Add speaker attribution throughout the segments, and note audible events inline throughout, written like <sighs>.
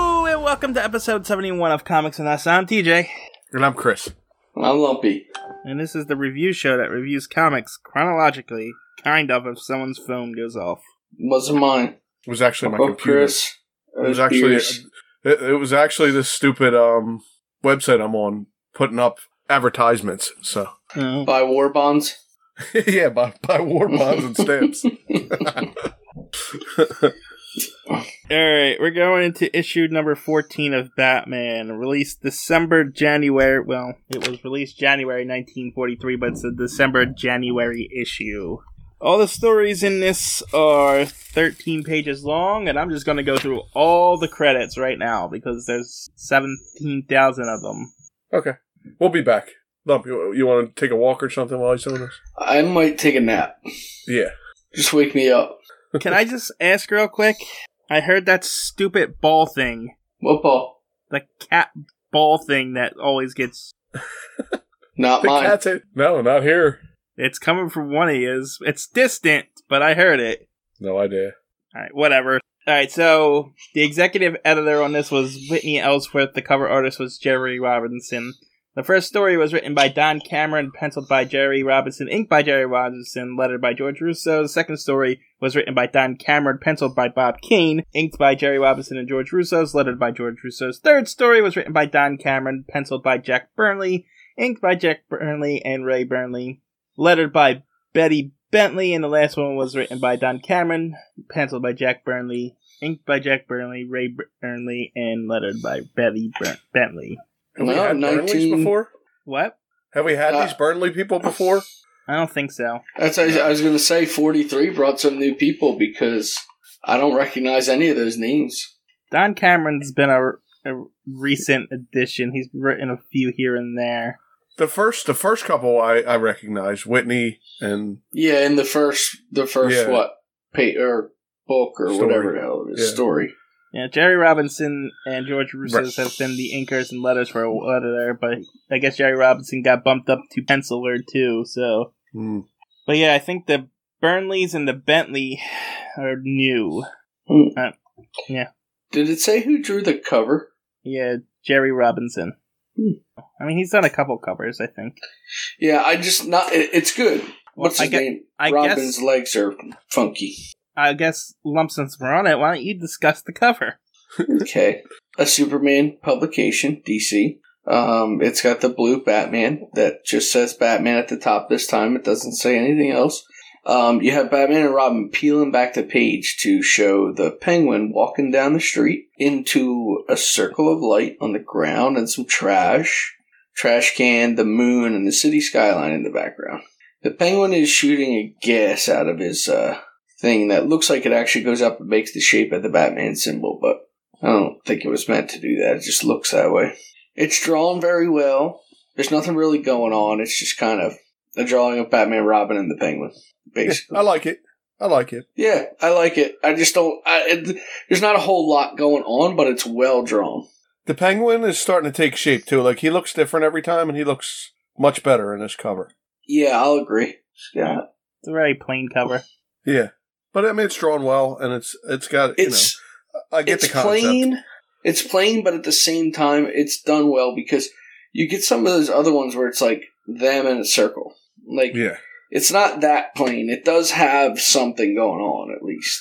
Speaker 1: Welcome to episode 71 of Comics and Us. I'm TJ.
Speaker 2: And I'm Chris.
Speaker 3: I'm Lumpy.
Speaker 1: And this is the review show that reviews comics chronologically, kind of, if someone's phone goes off.
Speaker 3: Wasn't mine.
Speaker 2: It was actually my
Speaker 3: oh,
Speaker 2: computer.
Speaker 3: Chris.
Speaker 2: It was actually it, it was actually this stupid um website I'm on putting up advertisements. So <laughs>
Speaker 1: Oh.
Speaker 3: by war bonds.
Speaker 2: yeah, buy buy war bonds and
Speaker 3: <laughs>
Speaker 2: stamps.
Speaker 1: Alright, we're going into issue number 14 of Batman, released December, January. Well, it was released January 1943, but it's a December, January issue. All the stories in this are 13 pages long, and I'm just going to go through all the credits right now because there's 17,000 of them.
Speaker 2: okay, we'll be back. Lump, you, you want to take a walk or something while he's doing this?
Speaker 3: I might take a nap.
Speaker 2: Yeah.
Speaker 3: Just wake me up.
Speaker 1: Can I just ask real quick? I heard that stupid ball thing,
Speaker 3: What ball?
Speaker 1: the cat ball thing that always gets.
Speaker 3: Not
Speaker 2: The
Speaker 3: mine.
Speaker 2: cat's in. No, not here.
Speaker 1: It's coming from one of yours. It's distant, but I heard it.
Speaker 2: No idea.
Speaker 1: All right, whatever. All right, so the executive editor on this was Whitney Ellsworth. The cover artist was Jerry Robinson. The first story was written by Don Cameron, penciled by Jerry Robinson, inked by Jerry Robinson, lettered by George Russo. The second story was written by Don Cameron, penciled by Bob Kane, inked by Jerry Robinson and George Russo's, lettered by George Russo's. Third story was written by Don Cameron, penciled by Jack Burnley, inked by Jack Burnley and Ray Burnley, lettered by Betty Bentley, and the last one was written by Don Cameron, penciled by Jack Burnley, inked by Jack Burnley, Ray Burnley, and lettered by Betty Bur- Bentley.
Speaker 2: Have we
Speaker 3: No,
Speaker 2: had
Speaker 3: 19
Speaker 2: Burnleys before?
Speaker 1: What?
Speaker 2: Have we had
Speaker 3: Uh,
Speaker 2: these Burnley people
Speaker 3: <laughs>
Speaker 2: before?
Speaker 1: I don't think so.
Speaker 3: That's I, I was gonna say. Forty three brought some new people because I don't recognize any of those names.
Speaker 1: Don Cameron's been a, a recent addition. He's written a few here and there.
Speaker 2: The first, the first couple I I recognized Whitney and
Speaker 3: Yeah, in the first, the first
Speaker 2: Yeah.
Speaker 3: what, pay or book or
Speaker 2: Story.
Speaker 3: whatever the hell it is.
Speaker 2: Yeah.
Speaker 3: Story.
Speaker 1: Yeah, Jerry Robinson and George Russo's
Speaker 2: Right.
Speaker 1: have been the inkers and letters for a while there, but I guess Jerry Robinson got bumped up to penciler too. So,
Speaker 2: mm,
Speaker 1: but yeah, I think the Burnleys and the Bentley <sighs> are new.
Speaker 3: Hmm.
Speaker 1: Uh, yeah.
Speaker 3: Did it say who drew the cover?
Speaker 1: Yeah, Jerry Robinson.
Speaker 3: Hmm.
Speaker 1: I mean, he's done a couple covers, I think.
Speaker 3: Yeah, I just not. It, it's good. What's
Speaker 1: I
Speaker 3: his
Speaker 1: gue-
Speaker 3: name?
Speaker 1: I
Speaker 3: Robin's
Speaker 1: guess
Speaker 3: legs are funky.
Speaker 1: I guess lump since we're on it, why don't you discuss the cover?
Speaker 3: Okay. A Superman publication, DC. Um, it's got the blue Batman that just says Batman at the top this time. It doesn't say anything else. Um, you have Batman and Robin peeling back the page to show the penguin walking down the street into a circle of light on the ground and some trash, trash can, the moon, and the city skyline in the background. The penguin is shooting a gas out of his uh, thing that looks like it actually goes up and makes the shape of the Batman symbol, but I don't think it was meant to do that. It just looks that way. It's drawn very well. There's nothing really going on. It's just kind of a drawing of Batman, Robin, and the Penguin,
Speaker 2: yeah,
Speaker 3: basically.
Speaker 2: I like it. I like it.
Speaker 3: Yeah, I like it. I just don't. I, it, there's not a whole lot going on, but it's well drawn.
Speaker 2: The penguin is starting to take shape too. Like he looks different every time, and he looks much better in this cover.
Speaker 3: Yeah, I'll agree. Yeah,
Speaker 1: It's a very plain
Speaker 3: <laughs>
Speaker 1: cover.
Speaker 2: Yeah, but I mean it's drawn well, and it's it's got
Speaker 3: it's
Speaker 2: you know I get
Speaker 3: it's
Speaker 2: the concept.
Speaker 3: plain. It's plain, but at the same time, it's done well because you get some of those other ones where it's like them in a circle. Like
Speaker 2: Yeah,
Speaker 3: it's not that plain. It does have something going on at least.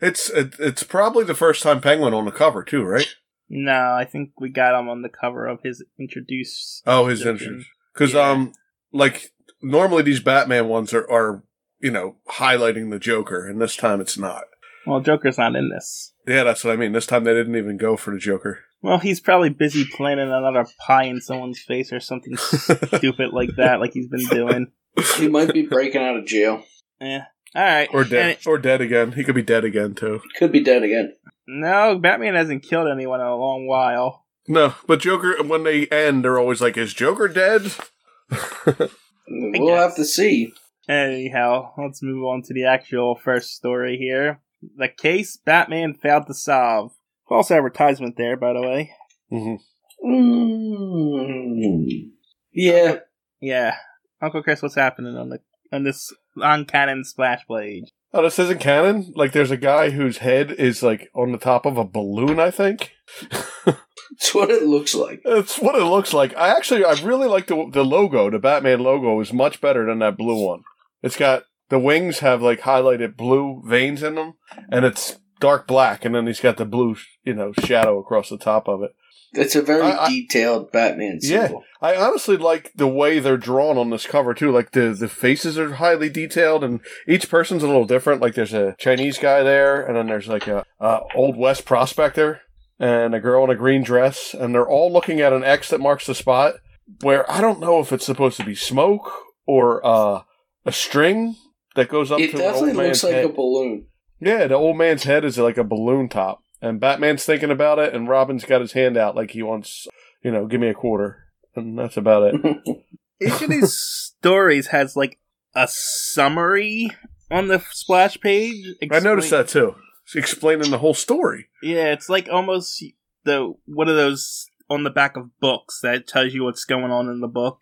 Speaker 2: it's it, it's probably the first time penguin on the cover too, right?
Speaker 1: No, I think we got him on the cover of his introduce.
Speaker 2: Oh, his
Speaker 1: Different.
Speaker 2: entrance because
Speaker 1: Yeah.
Speaker 2: um like normally these Batman ones are are you know highlighting the Joker, and this time it's not.
Speaker 1: Well, Joker's not in this.
Speaker 2: Yeah, that's what I mean. This time they didn't even go for the Joker.
Speaker 1: Well, he's probably busy planning another pie in someone's face or
Speaker 3: <laughs>
Speaker 1: something stupid like that, like he's been doing.
Speaker 3: He
Speaker 2: <laughs>
Speaker 3: might be breaking out of jail.
Speaker 1: Eh. All right.
Speaker 2: or
Speaker 1: And
Speaker 2: dead,
Speaker 1: it-
Speaker 2: or dead again. He could be dead again too.
Speaker 3: Could be dead again.
Speaker 1: no, Batman hasn't killed anyone in a long while.
Speaker 2: No, but Joker. When they end, they're always like, "Is Joker dead?" Mm-hmm.
Speaker 3: We'll
Speaker 1: guess.
Speaker 3: have to see.
Speaker 1: Anyhow, let's move on to the actual first story here. The case Batman failed to solve. False advertisement there, by the way.
Speaker 2: hmm
Speaker 3: Mm. Yeah, Mm.
Speaker 1: Yeah. Uncle Chris, what's happening on the on this on Cannon Splash Blade.
Speaker 2: Oh, this isn't canon. Like, there's a guy whose head is like on the top of a balloon. I think
Speaker 3: That's what it looks like.
Speaker 2: that's what it looks like. I actually, I really like the the logo. The Batman logo is much better than that blue one. It's got the wings have like highlighted blue veins in them, and it's dark black, and then he's got the blue, you know, shadow across the top of it.
Speaker 3: It's a very
Speaker 2: I- I-
Speaker 3: detailed Batman
Speaker 2: Yeah.
Speaker 3: symbol.
Speaker 2: I honestly like the way they're drawn on this cover too. Like the the faces are highly detailed, and each person's a little different. Like there's a Chinese guy there, and then there's like a, a old West prospector, and a girl in a green dress, and they're all looking at an X that marks the spot where I don't know if it's supposed to be smoke or uh, a string that goes up.
Speaker 3: It
Speaker 2: to
Speaker 3: definitely
Speaker 2: an old
Speaker 3: looks
Speaker 2: man's
Speaker 3: like
Speaker 2: head.
Speaker 3: a balloon.
Speaker 2: Yeah, the old man's head is like a balloon top, and Batman's thinking about it, and Robin's got his hand out like he wants, you know, give me a quarter, and that's about it.
Speaker 1: Each of <laughs> these stories has like a summary on the splash page.
Speaker 2: I noticed
Speaker 1: explain-
Speaker 2: that too. It's explaining the whole story.
Speaker 1: Yeah, it's like almost the one of those on the back of books that tells you what's going on in the book.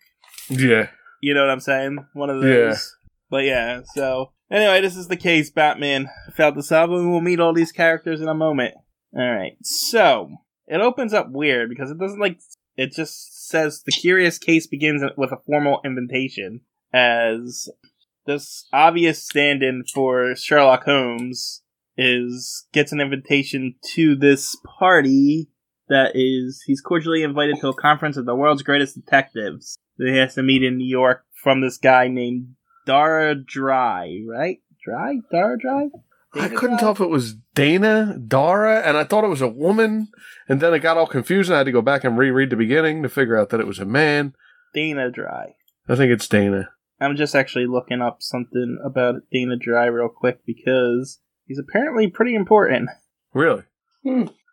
Speaker 2: Yeah.
Speaker 1: You know what I'm saying? One of
Speaker 2: Yeah.
Speaker 1: those. But yeah, so anyway, this is the case. Batman failed to solve, and we'll meet all these characters in a moment. All right, so it opens up weird because it doesn't like it just says the curious case begins with a formal invitation as this obvious stand-in for Sherlock Holmes is gets an invitation to this party that is he's cordially invited to a conference of the world's greatest detectives that he has to meet in New York from this guy named Dara Dry, right? Dry? Dara Dry?
Speaker 2: I couldn't tell if it was Dana, Dara, and I thought it was a woman. And then it got all confused, and I had to go back and reread the beginning to figure out that it was a man.
Speaker 1: Dana Dry.
Speaker 2: I think it's Dana.
Speaker 1: I'm just actually looking up something about Dana Dry real quick because he's apparently pretty important.
Speaker 2: Really?
Speaker 3: <laughs>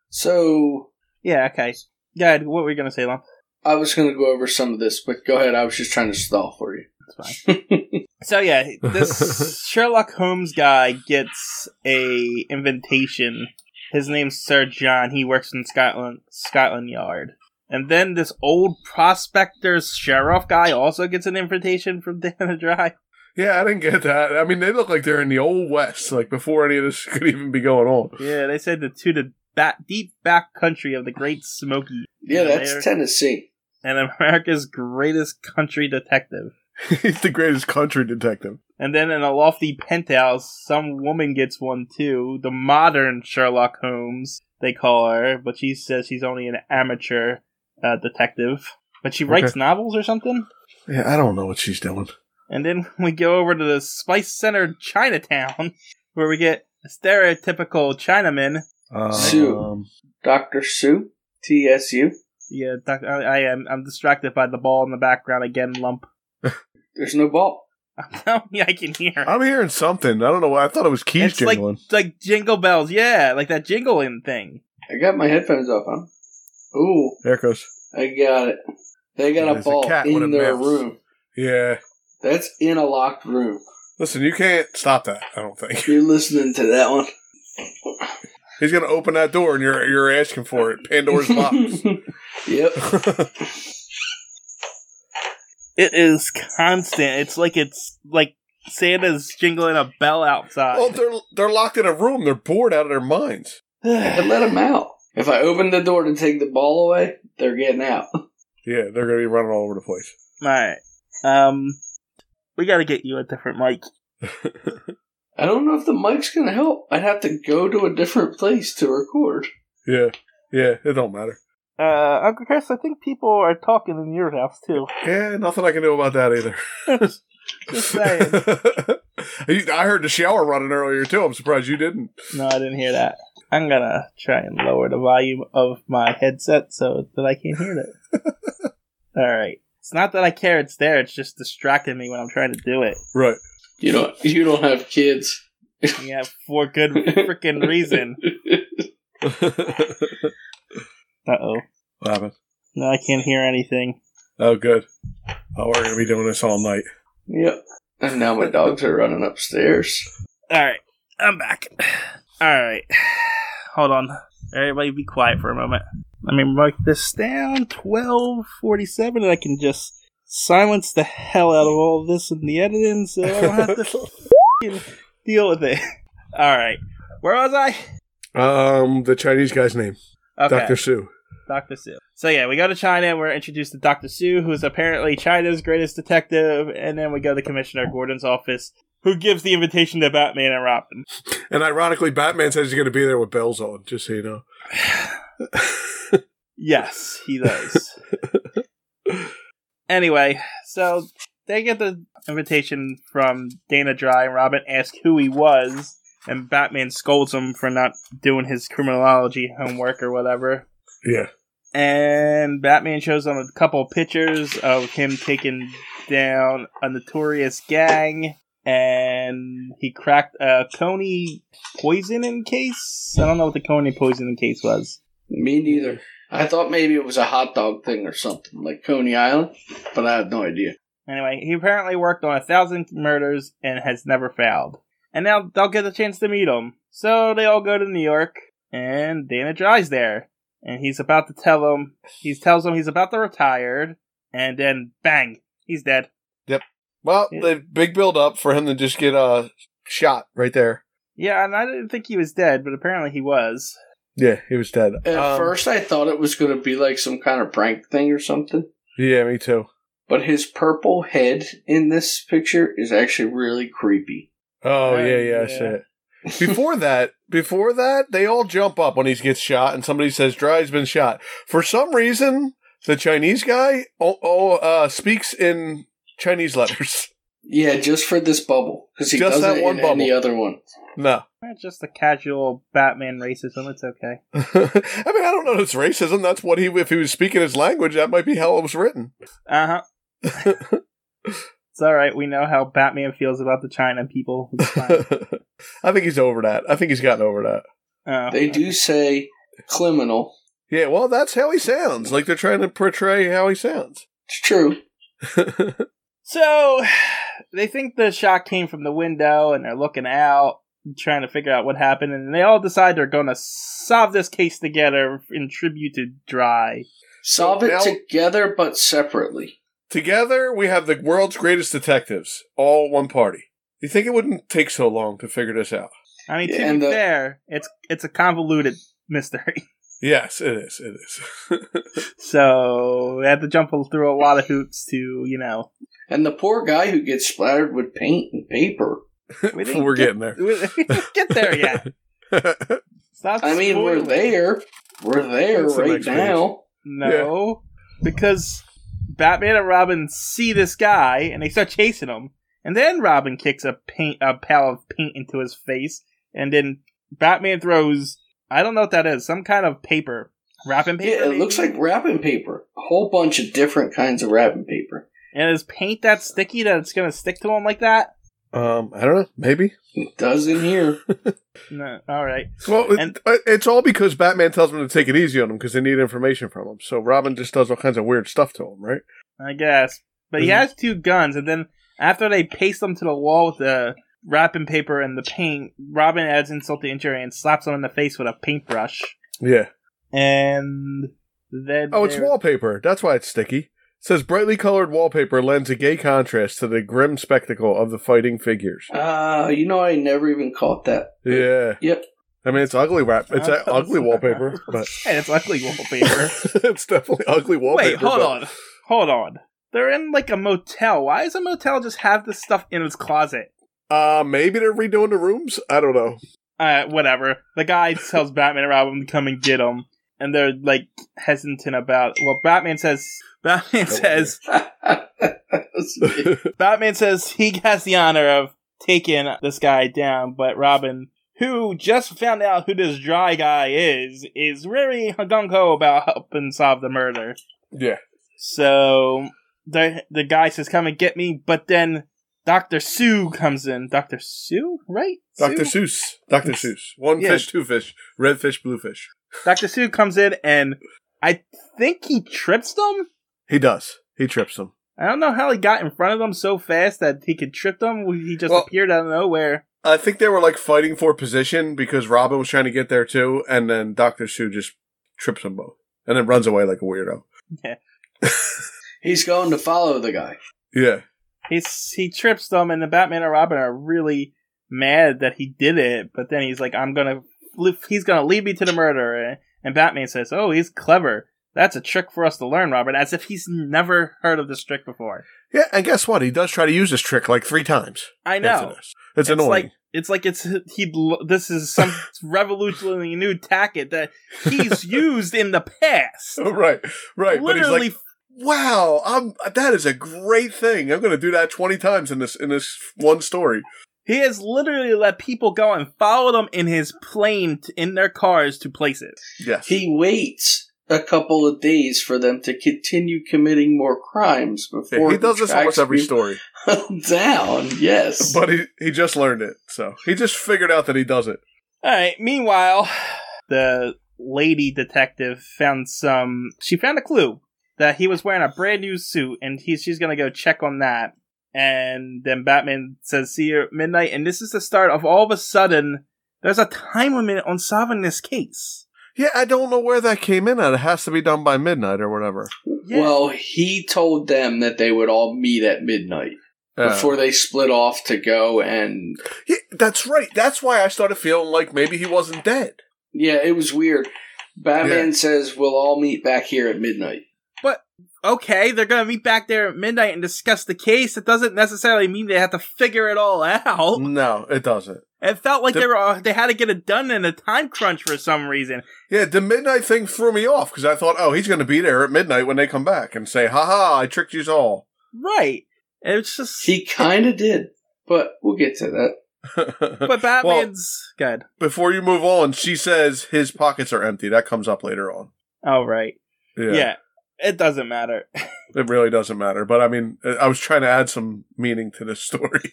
Speaker 3: So
Speaker 1: Yeah, okay. Yeah, what were you gonna say, Lon?
Speaker 3: I was going to go over some of this, but go ahead. I was just trying to stall for you.
Speaker 1: It's fine. so yeah, this Sherlock Holmes guy gets a invitation. His name's Sir John. He works in Scotland Scotland Yard. And then this old prospector sheriff guy also gets an invitation from <laughs> Dana Dry.
Speaker 2: Yeah, I didn't get that. I mean, they look like they're in the old west, like before any of this <laughs> could even be going on.
Speaker 1: Yeah, they said the to the back, deep back country of the Great Smoky
Speaker 3: <laughs> Yeah, that's
Speaker 1: Mayor.
Speaker 3: Tennessee.
Speaker 1: and America's greatest country detective.
Speaker 2: He's the greatest country detective.
Speaker 1: And then in a lofty penthouse, some woman gets one too. The modern Sherlock Holmes, they call her, but she says she's only an amateur uh, detective. But she writes novels or something.
Speaker 2: Yeah, I don't know what she's doing.
Speaker 1: And then <laughs> we go over to the Spice Center Chinatown, <laughs> where we get a stereotypical Chinaman.
Speaker 2: Um,
Speaker 3: Sue. Dr. Sue, TSU.
Speaker 1: Yeah, doc- I, I am. I'm distracted by the ball in the background again. Lump. <laughs>
Speaker 3: There's no ball.
Speaker 1: I'm telling you, I can hear. it.
Speaker 2: I'm hearing something. I don't know why. I thought it was keys
Speaker 1: It's like-
Speaker 2: jingling.
Speaker 1: It's like jingle bells. Yeah, like that jingling thing.
Speaker 3: I got my headphones off, huh? Ooh,
Speaker 2: there it goes.
Speaker 3: I got it. They got a
Speaker 2: There's a
Speaker 3: ball
Speaker 2: cat with a
Speaker 3: in their
Speaker 2: mouse.
Speaker 3: room.
Speaker 2: Yeah.
Speaker 3: That's in a locked room.
Speaker 2: Listen, you can't stop that. I don't think.
Speaker 3: You're listening to that one.
Speaker 2: He's gonna open that door, and you're you're asking for it.
Speaker 1: <laughs>
Speaker 2: Pandora's box.
Speaker 3: <laughs> yep.
Speaker 1: It is constant. It's like it's like Santa's jingling a bell
Speaker 2: well,
Speaker 1: outside.
Speaker 2: they're they're locked in a room. They're bored out of their minds.
Speaker 3: I let them out. If I open the door to take the ball away, they're getting out.
Speaker 2: Yeah, they're gonna be running all over the place.
Speaker 1: <sighs> Alright. Um we gotta get you a different mic.
Speaker 3: I don't know if the mic's going to help. I'd have to go to a different place to record.
Speaker 2: Yeah, yeah, it don't matter.
Speaker 1: Uh Uncle Chris, I think people are talking in your house too.
Speaker 2: Yeah, nothing I can do about that either.
Speaker 1: <laughs> Just
Speaker 2: <laughs>
Speaker 1: saying.
Speaker 2: You- I heard the shower running earlier too. I'm surprised you didn't.
Speaker 1: no, I didn't hear that. I'm gonna try and lower the volume of my headset so that I can't hear it. Alright. It's not that I care it's there, it's just distracting me when I'm trying to do it.
Speaker 2: Right. <laughs>
Speaker 3: You don't. You don't have kids.
Speaker 1: Yeah, for good freaking reason.
Speaker 2: what
Speaker 1: Uh oh.
Speaker 2: happened?
Speaker 1: No, I can't hear anything.
Speaker 2: Oh, good. Oh, we're gonna be doing this all night.
Speaker 3: Yep. And now my dogs are running upstairs.
Speaker 1: All right, I'm back. <sighs> All right, <sighs> hold on. Everybody, be quiet for a moment. Let me mark this down. Twelve forty-seven, and I can just silence the hell out of all this in the editing, so I don't have to f***ing deal with it. <laughs> All right, where was I?
Speaker 2: Um, the Chinese guy's name,
Speaker 1: Okay,
Speaker 2: Doctor Sue.
Speaker 1: Dr. Sue. So yeah, we go to China and we're introduced to Dr. Sue, who's apparently China's greatest detective, and then we go to Commissioner Gordon's office, who gives the invitation to Batman and Robin.
Speaker 2: And ironically, Batman says he's going to be there with bells on. Just so you know.
Speaker 1: Yes, he does. anyway, so they get the invitation from Dana Dry, and Robin asks who he was, and Batman scolds him for not doing his criminology homework or whatever.
Speaker 2: Yeah.
Speaker 1: And Batman shows them a couple pictures of him taking down a notorious gang, and he cracked a Coney poisoning case. I don't know what the Coney poisoning case was.
Speaker 3: Me neither. I thought maybe it was a hot dog thing or something, like Coney Island, but I have no idea.
Speaker 1: Anyway, he apparently worked on a thousand murders and has never failed. And now they'll get the chance to meet him. So they all go to New York, and Dana Dry's there. And he's about to tell him, he tells him he's about to retire, and then bang, he's dead.
Speaker 2: Well,
Speaker 1: Yeah.
Speaker 2: the big build up for him to just get uh shot right there.
Speaker 1: Yeah, and I didn't think he was dead, but apparently he was.
Speaker 2: Yeah, he was dead.
Speaker 3: At
Speaker 2: Um,
Speaker 3: first, I thought it was going to be like some kind of prank thing or something,
Speaker 2: Yeah, me too.
Speaker 3: but his purple head in this picture is actually really creepy.
Speaker 2: Oh
Speaker 1: Right,
Speaker 2: yeah, yeah, I
Speaker 1: yeah. <laughs>
Speaker 2: see it. Before that, before that, they all jump up when he gets shot, and somebody says Dry's been shot. For some reason, the Chinese guy oh, oh uh, speaks in Chinese letters. <laughs>
Speaker 3: yeah, just for this bubble because he
Speaker 2: Just
Speaker 3: doesn't
Speaker 2: that one
Speaker 3: in any
Speaker 2: bubble.
Speaker 3: other one.
Speaker 2: No, <laughs>
Speaker 1: Eh, Just a casual Batman racism, it's okay.
Speaker 2: I mean I don't know. It's racism. That's what he if he was speaking his language, that might be how it was written. <laughs>
Speaker 1: Uh huh. It's alright, we know how Batman feels about the China people. It's
Speaker 2: <laughs>
Speaker 1: fine.
Speaker 2: I think he's over that. I think he's gotten over that.
Speaker 1: Oh,
Speaker 3: They do say criminal.
Speaker 2: Yeah, well, that's how he sounds. Like they're trying to portray how he sounds. <laughs>
Speaker 3: It's true.
Speaker 1: So <sighs> they think the shot came from the window and they're looking out, trying to figure out what happened, and they all decide they're going to solve this case together in tribute to Dry.
Speaker 3: Solve it
Speaker 2: now-
Speaker 3: together but separately.
Speaker 2: Together, we have the world's greatest detectives, all one party. You think it wouldn't take so long to figure this out?
Speaker 1: I mean, to
Speaker 3: Yeah, and
Speaker 1: be
Speaker 3: the-
Speaker 1: fair, it's it's a convoluted <laughs> mystery.
Speaker 2: Yes, it is. It is.
Speaker 1: so they have to jump through a lot of hoops to, you know.
Speaker 3: And the poor guy who gets splattered with paint and paper.
Speaker 1: <laughs>
Speaker 2: <laughs>
Speaker 1: We
Speaker 2: We're getting there.
Speaker 1: we didn't get <laughs> there yet. Stop
Speaker 3: I mean, we're
Speaker 1: spoiling.
Speaker 3: there. We're there
Speaker 2: That's the
Speaker 3: right
Speaker 2: next page.
Speaker 3: now.
Speaker 1: No, because Batman and Robin see this guy and they start chasing him, and then Robin kicks a paint a pal of paint into his face, and then Batman throws I don't know what that is some kind of paper wrapping paper.
Speaker 3: Yeah, it
Speaker 1: maybe?
Speaker 3: looks like wrapping paper. A whole bunch of different kinds of wrapping paper.
Speaker 1: and is paint that sticky that it's gonna stick to him like that.
Speaker 2: <laughs> um, I don't know. Maybe.
Speaker 3: It does
Speaker 2: <laughs>
Speaker 3: in here.
Speaker 1: No, all right,
Speaker 2: Well, it, uh,
Speaker 1: And-
Speaker 2: it's all because Batman tells them to take it easy on them because they need information from him. So Robin just does all kinds of weird stuff to him, right?
Speaker 1: I guess. But he
Speaker 3: Mm-hmm.
Speaker 2: Mhm.
Speaker 1: has two guns, and then after they paste him to the wall with the wrapping paper and the paint, Robin adds insult to injury and slaps him in the face with a paintbrush.
Speaker 2: Yeah.
Speaker 1: and then
Speaker 2: Oh, it's
Speaker 1: there-
Speaker 2: wallpaper. That's why it's sticky. It says brightly colored wallpaper lends a gay contrast to the grim spectacle of the fighting figures.
Speaker 3: Ah, you know, I never even caught that.
Speaker 2: Yeah.
Speaker 3: Yep. <laughs>
Speaker 2: I mean, it's ugly wrap. It's uh,
Speaker 1: <laughs>
Speaker 2: ugly wallpaper, but <laughs>
Speaker 1: yeah, it's ugly wallpaper.
Speaker 2: it's definitely ugly <laughs> wallpaper.
Speaker 1: Wait, hold
Speaker 2: but-
Speaker 1: on, hold on. They're in like a motel. Why does a motel just have this stuff in its closet?
Speaker 2: Uh, maybe they're redoing the rooms. I don't know.
Speaker 1: Uh, whatever. The
Speaker 2: <laughs>
Speaker 1: guy tells Batman and Robin to come and get him, and they're like hesitant about. Well, Batman says. Batman
Speaker 2: Don't
Speaker 1: says. Batman says he has the honor of taking this guy down, but Robin, who just found out who this dry guy is, is very gung ho about helping solve the murder.
Speaker 2: yeah.
Speaker 1: So the the guy says, "Come and get me," but then Doctor Sue comes in. Doctor Sue, right?
Speaker 2: Dr. Seuss. Dr. Seuss. One
Speaker 1: Yeah.
Speaker 2: fish, two fish. Red fish, blue fish.
Speaker 1: Doctor Sue comes in, and I think he trips them.
Speaker 2: He does. He trips them.
Speaker 1: I don't know how he got in front of them so fast that he could trip them. He just
Speaker 2: Well-
Speaker 1: appeared out of nowhere.
Speaker 2: I think they were like fighting for position because Robin was trying to get there too, and then Dr. Sue just trips them both and then runs away like a weirdo.
Speaker 3: He's going to follow the guy.
Speaker 2: Yeah.
Speaker 1: He's he trips them, and the Batman and Robin are really mad that he did it. But then he's like, "I'm gonna, li- he's gonna lead me to the murder." And Batman says, "Oh, he's clever. That's a trick for us to learn, Robin." As if he's never heard of this trick before.
Speaker 2: Yeah, and guess what? He does try to use this trick like three times.
Speaker 1: I
Speaker 2: after
Speaker 1: know.
Speaker 2: this. It's, annoying.
Speaker 1: like it's like it's he. This is
Speaker 2: <laughs>
Speaker 1: some revolutionary new tactic that he's used in the past.
Speaker 2: right, right. but he's
Speaker 1: Literally
Speaker 2: like, wow, I'm, that is a great thing. I'm going to do that 20 times in this in this one story.
Speaker 1: He has literally let people go and follow them in his plane t- in their cars to place it.
Speaker 2: Yes.
Speaker 3: He waits a couple of days for them to continue committing more crimes
Speaker 2: Yeah,
Speaker 3: before
Speaker 2: he does this almost
Speaker 3: tracks
Speaker 2: every
Speaker 3: people <laughs>
Speaker 2: story.
Speaker 3: down. Yes,
Speaker 2: But he, he just learned it. So he just figured out that he does it.
Speaker 1: All right. Meanwhile, the lady detective found some. She found a clue that he was wearing a brand new suit, and he, she's gonna go check on that. And then Batman says, "See you at midnight." And this is the start of all of a sudden. There's a time limit on solving this case.
Speaker 2: Yeah, I don't know where that came in at. It has to be done by midnight or whatever.
Speaker 1: Yeah.
Speaker 3: well, he told them that they would all meet at midnight
Speaker 2: Yeah.
Speaker 3: before they split off to go and
Speaker 2: Yeah, that's right. That's why I started feeling like maybe he wasn't dead.
Speaker 3: yeah, it was weird. Batman says we'll all meet back here at midnight.
Speaker 1: okay, they're gonna meet back there at midnight and discuss the case. It doesn't necessarily mean they have to figure it all out.
Speaker 2: No, it doesn't.
Speaker 1: It felt like
Speaker 2: Mm. The-
Speaker 1: they were uh, they had to get it done in a time crunch for some reason.
Speaker 2: Yeah, the midnight thing threw me off because I thought, oh, he's going to be there at midnight when they come back and say, "Ha ha, I tricked you all." <laughs>
Speaker 1: Right. It's just
Speaker 3: He kind of did, but we'll get to that.
Speaker 1: <laughs> but Batman's good.
Speaker 2: Before you move on, she says his pockets are empty. That comes up later on.
Speaker 1: All right.
Speaker 2: Yeah,
Speaker 1: Yeah. It doesn't matter. <laughs>
Speaker 2: it really doesn't matter. But I mean, I I was trying to add some meaning to this <laughs> story.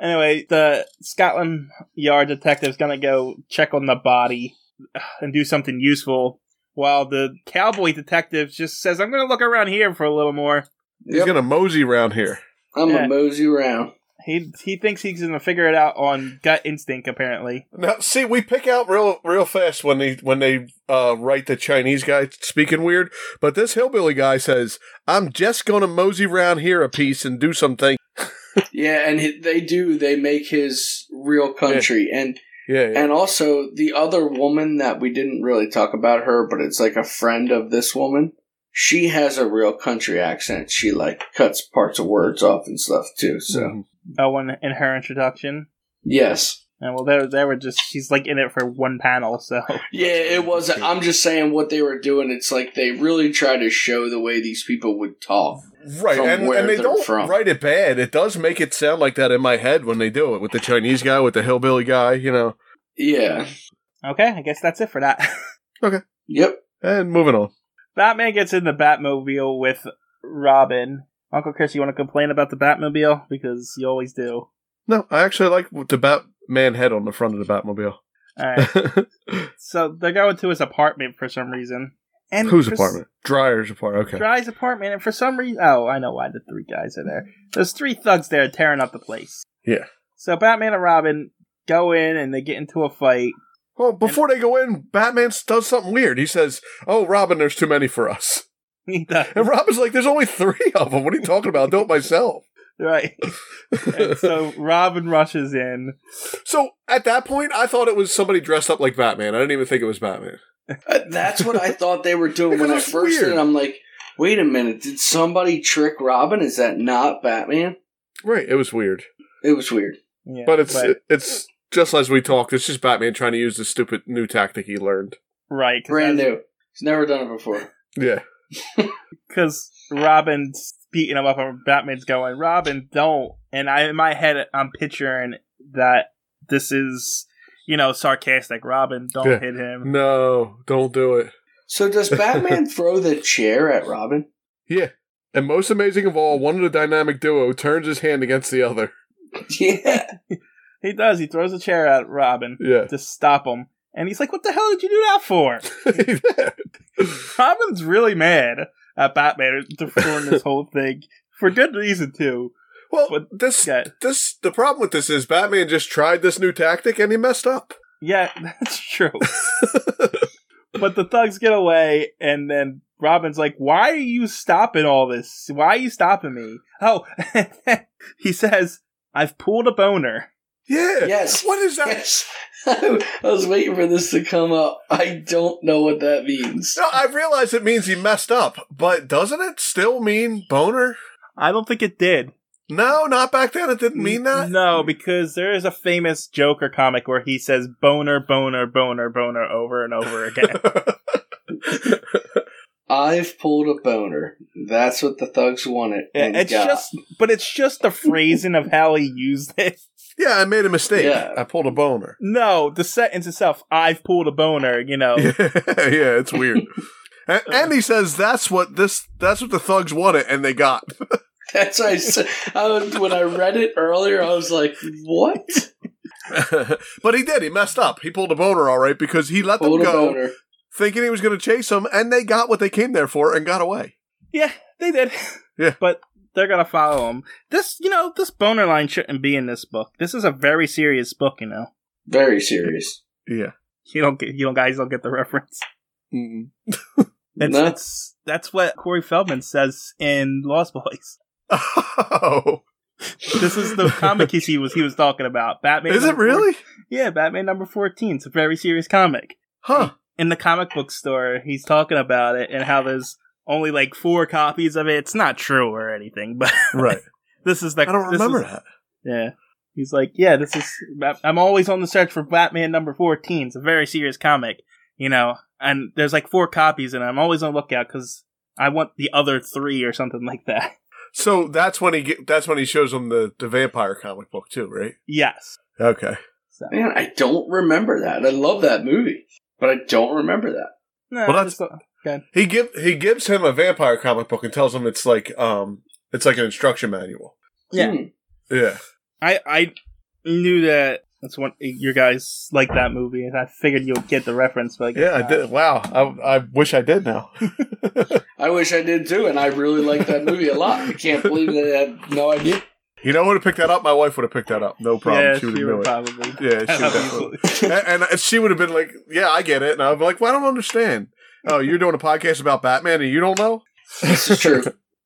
Speaker 1: Anyway, the Scotland Yard detective's gonna go check on the body <sighs> and do something useful, while the cowboy detective just says, "I'm gonna look around here for a little more."
Speaker 2: He's
Speaker 3: Yep.
Speaker 2: going to mosey around here.
Speaker 3: I'm
Speaker 1: Yeah.
Speaker 3: a mosey around.
Speaker 1: He he thinks he's gonna figure it out on gut instinct, apparently.
Speaker 2: Now, see, we pick out real, real fast when they when they uh, write the Chinese guy speaking weird. But this hillbilly guy says, "I'm just going to mosey around here a piece and do something."
Speaker 3: Yeah, and he- they do. They make his real country, and
Speaker 2: Yeah, yeah.
Speaker 3: and also the other woman that we didn't really talk about her, but it's like a friend of this woman. She has a real country accent. She like cuts parts of words off and stuff too. So
Speaker 2: Mhm.
Speaker 1: Oh, and in her introduction,
Speaker 3: yes,
Speaker 1: and well, they they were just she's like in it for one panel, so <laughs>
Speaker 3: yeah, it was. I'm just saying what they were doing. It's like they really try to show the way these people would talk.
Speaker 2: Mm-hmm. right,
Speaker 3: From
Speaker 2: and,
Speaker 3: where
Speaker 2: and they
Speaker 3: they're
Speaker 2: don't
Speaker 3: from.
Speaker 2: write it bad. It does make it sound like that in my head when they do it with the Chinese guy, with the hillbilly guy, you know.
Speaker 3: Yeah.
Speaker 1: okay, I guess that's it for that. <laughs>
Speaker 3: Yep.
Speaker 2: And moving on.
Speaker 1: Batman gets in the Batmobile with Robin. Uncle Chris, you want to complain about the Batmobile because you always do.
Speaker 2: No, I actually like the Batman head on the front of the Batmobile. <laughs>
Speaker 1: All right, so they're going to his apartment for some reason. And
Speaker 2: Whose
Speaker 1: for s-
Speaker 2: apartment? Dryer's apartment. Okay.
Speaker 1: Dry's apartment, and for some reason, oh, I know why the three guys are there. There's three thugs there tearing up the place.
Speaker 2: Yeah.
Speaker 1: So Batman and Robin go in and they get into a
Speaker 2: <laughs>
Speaker 1: fight. <laughs>
Speaker 2: Well, before they go in, Batman does something weird. He says, "Oh, Robin, there's too many for us." <laughs>
Speaker 1: He does-
Speaker 2: And Robin's like, "There's only three of them. What are you talking about? I'll do it myself."
Speaker 1: right. And <laughs>
Speaker 2: <laughs>
Speaker 1: so Robin rushes in.
Speaker 2: so at that point, I thought it was somebody dressed up like Batman. I didn't even think it was Batman.
Speaker 3: Uh, That's what I <laughs> thought they were doing when I
Speaker 2: Because it's
Speaker 3: first
Speaker 2: weird.
Speaker 3: did. it. I'm like, wait a minute, did somebody trick Robin? Is that not Batman?
Speaker 2: Right? It was weird,
Speaker 3: It was weird.
Speaker 1: Yeah,
Speaker 2: but it's it's just as we talked. It's just Batman trying to use the stupid new tactic he learned.
Speaker 1: right 'cause
Speaker 3: Brand
Speaker 1: that's-
Speaker 3: new. He's never done it before.
Speaker 2: Yeah.
Speaker 1: because Robin's beating him up, and Batman's going, "Robin, don't!" And I, in my head, I'm picturing that this is, you know, sarcastic. Robin, don't
Speaker 2: Yeah.
Speaker 1: hit him.
Speaker 2: No, don't do it.
Speaker 3: So
Speaker 1: <laughs>
Speaker 3: does Batman throw the chair at Robin?
Speaker 2: And most amazing of all, one of the dynamic duo turns his hand against the other.
Speaker 3: Yeah.
Speaker 1: He does. He throws a chair at Robin
Speaker 2: Yeah.
Speaker 1: to stop him, and he's like, "What the hell did you do that for?" Robin's really mad at Batman during this whole thing for good reason too.
Speaker 2: <laughs> well,
Speaker 1: But-
Speaker 2: this
Speaker 1: Yeah,
Speaker 2: this the problem with this is Batman just tried this new tactic and he messed up.
Speaker 1: <laughs> yeah, that's true. but the thugs get away, and then Robin's like, "Why are you stopping all this? Why are you stopping me?" Oh, <laughs> he says, "I've pulled a boner."
Speaker 2: Yeah.
Speaker 3: Yes.
Speaker 2: What is that?
Speaker 3: Yes. <laughs> I was waiting for this to come up. I don't know what that means.
Speaker 2: No, I realize it means he messed up, but doesn't it still mean boner?
Speaker 1: I don't think it did.
Speaker 2: No, not back then. It didn't mean that.
Speaker 1: <laughs>
Speaker 2: <laughs>
Speaker 1: No, because there is a famous Joker comic where he says "boner, boner, boner, boner" over and over again.
Speaker 3: I've pulled a boner. That's what the thugs wanted.
Speaker 1: Yeah,
Speaker 3: and
Speaker 1: it's
Speaker 3: got.
Speaker 1: just, but it's just the phrasing of how he used it.
Speaker 2: yeah, I made a mistake.
Speaker 3: Yeah.
Speaker 2: I pulled a boner.
Speaker 1: No, the sentence itself, "I've pulled a boner," you <laughs> know.
Speaker 2: Yeah, yeah, it's weird. and, and he says that's what this that's what the thugs wanted and they got.
Speaker 3: <laughs> That's why I, said, I was, when I read it earlier, I was like, "What?
Speaker 2: but he did. He messed up. He pulled a boner all right because he let
Speaker 3: Pulled a
Speaker 2: them go
Speaker 3: boner."
Speaker 2: thinking he was going to chase them and they got what they came there for and got away.
Speaker 1: Yeah, they did.
Speaker 2: <laughs> Yeah.
Speaker 1: But they're gonna follow him. This, you know, this boner line shouldn't be in this book. This is a very serious book, you know.
Speaker 3: Very serious.
Speaker 2: Yeah.
Speaker 1: You don't get, you don't guys don't get the reference.
Speaker 2: Mm.
Speaker 1: That's
Speaker 3: No.
Speaker 1: that's, that's what Corey Feldman says in Lost Boys.
Speaker 2: Oh.
Speaker 1: This is the
Speaker 2: <laughs>
Speaker 1: comic he see- was he was talking about. Batman.
Speaker 2: Is it
Speaker 1: number four-
Speaker 2: really?
Speaker 1: yeah, Batman number fourteen. It's a very serious comic.
Speaker 2: Huh.
Speaker 1: In the comic book store, he's talking about it and how there's only like four copies of it. It's not true or anything, but <laughs>
Speaker 2: Right.
Speaker 1: this is the.
Speaker 2: I don't
Speaker 1: this
Speaker 2: remember
Speaker 1: is-
Speaker 2: that.
Speaker 1: Yeah. He's like, yeah, this is. I'm always on the search for Batman number 14. It's a very serious comic, you know, and there's like four copies, and I'm always on the lookout because I want the other three or something <laughs> like that.
Speaker 2: So that's when he get, that's when he shows him the, the vampire comic book too, right?
Speaker 1: Yes.
Speaker 2: Okay.
Speaker 1: So,
Speaker 3: Man, I don't remember that. I love that movie, but I don't remember that.
Speaker 1: no,
Speaker 2: Well,
Speaker 1: I just
Speaker 2: that's-
Speaker 1: thought-
Speaker 2: He give he gives him a vampire comic book and tells him it's like um it's like an instruction manual.
Speaker 1: Yeah.
Speaker 3: Hmm.
Speaker 2: Yeah.
Speaker 1: I, I knew that. That's one. Your guys like that movie, and I figured you'll get the reference. But I guess
Speaker 2: Yeah, I
Speaker 1: not.
Speaker 2: did. Wow. I, I wish I did now.
Speaker 3: I wish I did too, and I really like that movie a lot. I can't believe that I had no idea.
Speaker 2: You know who would have picked that up? My wife would have picked that up. No problem.
Speaker 1: Yeah,
Speaker 2: she would
Speaker 1: she
Speaker 2: have
Speaker 1: would
Speaker 2: known it.
Speaker 1: probably. <laughs>
Speaker 2: Yeah, she would definitely. and, and she would have been like, "Yeah, I get it." And I'd be like, "Well, I don't understand." Oh, you're doing a podcast about Batman and you don't know?
Speaker 3: This is true.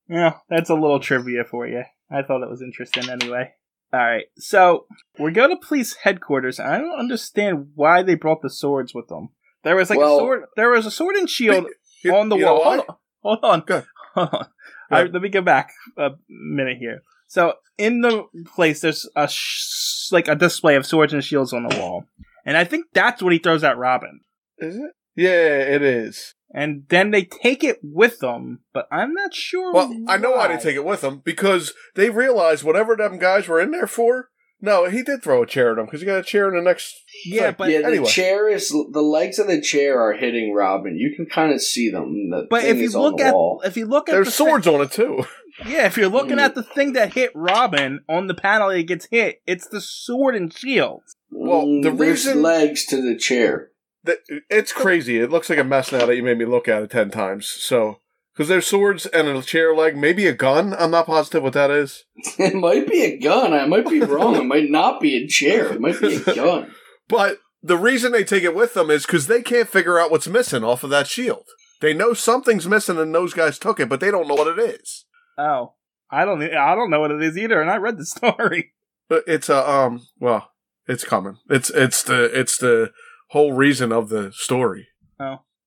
Speaker 1: Yeah, that's a little trivia for you. I thought it was interesting anyway. All right, so we go to police headquarters. and I don't understand why they brought the swords with them. There was like
Speaker 3: Well-
Speaker 1: a sword. There was a sword and shield
Speaker 2: You-
Speaker 1: on the
Speaker 2: you know
Speaker 1: wall.
Speaker 2: why?
Speaker 1: Hold on, <laughs> hold on.
Speaker 2: Go ahead.
Speaker 1: Hold on.
Speaker 2: Go
Speaker 1: I-
Speaker 2: ahead.
Speaker 1: let me go back a minute here. So in the place, there's a sh- like a display of swords and shields on the wall, and I think that's what he throws at Robin.
Speaker 2: Is it? Yeah, it is.
Speaker 1: And then they take it with them, but I'm not sure.
Speaker 2: Well, I know why they
Speaker 1: Oh, why.
Speaker 2: take it with them because they realized whatever them guys were in there for. No, he did throw a chair at him because he got a chair in the next.
Speaker 1: Yeah,
Speaker 2: thing.
Speaker 1: but
Speaker 3: yeah, the
Speaker 2: anyway.
Speaker 3: chair is the legs of the chair are hitting Robin. You can kind of see them. The
Speaker 1: But
Speaker 3: thing
Speaker 1: if you
Speaker 3: is on
Speaker 1: look
Speaker 3: the
Speaker 1: at
Speaker 3: wall.
Speaker 1: if you look at
Speaker 2: There's
Speaker 1: the
Speaker 2: swords on it too.
Speaker 1: thing- yeah, if you're looking
Speaker 3: Mm.
Speaker 1: at the thing that hit Robin on the panel that gets hit, it's the sword and shield.
Speaker 2: well, the
Speaker 3: Mm, there's
Speaker 2: reason-
Speaker 3: legs to the chair. <laughs>
Speaker 2: That- It's crazy. It looks like a mess now that you made me look at it ten times. So because there's swords and a chair leg, maybe a gun. I'm not positive what that is.
Speaker 3: It might be a gun. I might be wrong. It might not be a chair. It might be
Speaker 1: <laughs>
Speaker 3: a gun.
Speaker 2: But the reason they take it with them is because they can't figure out what's missing off of that shield. They know something's missing and those guys took it, but they don't know what it is.
Speaker 1: Oh, I don't I don't know what it is either, and I read the <laughs> story.
Speaker 2: But It's a um. Well, it's coming. It's it's the it's the whole reason of the story.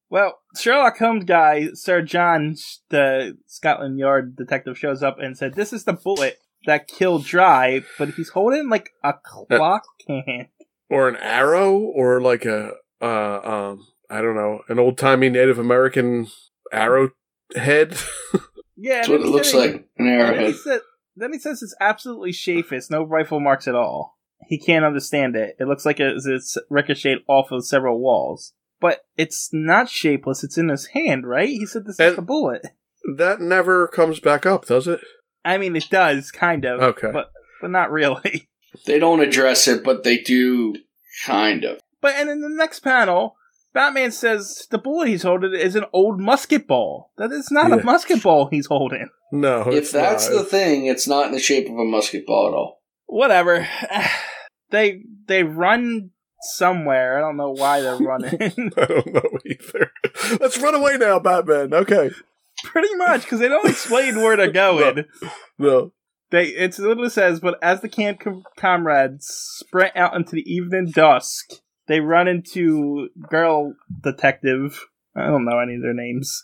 Speaker 1: Well, Sherlock Holmes guy Sir John, the Scotland Yard detective, shows up and said, "This is the bullet that killed Dry," but he's holding like
Speaker 3: Uh,
Speaker 1: a clock hand.
Speaker 2: Or an arrow, or like a uh um. I don't know, an old timey Native American arrow head. <laughs>
Speaker 1: Yeah,
Speaker 3: That's
Speaker 1: and
Speaker 3: what
Speaker 1: then
Speaker 3: it
Speaker 1: he
Speaker 3: looks
Speaker 1: said he-
Speaker 3: like. An
Speaker 1: And then he
Speaker 3: arrowhead.
Speaker 1: said- Then he says it's absolutely shapeless, no rifle marks at all. He can't understand it. It looks like it's, it's ricocheted off of several walls. But it's not shapeless, it's in his hand, right? He said this is
Speaker 2: And-
Speaker 1: the bullet.
Speaker 2: that never comes back up, does it?
Speaker 1: I mean, it does, kind of.
Speaker 2: Okay.
Speaker 1: But, but not really. <laughs>
Speaker 3: They don't address it, but they do kind of.
Speaker 1: But and in the next panel, Batman says the bullet he's holding is an old musket ball. That is not
Speaker 2: Yeah.
Speaker 1: a musket ball he's holding.
Speaker 2: No.
Speaker 3: if that's the thing, it's not
Speaker 1: <sighs>
Speaker 3: in the shape of a musket ball at all.
Speaker 1: whatever. they they run somewhere. I don't know why they're running.
Speaker 2: <laughs> I don't know either. <laughs> Let's run away now, Batman. Okay.
Speaker 1: Pretty much, because they don't explain where
Speaker 2: <laughs>
Speaker 1: they're going.
Speaker 2: No.
Speaker 1: They it's it literally says, but as the camp com- comrades sprint out into the evening dusk, they run into girl detective. I don't know any of their names.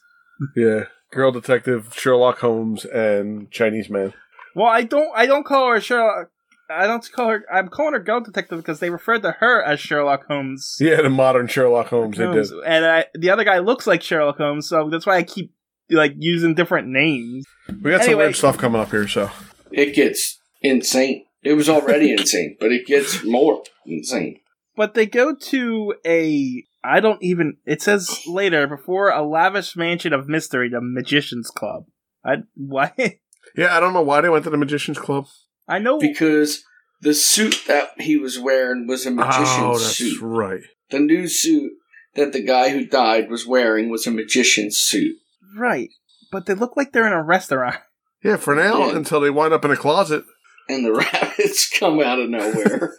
Speaker 2: Yeah. Girl detective, Sherlock Holmes, and Chinese man. <laughs>
Speaker 1: Well, I don't. I don't call her Sherlock. I don't call her. I'm calling her girl detective because they referred to her as Sherlock Holmes.
Speaker 2: Yeah, the modern Sherlock Holmes. They did.
Speaker 1: Holmes. And I, the other guy looks like Sherlock Holmes, so that's why I keep like using different names.
Speaker 2: We got some
Speaker 1: Anyway.
Speaker 2: weird stuff coming up here, so
Speaker 3: It gets insane. It
Speaker 1: <laughs>
Speaker 3: was already insane, but it gets more insane.
Speaker 1: But they go to a I don't even it says later before a lavish mansion of mystery, the Magicians Club. I why <laughs>
Speaker 2: yeah, I don't know why they went to the Magicians Club.
Speaker 1: I
Speaker 2: Oh.
Speaker 1: know
Speaker 3: Because the suit that he was wearing was a magician's
Speaker 2: oh, that's
Speaker 3: suit.
Speaker 2: right.
Speaker 3: The new suit that the guy who died was wearing was a magician's suit.
Speaker 1: right, but they look like they're in a restaurant. <laughs>
Speaker 2: Yeah, for now
Speaker 3: Yeah.
Speaker 2: until they wind up in a closet. <laughs>
Speaker 3: And the <laughs> rabbits come out of nowhere.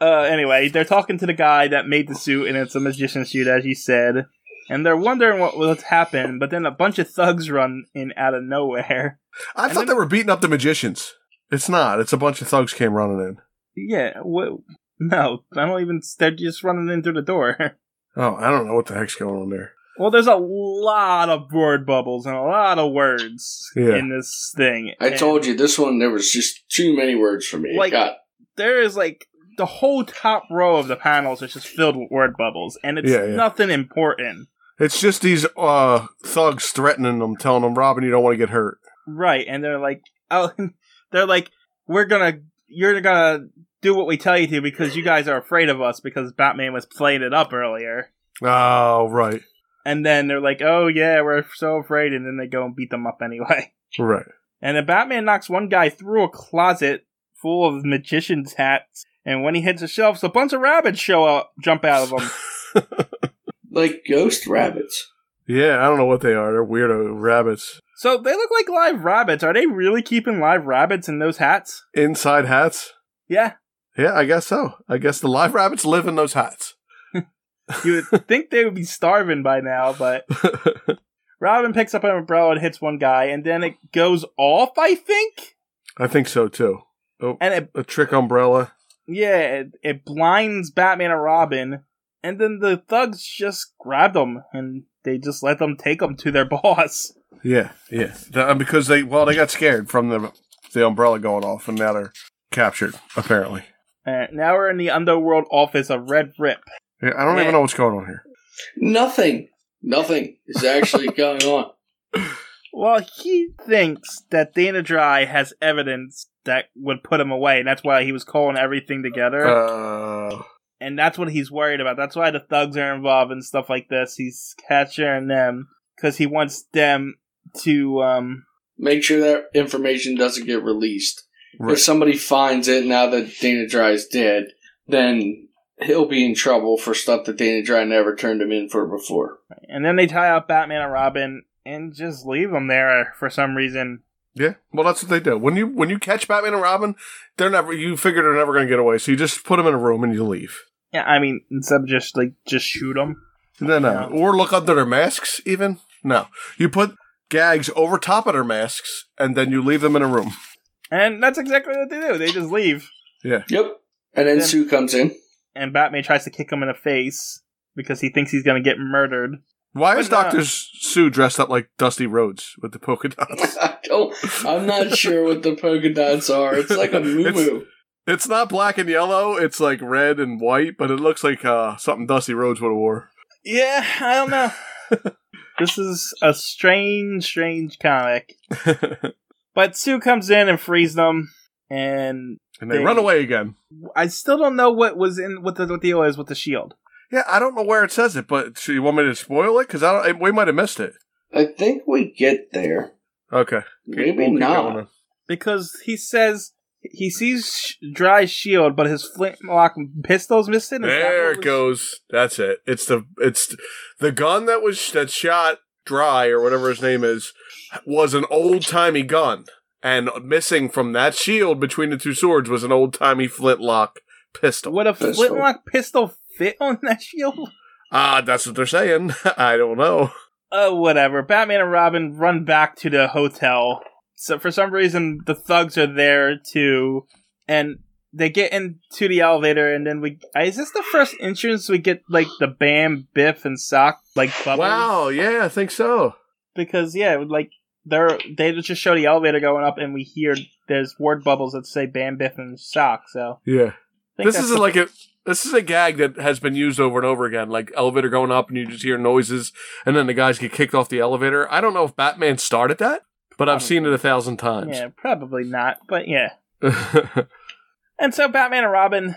Speaker 1: Uh, anyway, they're talking to the guy that made the suit, and it's a magician suit, as you said. And they're wondering what what's happened, but then a bunch of thugs run in out of nowhere. <laughs>
Speaker 2: I
Speaker 1: And
Speaker 2: thought
Speaker 1: then-
Speaker 2: they were beating up the magicians. It's not. It's a bunch of thugs came running in.
Speaker 1: Yeah, what? No, I don't even. They're just running in through the door. <laughs>
Speaker 2: Oh, I don't know what the heck's going on there.
Speaker 1: Well, there's a lot of word bubbles and a lot of words
Speaker 2: Yeah.
Speaker 1: in this thing.
Speaker 3: I
Speaker 1: And
Speaker 3: told you this one there was just too many words for me.
Speaker 1: Like-
Speaker 3: it got
Speaker 1: there is like the whole top row of the panels is just filled with word bubbles, and it's
Speaker 2: Yeah, yeah.
Speaker 1: nothing important,
Speaker 2: It's just these uh, thugs threatening them, telling them, "Robin, you don't want to get hurt."
Speaker 1: right? And they're like, oh, <laughs> they're like, we're gonna, you're gonna do what we tell you to because you guys are afraid of us because Batman was playing it up earlier.
Speaker 2: Oh, right,
Speaker 1: And then they're like, oh yeah, we're so afraid, and then they go and beat them up anyway.
Speaker 2: right.
Speaker 1: And then Batman knocks one guy through a closet full of magician's hats. And when he hits the shelves, a bunch of rabbits show up, jump out of them.
Speaker 3: like ghost rabbits.
Speaker 2: Yeah, I don't know what they are. They're weirdo rabbits.
Speaker 1: so they look like live rabbits. Are they really keeping live rabbits in those hats?
Speaker 2: Inside hats.
Speaker 1: Yeah,
Speaker 2: Yeah, I guess so. I guess the live rabbits live in those hats. <laughs>
Speaker 1: you would think they would be starving by now, but Robin picks up an umbrella and hits one guy, and then it goes off, I think?
Speaker 2: I think so too. Oh,
Speaker 1: And it,
Speaker 2: A trick umbrella.
Speaker 1: yeah, it, it blinds Batman and Robin, and then the thugs just grab them, and they just let them take them to their <laughs> boss.
Speaker 2: Yeah, yeah. Th- uh, because they well, they got scared from the the umbrella going off, and now they're captured. Apparently,
Speaker 1: Uh, now we're in the underworld office of Red Rip.
Speaker 2: yeah, I don't
Speaker 1: Yeah.
Speaker 2: even know what's going on here.
Speaker 3: Nothing. Nothing
Speaker 2: <laughs>
Speaker 3: is actually going on.
Speaker 1: Well, he thinks that Dana Dry has evidence that would put him away, and that's why he was calling everything together.
Speaker 2: Uh,
Speaker 1: and that's what he's worried about. That's why the thugs are involved and stuff like this. He's capturing them because he wants them to. um
Speaker 3: Make sure that information doesn't get released.
Speaker 2: right.
Speaker 3: If somebody finds it now that Dana Dry is dead, then he'll be in trouble for stuff that Dana Dry never turned him in for before.
Speaker 1: And then they tie up Batman and Robin and just leave them there for some reason.
Speaker 2: Yeah, well, that's what they do. When you when you catch Batman and Robin, they're never. You figure they're never going to get away, so you just put them in a room and you leave.
Speaker 1: Yeah, I mean, instead of just like just shoot them.
Speaker 2: No,
Speaker 1: No.
Speaker 2: no, or look under their masks. Even no, you put gags over top of their masks, and then you leave them in a room.
Speaker 1: And that's exactly what they do. They just leave.
Speaker 3: Yep. And then
Speaker 1: Then-
Speaker 3: Sue comes in. <laughs>
Speaker 1: and Batman tries to kick him in the face because he thinks he's gonna get murdered.
Speaker 2: Why is
Speaker 1: But, uh,
Speaker 2: Doctor Sue dressed up like Dusty Rhodes with the
Speaker 1: <laughs>
Speaker 2: polka dots?
Speaker 3: I don't,
Speaker 2: <laughs>
Speaker 3: I'm not sure what the polka dots are. It's like a moo moo.
Speaker 2: It's not black and yellow. It's like red and white, but it looks like uh, something Dusty Rhodes would have
Speaker 1: <laughs>
Speaker 2: wore.
Speaker 1: Yeah, I don't know. <laughs> this is a strange, strange comic.
Speaker 2: and
Speaker 1: But Sue comes in and frees them, and
Speaker 2: they
Speaker 1: They-
Speaker 2: run away again.
Speaker 1: I still don't know what was in what the what the deal is with the shield.
Speaker 2: Yeah, I don't know where it says it, but so you want me to spoil it? Because I don't, we might have missed it.
Speaker 3: I think we get there.
Speaker 2: Okay,
Speaker 3: Maybe
Speaker 2: We'll keep going
Speaker 3: not.
Speaker 2: then.
Speaker 1: Because he says he sees sh- Dry's shield, but his flintlock pistol's missing. Is that
Speaker 2: There
Speaker 1: what
Speaker 2: it goes. That's it. It's the it's the gun that was that shot dry or whatever his name is was an old timey gun, and missing from that shield between the two swords was an old timey flintlock Pistol.
Speaker 1: Would a
Speaker 3: Pistol.
Speaker 1: flintlock pistol fit on that <laughs> shield?
Speaker 2: Ah, that's what they're saying. <laughs> I don't know.
Speaker 1: Uh, whatever. Batman and Robin run back to the hotel. So for some reason, the thugs are there too, and they get into the elevator. And then we—is this the first entrance we get like the Bam, Biff, and Sock like bubbles?
Speaker 2: Wow. Yeah, I think so.
Speaker 1: Because yeah, like they're they just show the elevator going up, and we hear there's word bubbles that say Bam, Biff, and Sock. So
Speaker 2: Yeah.
Speaker 1: I think
Speaker 2: This
Speaker 1: that's
Speaker 2: is like a this is a gag that has been used over and over again. Like elevator going up, and you just hear noises, and then the guys get kicked off the elevator. I don't know if Batman started that, but I've seen it a thousand
Speaker 1: the-
Speaker 2: times.
Speaker 1: yeah, probably not, but yeah. And so Batman and Robin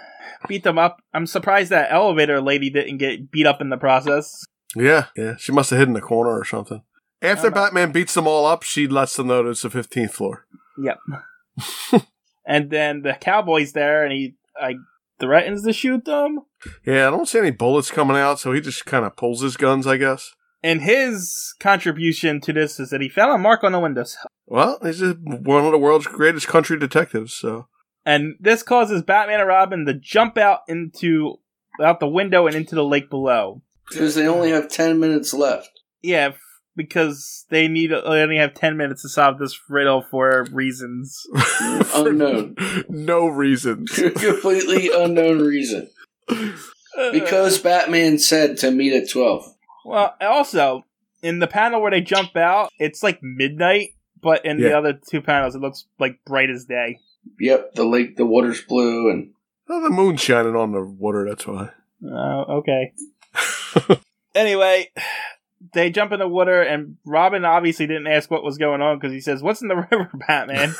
Speaker 1: beat them up. I'm surprised that elevator lady didn't get beat up in the process.
Speaker 2: <laughs> yeah, yeah. She must have hidden in the corner or something. After
Speaker 1: don't know.
Speaker 2: Batman beats them all up, she lets them know that it's the fifteenth floor.
Speaker 1: Yep. and then the cowboy's there, and he like threatens to shoot them.
Speaker 2: Yeah, I don't see any bullets coming out, so he just kind of pulls his guns, I guess.
Speaker 1: And his contribution to this is that he found a mark on the windows,
Speaker 2: Well, he's just one of the world's greatest country detectives, so
Speaker 1: and this causes Batman and Robin to jump out into out the window and into the lake below.
Speaker 3: Because they only have 10 minutes left. <laughs>
Speaker 1: Yeah, f- because they need they only have ten minutes to solve this riddle for reasons.
Speaker 2: for
Speaker 3: Unknown.
Speaker 2: <laughs> no
Speaker 3: <laughs>
Speaker 2: reasons.
Speaker 3: Completely unknown reason. Because Batman said to meet at 12.
Speaker 1: Well, also in the panel where they jump out, it's like midnight, but in the
Speaker 2: Yeah.
Speaker 1: other two panels, it looks like bright as day.
Speaker 3: Yep, the lake, the water's blue, and
Speaker 2: Oh, the moon's shining on the water, that's why.
Speaker 1: Oh, okay. anyway, they jump in the water, and Robin obviously didn't ask what was going on because he says, "What's in the <laughs> river, Batman?"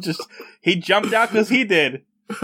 Speaker 1: Just he jumped out because he did.
Speaker 2: <laughs>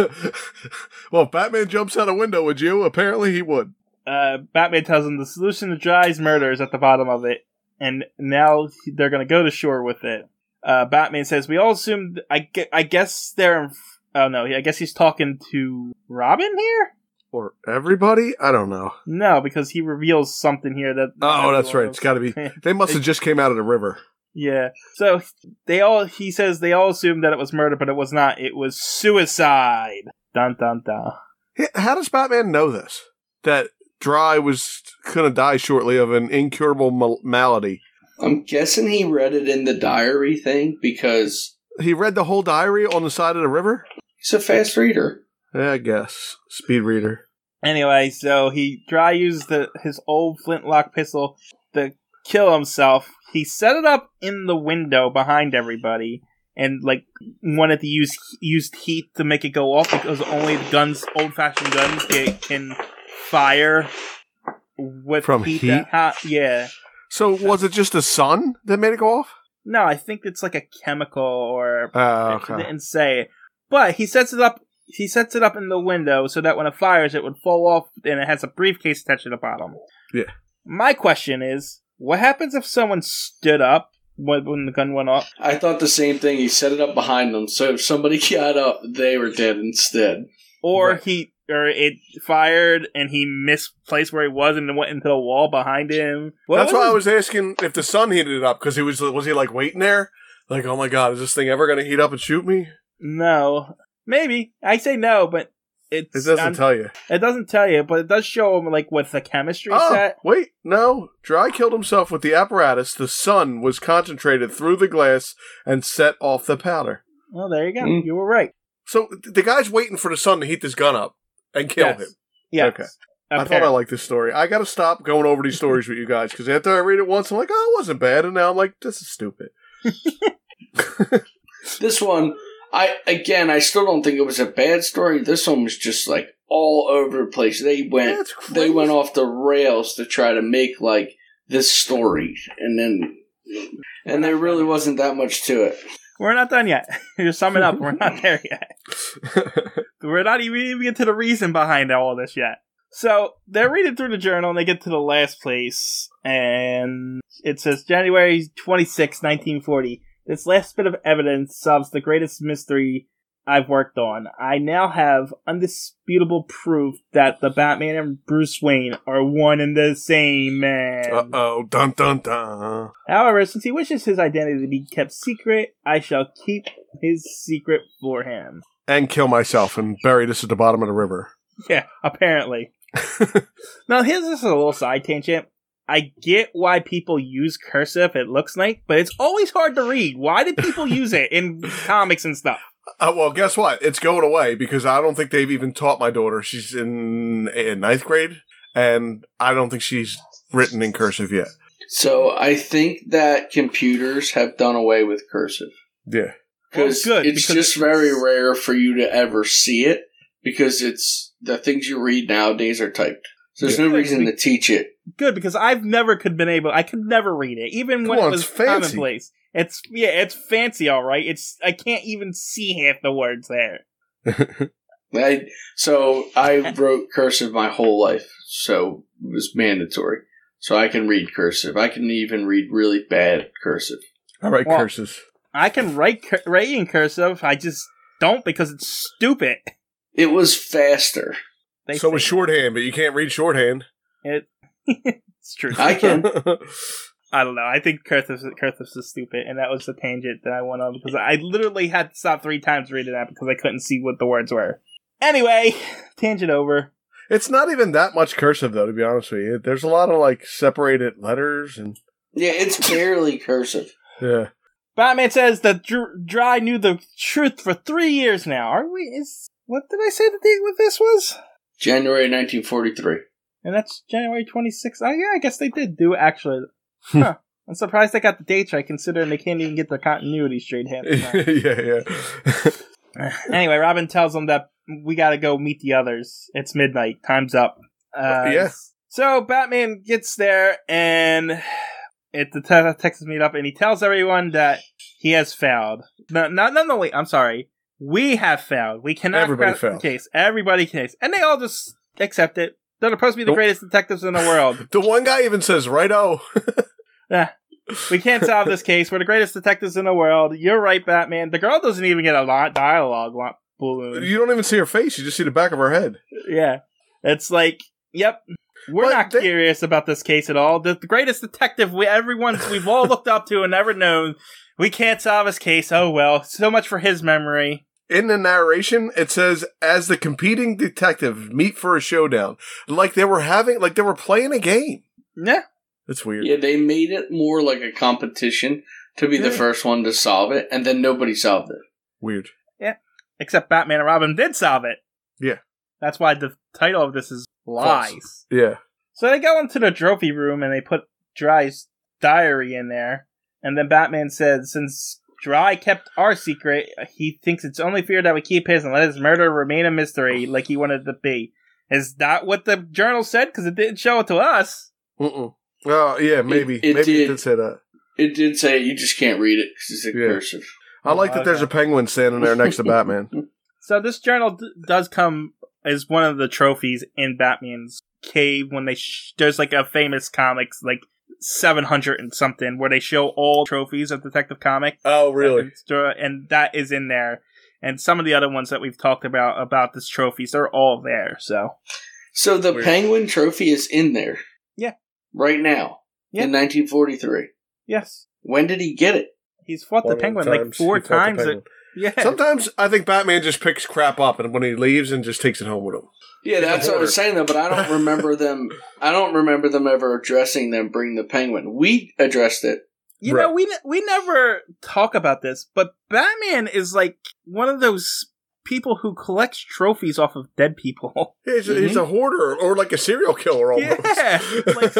Speaker 2: well, if Batman jumps out a window, would you? Apparently he would.
Speaker 1: Uh, Batman tells him the solution to Dry's murder is at the bottom of it, and now they're going to go to shore with it. Uh, Batman says, "We all assumed. I, gue- I guess they're. In f- oh no, I guess he's talking to Robin here.
Speaker 2: Or everybody? I don't know.
Speaker 1: No, because he reveals something here that.
Speaker 2: Oh, that's right. It's got to be. They must have just came out of the river.
Speaker 1: <laughs> yeah. So they all. He says they all assumed that it was murder, but it was not. It was suicide. Dun dun dun.
Speaker 2: Yeah, How does Batman know this? That Dry was going to die shortly of an incurable mal- malady.
Speaker 3: I'm guessing he read it in the diary thing because
Speaker 2: He read the whole diary on the side of the river?
Speaker 3: he's a fast reader.
Speaker 2: Yeah, I guess. Speed reader.
Speaker 1: Anyway, so he dry uses the his old flintlock pistol to kill himself. He set it up in the window behind everybody, and like wanted to use used heat to make it go off because only guns, old fashioned guns, get, can fire with
Speaker 2: From
Speaker 1: heat.
Speaker 2: heat?
Speaker 1: That hot. Yeah.
Speaker 2: So was it just the sun that made it go off?
Speaker 1: No, I think it's like a chemical or
Speaker 2: Uh,
Speaker 1: They
Speaker 2: okay.
Speaker 1: didn't say. But he sets it up. He sets it up in the window so that when it fires, it would fall off, and it has a briefcase attached to the bottom.
Speaker 2: Yeah.
Speaker 1: My question is, what happens if someone stood up when, when the gun went off?
Speaker 3: I thought the same thing. He set it up behind them, so if somebody <laughs> got up, they were dead instead.
Speaker 1: Or
Speaker 2: Right.
Speaker 1: he, or it fired and he misplaced where he was and went into the wall behind him. What
Speaker 2: That's why I
Speaker 1: it?
Speaker 2: was asking if the sun heated it up because he was was he like waiting there, like oh my god, is this thing ever going to heat up and shoot me?
Speaker 1: No, maybe I say no, but it's
Speaker 2: It doesn't
Speaker 1: I'm-
Speaker 2: tell you.
Speaker 1: it doesn't tell you, but it does show him like with the chemistry
Speaker 2: Oh
Speaker 1: set.
Speaker 2: wait, no. Dry killed himself with the apparatus. The sun was concentrated through the glass and set off the powder.
Speaker 1: Well, Oh, there you go.
Speaker 3: Mm.
Speaker 1: You were right.
Speaker 2: So th- the guy's waiting for the sun to heat this gun up and kill
Speaker 1: Yes.
Speaker 2: him.
Speaker 1: Yes.
Speaker 2: Okay. I thought I liked this story. I got to stop going over these stories with you guys because after I read it once, I'm like, oh, it wasn't bad, and now I'm like, this is stupid.
Speaker 3: This one, I again, I still don't think it was a bad story. This one was just like all over the place. They went,
Speaker 2: That's crazy.
Speaker 3: they went off the rails to try to make like this story, and then, and there really wasn't that much to it.
Speaker 1: We're not done yet. <laughs> You're summing up. We're not there yet.
Speaker 2: <laughs>
Speaker 1: We're not even, even get to the reason behind all this yet. So they're reading through the journal and they get to the last place, and it says January 26, 1940. This last bit of evidence solves the greatest mystery I've worked on. I now have undisputable proof that the Batman and Bruce Wayne are one and the same man.
Speaker 2: Uh oh, dun dun dun.
Speaker 1: However, since he wishes his identity to be kept secret, I shall keep his secret for him.
Speaker 2: and kill myself and bury this at the bottom of the river.
Speaker 1: Yeah, apparently. <laughs> now, here's this is a little side tangent. I get why people use cursive, it looks like, but it's always hard to read. Why did
Speaker 2: <laughs>
Speaker 1: people use it in comics and stuff?
Speaker 2: Uh, well, guess what? It's going away because I don't think they've even taught my daughter. She's in, in ninth grade, and I don't think she's written in cursive yet.
Speaker 3: So I think that computers have done away with cursive.
Speaker 2: Yeah. <laughs>
Speaker 3: Because
Speaker 1: Well, good,
Speaker 3: it's
Speaker 1: because
Speaker 3: just
Speaker 1: it's-
Speaker 3: very rare for you to ever see it because it's the things you read nowadays are typed. So there's no
Speaker 1: Yeah.
Speaker 3: reason to teach it.
Speaker 1: Good, because I've never could been able, I could never read it, even when
Speaker 2: Come on,
Speaker 1: it was
Speaker 2: it's fancy.
Speaker 1: commonplace. It's, yeah, it's fancy, alright. It's, I can't even see half the words there.
Speaker 3: I, so I wrote cursive my whole life, so it was mandatory. So I can read cursive. I can even read really bad cursive.
Speaker 2: I write
Speaker 1: Well-
Speaker 2: curses.
Speaker 1: I can write, cur- write in cursive, I just don't because it's stupid.
Speaker 3: It was faster.
Speaker 1: They
Speaker 2: so is
Speaker 1: say.
Speaker 2: shorthand, but you can't read shorthand.
Speaker 1: <laughs>
Speaker 2: <laughs>
Speaker 1: It's true.
Speaker 3: I can.
Speaker 1: I don't know. I think Curtis Curtis is stupid, and that was the tangent that I went on because I literally had to stop three times reading that because I couldn't see what the words were. Anyway, <sighs> tangent over.
Speaker 2: it's not even that much cursive, though, to be honest with you. There's a lot of like separated letters and
Speaker 3: Yeah, it's barely cursive.
Speaker 2: yeah.
Speaker 1: Batman says that Dr- Dry knew the truth for three years now. Are we? Is what did I say the date with this was?
Speaker 3: January 1943.
Speaker 1: And that's January twenty sixth. Oh yeah, I guess they did do actually.
Speaker 2: <laughs>
Speaker 1: Huh. I'm surprised they got the dates right, considering they can't even get their continuity straight. Half
Speaker 2: <laughs>
Speaker 1: the time.
Speaker 2: yeah, yeah. <laughs>
Speaker 1: anyway, Robin tells them that we gotta go meet the others. It's midnight. Time's up. Uh,
Speaker 2: Yeah.
Speaker 1: So Batman gets there and at the te- Texas meetup, and he tells everyone that he has failed. No, not, not only, I'm sorry, we have failed. We cannot
Speaker 2: Everybody
Speaker 1: crack the
Speaker 2: failed.
Speaker 1: case. Everybody case, and they all just accept it. They're supposed to be the
Speaker 2: Nope.
Speaker 1: greatest detectives in the world.
Speaker 2: the one guy even says, right oh.
Speaker 1: We can't solve this case. We're the greatest detectives in the world. You're right, Batman. The girl doesn't even get a lot dialogue. lot- balloon.
Speaker 2: You don't even see her face, you just see the back of her head.
Speaker 1: Yeah. It's like, yep. We're
Speaker 2: But
Speaker 1: not
Speaker 2: they-
Speaker 1: curious about this case at all. The, the greatest detective we everyone we've all looked up to and ever known. We can't solve his case. Oh well. So much for his memory.
Speaker 2: In the narration, it says, as the competing detective meet for a showdown. Like they were having, like they were playing a game.
Speaker 1: Yeah.
Speaker 2: That's weird.
Speaker 3: Yeah, they made it more like a competition to be the
Speaker 2: Yeah.
Speaker 3: first one to solve it, and then nobody solved it.
Speaker 2: Weird.
Speaker 1: Except Batman and Robin did solve it.
Speaker 2: Yeah.
Speaker 1: That's why the title of this is Lies.
Speaker 2: Yeah.
Speaker 1: So they go into the trophy room and they put Dry's diary in there. And then Batman said, since Dry kept our secret, he thinks it's only fair that we keep his and let his murder remain a mystery like he wanted it to be. Is that what the journal said? Because it didn't show it to us.
Speaker 2: Mm-mm. Oh, yeah, maybe.
Speaker 3: it
Speaker 2: maybe
Speaker 3: did.
Speaker 2: it did say that.
Speaker 3: It did say you just can't read it because it's in
Speaker 2: Yeah.
Speaker 3: cursive.
Speaker 2: I like
Speaker 3: Oh,
Speaker 2: that there's a penguin standing there next to
Speaker 3: <laughs>
Speaker 2: Batman.
Speaker 1: So this journal d- does come as one of the trophies in Batman's cave when they sh- there's like a famous comics like 700 and something where they show all trophies of Detective Comic.
Speaker 2: Oh,
Speaker 1: And, and that is in there. And some of the other ones that we've talked about about this trophies, they're all there. So
Speaker 3: So the
Speaker 2: Weird.
Speaker 3: Penguin Trophy is in there.
Speaker 1: Yeah.
Speaker 3: Right now.
Speaker 1: Yeah.
Speaker 3: In 1943.
Speaker 1: yes,
Speaker 3: When did he get it?
Speaker 1: he's fought
Speaker 2: One
Speaker 1: the
Speaker 2: of
Speaker 1: penguin
Speaker 2: times
Speaker 1: like four
Speaker 2: he fought the
Speaker 1: times.
Speaker 2: penguin.
Speaker 1: yeah,
Speaker 2: Sometimes I think Batman just picks crap up and when he leaves and just takes it home with him.
Speaker 3: Yeah,
Speaker 2: In the
Speaker 3: that's what I was saying though, but I <laughs> don't remember them. I don't remember them ever addressing them. Bring the penguin. We addressed it.
Speaker 1: you know
Speaker 2: Right.
Speaker 1: we ne- we never talk about this, but Batman is like one of those people who collects trophies off of dead people. <laughs>
Speaker 2: He's,
Speaker 3: Mm-hmm.
Speaker 2: he's a hoarder or like a serial killer almost. <laughs>
Speaker 1: Yeah, like,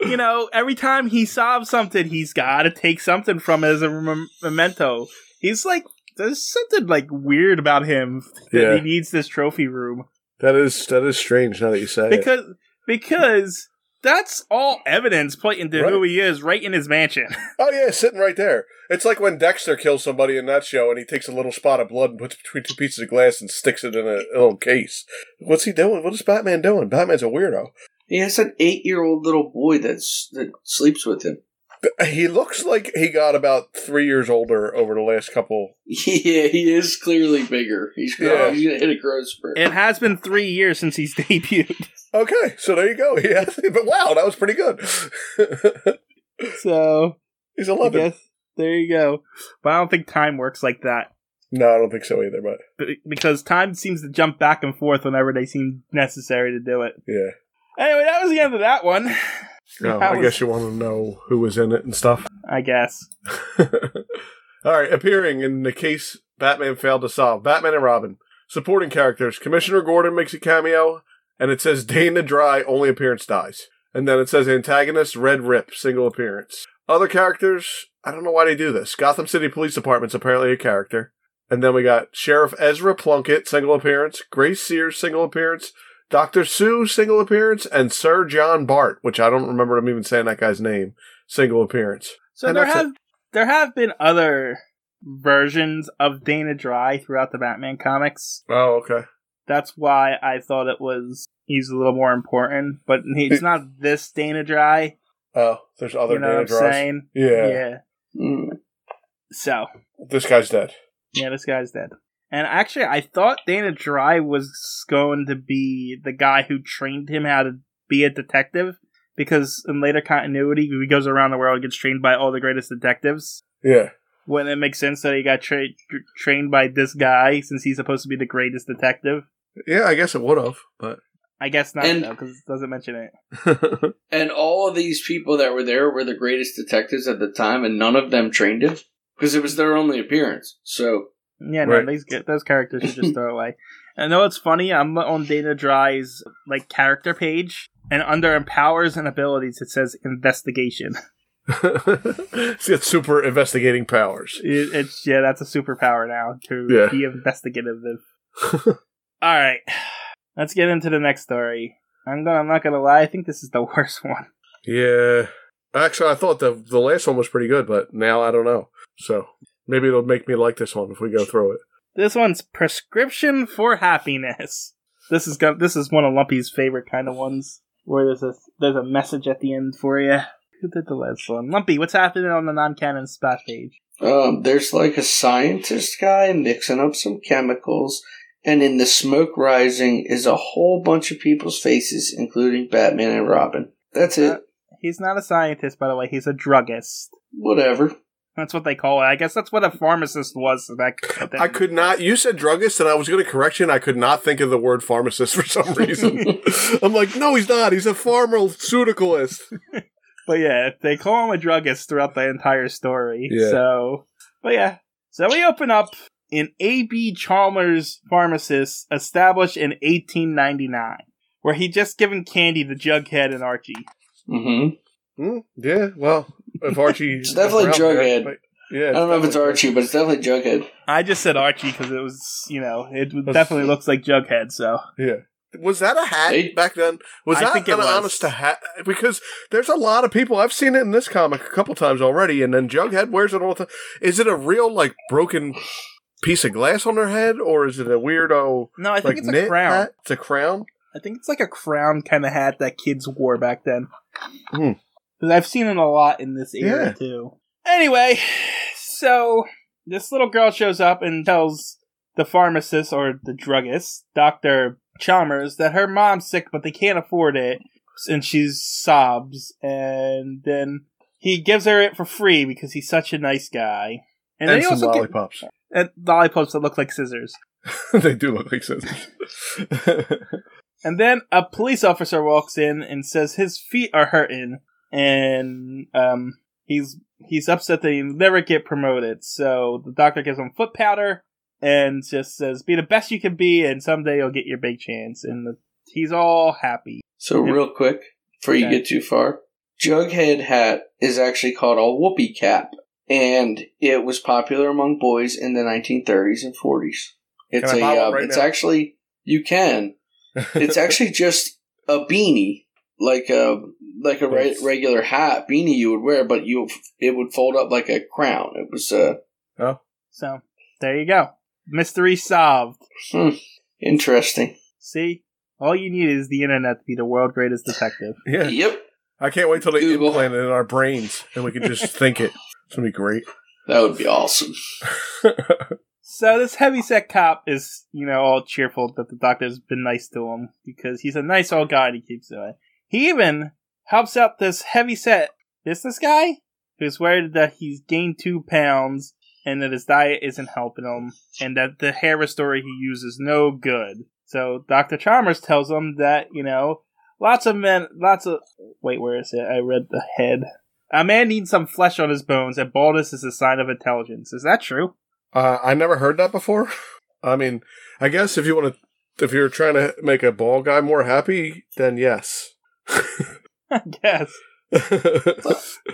Speaker 1: you know, every time he solves something, he's got to take something from it as a mem- memento. He's like, there's something like weird about him that
Speaker 2: Yeah.
Speaker 1: he needs this trophy room
Speaker 2: that is that is strange now that you say
Speaker 1: because because that's all evidence pointing to who
Speaker 2: Right.
Speaker 1: he is right in his mansion.
Speaker 2: Oh yeah, sitting right there. It's like when Dexter kills somebody in that show and he takes a little spot of blood and puts it between two pieces of glass and sticks it in a little case. What's he doing? What is Batman doing? Batman's a weirdo.
Speaker 3: He has an eight-year-old little boy that's that sleeps with him. <laughs>
Speaker 2: He looks like he got about three years older over the last couple.
Speaker 3: Yeah, he is clearly bigger. He's gonna,
Speaker 2: Yeah.
Speaker 3: he's gonna hit a growth spurt.
Speaker 1: it has been three years since he's <laughs> debuted,
Speaker 2: Okay, so there you go. <laughs> Yeah, but wow, that was pretty good. <laughs>
Speaker 1: so
Speaker 2: He's
Speaker 1: I
Speaker 2: eleven.
Speaker 1: guess there you go. But I don't think time works like that.
Speaker 2: No, I don't think so either. But
Speaker 1: b- because time seems to jump back and forth whenever they seem necessary to do it.
Speaker 2: yeah,
Speaker 1: Anyway, that was the end of that one.
Speaker 2: no,
Speaker 1: That
Speaker 2: I
Speaker 1: was-
Speaker 2: guess you want to know who was in it and stuff.
Speaker 1: I guess.
Speaker 2: <laughs> All right, appearing in the case Batman failed to solve. Batman and Robin. Supporting characters. Commissioner Gordon makes a cameo, and it says Dana Dry only appearance dies. And then it says antagonist Red Rip single appearance. Other characters. I don't know why they do this. Gotham City Police Department's apparently a character. And then we got Sheriff Ezra Plunkett single appearance, Grace Sears single appearance, Doctor Sue single appearance, and Sir John Bart, which I don't remember him even saying that guy's name single appearance.
Speaker 1: So
Speaker 2: And
Speaker 1: there
Speaker 2: that's it.
Speaker 1: have there have been other versions of Dana Dry throughout the Batman comics.
Speaker 2: Oh, okay.
Speaker 1: That's why I thought it was he's a little more important, but it's not this Dana Dry.
Speaker 2: Oh, there's other
Speaker 1: you know what I'm
Speaker 2: Dana Draws.
Speaker 1: saying?
Speaker 2: Yeah.
Speaker 3: Mm.
Speaker 1: So
Speaker 2: this guy's dead.
Speaker 1: yeah, this guy's dead. And actually, I thought Dana Dry was going to be the guy who trained him how to be a detective, because in later continuity, he goes around the world and gets trained by all the greatest detectives.
Speaker 2: Yeah,
Speaker 1: Wouldn't it make sense that he got tra- tr- trained by this guy since he's supposed to be the greatest detective?
Speaker 2: yeah, I guess it would have, <laughs> but
Speaker 1: I guess not,
Speaker 3: And-
Speaker 1: though, because it doesn't mention it.
Speaker 3: And all of these people that were there were the greatest detectives at the time, and none of them trained him because it was their only appearance. So,
Speaker 1: Yeah, no,
Speaker 2: Right.
Speaker 1: these these, those characters should just throw away. <laughs> And know what's funny? I'm on Dana Dry's like character page, and under powers and abilities, it says investigation. <laughs>
Speaker 2: it's got super investigating powers.
Speaker 1: It, it's yeah, that's a superpower now to
Speaker 2: Yeah.
Speaker 1: be investigative. All right, <sighs> let's get into the next story. I'm gonna. I'm not gonna lie. I think this is the <laughs> worst one.
Speaker 2: <laughs> Yeah, actually, I thought the the last one was pretty good, but now I don't know. So maybe it'll make me like this one if we go through it.
Speaker 1: This one's prescription for happiness. This is going this is one of Lumpy's favorite kind of ones where there's a there's a message at the end for you. Who did the last one? Lumpy, what's happening on the non-canon splash page?
Speaker 3: um, there's like a scientist guy mixing up some chemicals, and in the smoke rising is a whole bunch of people's faces, including Batman and Robin. That's it.
Speaker 1: He's not a scientist, by the way. He's a druggist.
Speaker 3: Whatever.
Speaker 1: That's what they call it. I guess that's what a pharmacist was. Back then.
Speaker 2: I could not. You said druggist, and I was going to correct you, and I could not think of the word pharmacist for some <laughs> reason. I'm like, no, he's not. He's a pharmaceuticalist.
Speaker 1: But yeah, they call him a druggist throughout the entire story.
Speaker 2: Yeah.
Speaker 1: So, but yeah. So we open up in A.B. Chalmers Pharmacist, established in 1899, where he just given candy to Jughead and Archie.
Speaker 3: hmm
Speaker 2: Mm, yeah, well, if Archie,
Speaker 3: It's definitely
Speaker 2: if we're out
Speaker 3: Jughead.
Speaker 2: but- Yeah,
Speaker 3: I don't know if it's
Speaker 2: definitely-
Speaker 3: Archie, but it's definitely Jughead.
Speaker 1: I just said Archie because it was, you know, it definitely looks like Jughead. So
Speaker 2: Was that a hat
Speaker 3: Hey.
Speaker 2: back then? Was
Speaker 1: I
Speaker 2: that
Speaker 1: think it
Speaker 2: an
Speaker 1: was.
Speaker 2: honest to hat? Because there's a lot of people I've seen it in this comic a couple times already, and then Jughead wears it all the time. Is it a real like broken piece of glass on their head, or is it a weirdo
Speaker 1: no, I think
Speaker 2: like
Speaker 1: it's a
Speaker 2: knit
Speaker 1: crown.
Speaker 2: hat? It's a crown.
Speaker 1: I think it's like a crown kind of hat that kids wore back then.
Speaker 2: Hmm.
Speaker 1: Because I've seen it a lot in this era
Speaker 2: Yeah.
Speaker 1: too. Anyway, so this little girl shows up and tells the pharmacist or the druggist, Doctor Chalmers, that her mom's sick but they can't afford it, and she sobs. And then he gives her it for free because he's such a nice guy. And,
Speaker 2: And,
Speaker 1: then he
Speaker 2: some
Speaker 1: also get-
Speaker 2: lollipops. <laughs>
Speaker 1: and lollipops that look like scissors.
Speaker 2: they do look like scissors. <laughs>
Speaker 1: And then a police officer walks in and says his feet are hurting, and um, he's he's upset that he'll never get promoted. So the doctor gives him foot powder and just says, "Be the best you can be, and someday you'll get your big chance." And the, he's all happy.
Speaker 3: So,
Speaker 1: Yeah.
Speaker 3: real quick, before you
Speaker 1: Okay.
Speaker 3: get too far, Jughead hat is actually called a whoopee cap, and it was popular among boys in the 1930s and 40s. It's
Speaker 2: Can I buy
Speaker 3: a,
Speaker 2: one
Speaker 3: uh,
Speaker 2: right
Speaker 3: it's
Speaker 2: now?
Speaker 3: actually you can.
Speaker 2: <laughs>
Speaker 3: It's actually just a beanie, like a like a re-
Speaker 2: Yes.
Speaker 3: regular hat beanie you would wear, but you it would fold up like a crown. It was uh,
Speaker 1: So there you go, mystery solved.
Speaker 3: interesting.
Speaker 1: See, all you need is the internet to be the world greatest detective.
Speaker 2: <laughs> yeah.
Speaker 3: Yep,
Speaker 2: I can't wait till they
Speaker 3: Google.
Speaker 2: implant it in our brains and we can just think it. It's gonna be great. <laughs>
Speaker 3: that would be awesome.
Speaker 1: So this heavyset cop is, you know, all cheerful that the doctor's been nice to him because he's a nice old guy and he keeps doing. it. He even helps out this heavyset business guy who swears that he's gained two pounds and that his diet isn't helping him, and that the hair restorer he uses no good. So Doctor Chalmers tells him that you know, lots of men, lots of wait, where is it? I read the head. A man needs some flesh on his bones, and baldness is a sign of intelligence. Is that true? <laughs>
Speaker 2: Uh, I never heard that before. <laughs> I mean, I guess if you want to, if you're trying to make a bald guy more happy, then yes. <laughs>
Speaker 1: I guess.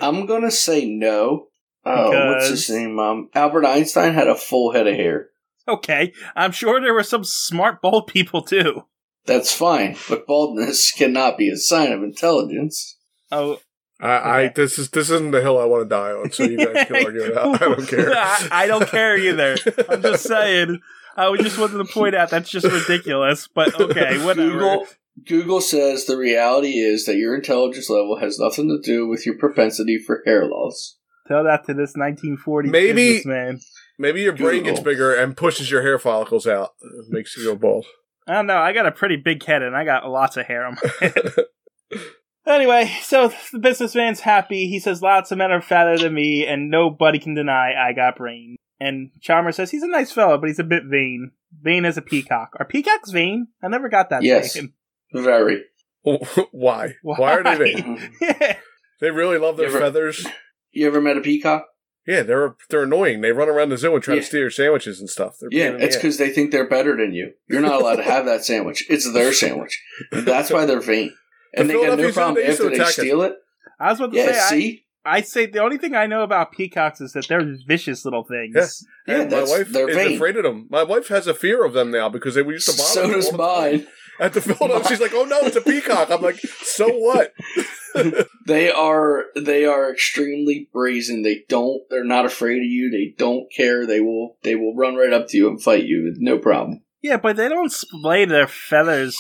Speaker 3: I'm gonna say no. Uh, what's
Speaker 1: Because-
Speaker 3: his name? Um, Albert Einstein had a full head of hair.
Speaker 1: Okay, I'm sure there were some smart bald people too.
Speaker 3: That's fine, but baldness <laughs> cannot be a sign of intelligence.
Speaker 1: Oh,
Speaker 2: I, I this is this isn't the hill I want to die on. So you guys can argue it out. I don't care.
Speaker 1: <laughs> I, I don't care either. I'm
Speaker 2: <laughs>
Speaker 1: just saying. I was just wanted to point out that's just ridiculous. But okay, whatever.
Speaker 3: Google Google says the reality is that your intelligence level has nothing to do with your propensity for hair loss.
Speaker 1: Tell that to this 1940s
Speaker 2: Maybe-
Speaker 1: man.
Speaker 2: Maybe your brain gets
Speaker 3: Google.
Speaker 2: bigger and pushes your hair follicles out, uh, makes you go bald. <laughs>
Speaker 1: I don't know. I got a pretty big head and I got lots of hair on my <laughs> head. anyway, so the businessman's happy. He says lots of men are fatter than me, and nobody can deny I got brain. And Chalmers says he's a nice fellow, but he's a bit vain. Vain as a peacock. Are peacocks vain? I never got that. <laughs>
Speaker 3: Yes.
Speaker 1: saying.
Speaker 2: <laughs>
Speaker 3: Very.
Speaker 2: Why? Why are they vain?
Speaker 3: you
Speaker 2: They really love their
Speaker 3: You ever-
Speaker 2: feathers.
Speaker 3: ever met a peacock?
Speaker 2: Yeah, they're they're annoying. They run around the zoo and try to
Speaker 3: Yeah.
Speaker 2: steal your sandwiches and stuff. They're a
Speaker 3: Yeah,
Speaker 2: pain in the
Speaker 3: it's
Speaker 2: ass.
Speaker 3: because they think they're better than you. You're not allowed to have that sandwich.
Speaker 2: <laughs>
Speaker 3: It's their sandwich. And that's why they're vain. And
Speaker 2: The
Speaker 3: they got
Speaker 2: Philadelphia
Speaker 3: no
Speaker 2: Zoo,
Speaker 3: problem
Speaker 2: they used to
Speaker 3: after they
Speaker 2: attack us.
Speaker 3: steal it.
Speaker 1: I was about to
Speaker 3: Yeah,
Speaker 1: say,
Speaker 3: see?
Speaker 1: I, I say the only thing I know about peacocks is that they're vicious little things.
Speaker 2: Yeah.
Speaker 3: Yeah,
Speaker 2: And my
Speaker 3: that's-
Speaker 2: wife
Speaker 3: they're
Speaker 2: is
Speaker 3: vain.
Speaker 2: afraid of them. My wife has a fear of them now because they used to bother.
Speaker 3: So
Speaker 2: them
Speaker 3: does
Speaker 2: all the time.
Speaker 3: mine.
Speaker 2: At the
Speaker 3: <laughs>
Speaker 2: Philadelphia, she's like, "Oh no, it's a peacock." I'm like, "So what?"
Speaker 3: They are they are extremely brazen. They don't they're not afraid of you. They don't care. They will they will run right up to you and fight you with no problem.
Speaker 1: Yeah, but they don't splay their feathers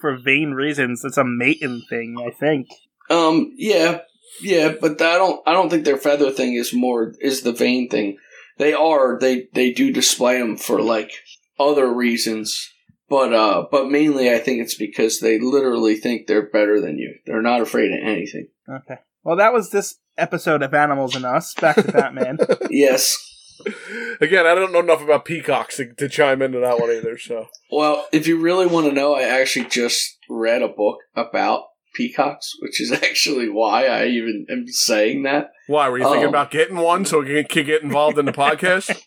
Speaker 1: for vain reasons. It's a mating thing, I think.
Speaker 3: Um yeah. Yeah, but I don't I don't think their feather thing is more is the vain thing. They are they they do display them for like other reasons. But uh but mainly I think it's because they literally think they're better than you. They're not afraid of anything.
Speaker 1: Okay. Well, that was this episode of Animals and Us. Back to Batman.
Speaker 3: yes.
Speaker 2: Again, I don't know enough about peacocks to, to chime into that one either. So
Speaker 3: Well, if you really want to know, I actually just read a book about peacocks, which is <laughs> actually why I even am saying that.
Speaker 2: why were you thinking
Speaker 3: Oh.
Speaker 2: about getting one so you can get involved
Speaker 3: <laughs>
Speaker 2: in the podcast?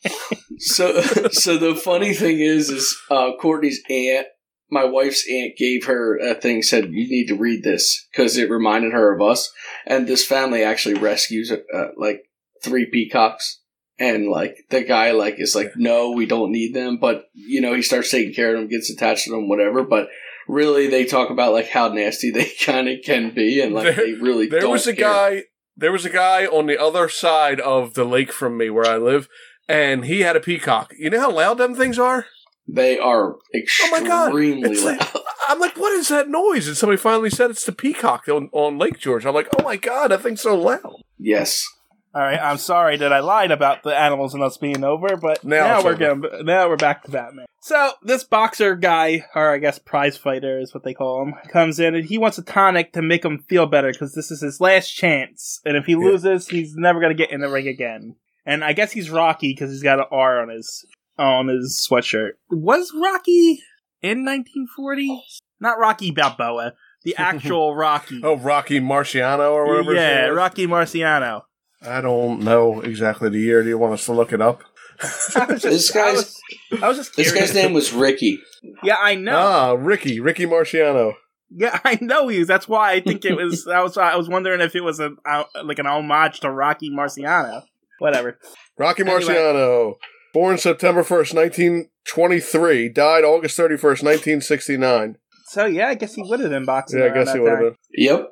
Speaker 3: So, <laughs> so the funny thing is, is uh, Courtney's aunt, my wife's aunt, gave her a thing said you need to read this because it reminded her of us. And this family actually rescues uh, like three peacocks, and like the guy like is like, no, we don't need them, but you know he starts taking care of them, gets attached to them, whatever, but. Really, they talk about like how nasty they <laughs> kind of can be, and like
Speaker 2: There-
Speaker 3: they really.
Speaker 2: There
Speaker 3: don't
Speaker 2: was a
Speaker 3: care.
Speaker 2: guy. There was a guy on the other side of the lake from me where I live, and he had a peacock. You know how loud them things are.
Speaker 3: They are
Speaker 2: Oh my God,
Speaker 3: extremely
Speaker 2: it's
Speaker 3: loud.
Speaker 2: like-
Speaker 1: <laughs>
Speaker 2: I'm like, what is that noise? And somebody finally said it's the peacock on, on Lake George. I'm like, oh my god, that thing's so loud.
Speaker 3: <laughs> yes,
Speaker 1: All right. I'm sorry that I lied about the Animals and Us being over, but
Speaker 2: Now
Speaker 1: now,
Speaker 2: it's
Speaker 1: we're
Speaker 2: over.
Speaker 1: going. Now we're back to Batman. So this boxer guy, or I guess prize fighter is what they call him, comes in and he wants a tonic to make him feel better because this is his last chance, and if he
Speaker 2: Yeah.
Speaker 1: loses, he's never gonna get in the ring again. And I guess he's Rocky because he's got an R on his on his sweatshirt. Was Rocky in 1940? Not Rocky Balboa,
Speaker 2: <laughs>
Speaker 1: the actual Rocky.
Speaker 2: Oh, Rocky Marciano or whatever. his
Speaker 1: Yeah,
Speaker 2: name is.
Speaker 1: Rocky Marciano.
Speaker 2: I don't know exactly the year. Do you want us to look it up?
Speaker 1: <laughs> I was
Speaker 3: This
Speaker 1: just, I was,
Speaker 3: guy's-
Speaker 1: I was just
Speaker 3: this
Speaker 1: curious.
Speaker 3: guy's name was Ricky.
Speaker 1: yeah, I know.
Speaker 2: Ah, Ricky, Ricky Marciano.
Speaker 1: yeah, I know he. was. That's why I think it was.
Speaker 2: <laughs>
Speaker 1: I was. I was wondering if it was a uh, like an homage to Rocky Marciano. Whatever.
Speaker 2: Rocky
Speaker 1: Anyway.
Speaker 2: Marciano, born September 1st, 1923, died August 31st, 1969.
Speaker 1: So yeah, I guess he would have been boxing.
Speaker 2: Yeah, I
Speaker 1: around
Speaker 2: guess
Speaker 1: that
Speaker 2: he would have been.
Speaker 3: Yep,
Speaker 1: time.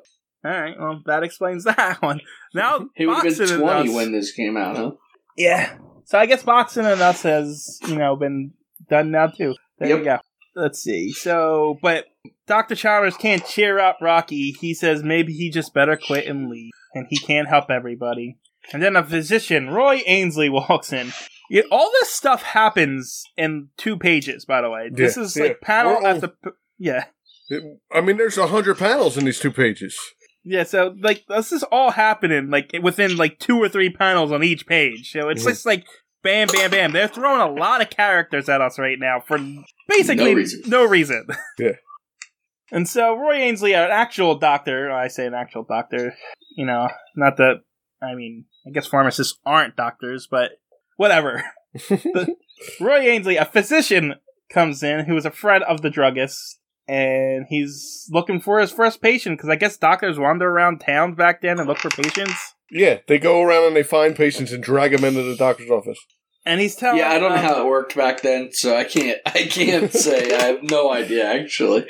Speaker 1: All right. Well, that explains that <laughs> one. Now
Speaker 3: he would have
Speaker 1: boxing
Speaker 3: been
Speaker 1: and
Speaker 3: twenty
Speaker 1: us-
Speaker 3: when this came out, huh?
Speaker 1: Yeah. So I guess boxing and us has, you know, been done now too. There you go. Let's see. So, but Dr. Chalmers can't cheer up Rocky. He says maybe he just better quit and leave, and he can't help everybody. And then a physician, Roy Ainsley, <laughs> walks in. Yeah, all this stuff happens in two pages, by the way. This
Speaker 2: Yeah,
Speaker 1: is
Speaker 2: yeah.
Speaker 1: like panel
Speaker 2: We're all-
Speaker 1: after. p- Yeah.
Speaker 2: It- I mean, there's 100 panels in these two pages. <laughs>
Speaker 1: Yeah, so like this is all happening like within like two or three panels on each page. So it's
Speaker 2: Mhm.
Speaker 1: just like bam, bam, bam. They're throwing a lot of characters at us right now for basically
Speaker 3: No
Speaker 1: no
Speaker 3: reason.
Speaker 1: reason.
Speaker 2: Yeah.
Speaker 1: And so Roy Ainsley, an actual doctor, I say an actual doctor, you know, not that, I mean, I guess pharmacists aren't doctors, but whatever. The- Roy Ainsley, a physician, comes in who is a friend of the druggist, and he's looking for his first patient because I guess doctors wander around town back then and look for patients.
Speaker 2: Yeah, they go around and they find patients and drag them into the doctor's office.
Speaker 1: And he's telling
Speaker 3: yeah, I don't know
Speaker 1: um,
Speaker 3: how it worked back then, so I can't. I
Speaker 1: <laughs>
Speaker 3: can't say. I have no idea. Actually,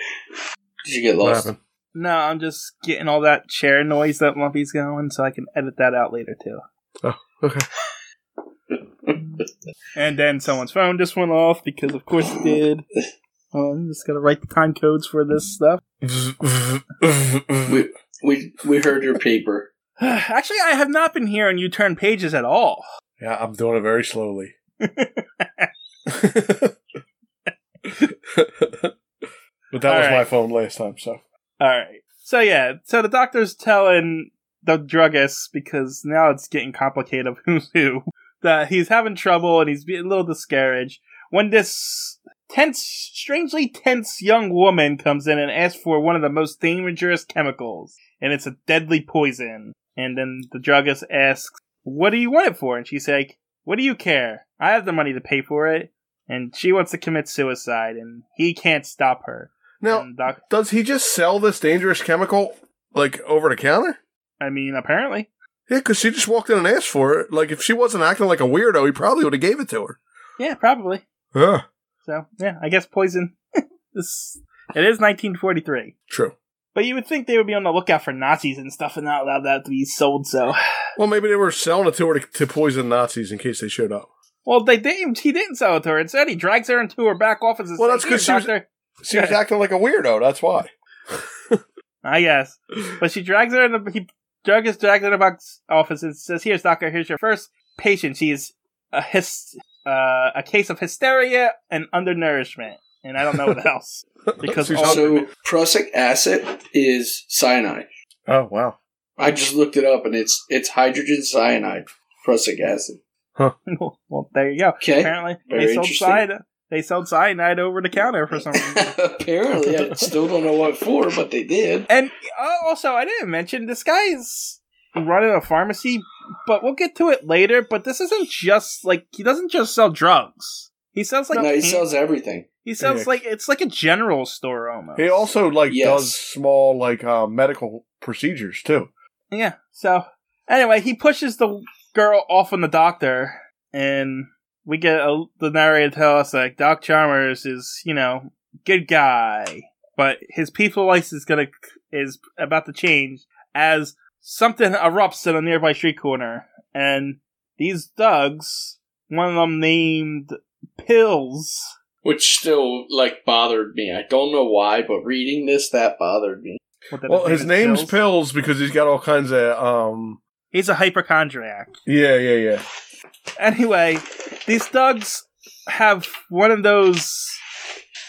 Speaker 3: did you get lost?
Speaker 1: No, I'm just getting all that chair noise that Lumpy's going, so I can edit that out later too.
Speaker 2: Oh, okay.
Speaker 1: and then someone's phone just went off because, of course, it did. Well, I'm just gonna write the time codes for this stuff. <sighs>
Speaker 3: we <laughs> we we heard your paper.
Speaker 1: Actually, I have not been hearing you turn pages at all.
Speaker 2: yeah, I'm doing it very slowly. <laughs> but that
Speaker 1: All
Speaker 2: was my
Speaker 1: right.
Speaker 2: phone last time, so.
Speaker 1: All right. So yeah, so the doctor's telling the druggist because now it's getting complicated of <laughs> who's who that he's having trouble and he's being a little discouraged when this tense, strangely tense young woman comes in and asks for one of the most dangerous chemicals, and it's a deadly poison. And then the druggist asks, "What do you want it for?" And she's like, "What do you care? I have the money to pay for it." And she wants to commit suicide, and he can't stop her.
Speaker 2: Now,
Speaker 1: And doc-
Speaker 2: does he just sell this dangerous chemical, like, over the counter?
Speaker 1: I mean, apparently.
Speaker 2: Yeah, because she just walked in and asked for it. Like, if she wasn't acting like a weirdo, he probably would have gave it to her.
Speaker 1: Yeah, probably.
Speaker 2: Yeah,
Speaker 1: So yeah, I guess poison. <laughs> this it is 1943,
Speaker 2: true.
Speaker 1: but you would think they would be on the lookout for Nazis and stuff, and not allow that to be sold. So
Speaker 2: Well, maybe they were selling it to her to, to poison Nazis in case they showed up.
Speaker 1: well, they didn't. He didn't sell it to her. Instead, he drags her into her back office. And
Speaker 2: Well,
Speaker 1: says,
Speaker 2: that's 'cause
Speaker 1: "Here,
Speaker 2: she was-
Speaker 1: doctor."
Speaker 2: She was acting like a weirdo. That's why.
Speaker 1: I guess, but she drags her. In the, he drug is dragged her to the box office and says, "Here's doctor. Here's your first patient. She's a hys- uh, a case of hysteria and undernourishment, and I don't
Speaker 2: <laughs>
Speaker 1: know what else because
Speaker 2: She's
Speaker 1: all-
Speaker 3: So prussic acid is cyanide.
Speaker 2: Oh wow.
Speaker 3: I just looked it up, and it's it's hydrogen cyanide, prussic acid.
Speaker 1: <laughs> well, there you go.
Speaker 3: Okay.
Speaker 1: Apparently,
Speaker 3: Eh? Very
Speaker 1: they sold
Speaker 3: interesting.
Speaker 1: cyanide. They sold cyanide over the counter for some
Speaker 3: <laughs>
Speaker 1: reason.
Speaker 3: Apparently, I still don't know what for, but they did.
Speaker 1: and uh, also, I didn't mention this guy is running a pharmacy, but we'll get to it later. But this isn't just like he doesn't just sell drugs. He sells like
Speaker 3: no, he
Speaker 1: can-
Speaker 3: sells everything.
Speaker 1: he sells
Speaker 2: Yeah.
Speaker 1: like it's like a general store almost.
Speaker 2: He also like
Speaker 3: Yes.
Speaker 2: does small like uh, medical procedures too.
Speaker 1: Yeah. So anyway, he pushes the girl off on the doctor, and we get a, the narrator tell us like Doc Chalmers is you know good guy, but his peaceful life is gonna is about to change as something erupts in a nearby street corner, and these thugs, one of them named Pills.
Speaker 3: Which still like bothered me. I don't know why, but reading this that bothered me.
Speaker 1: What the-
Speaker 2: Well, his
Speaker 1: is
Speaker 2: name's
Speaker 1: Pills.
Speaker 2: Pills because he's got all kinds of um.
Speaker 1: He's a hypochondriac.
Speaker 2: Yeah, yeah, yeah.
Speaker 1: Anyway, these thugs have one of those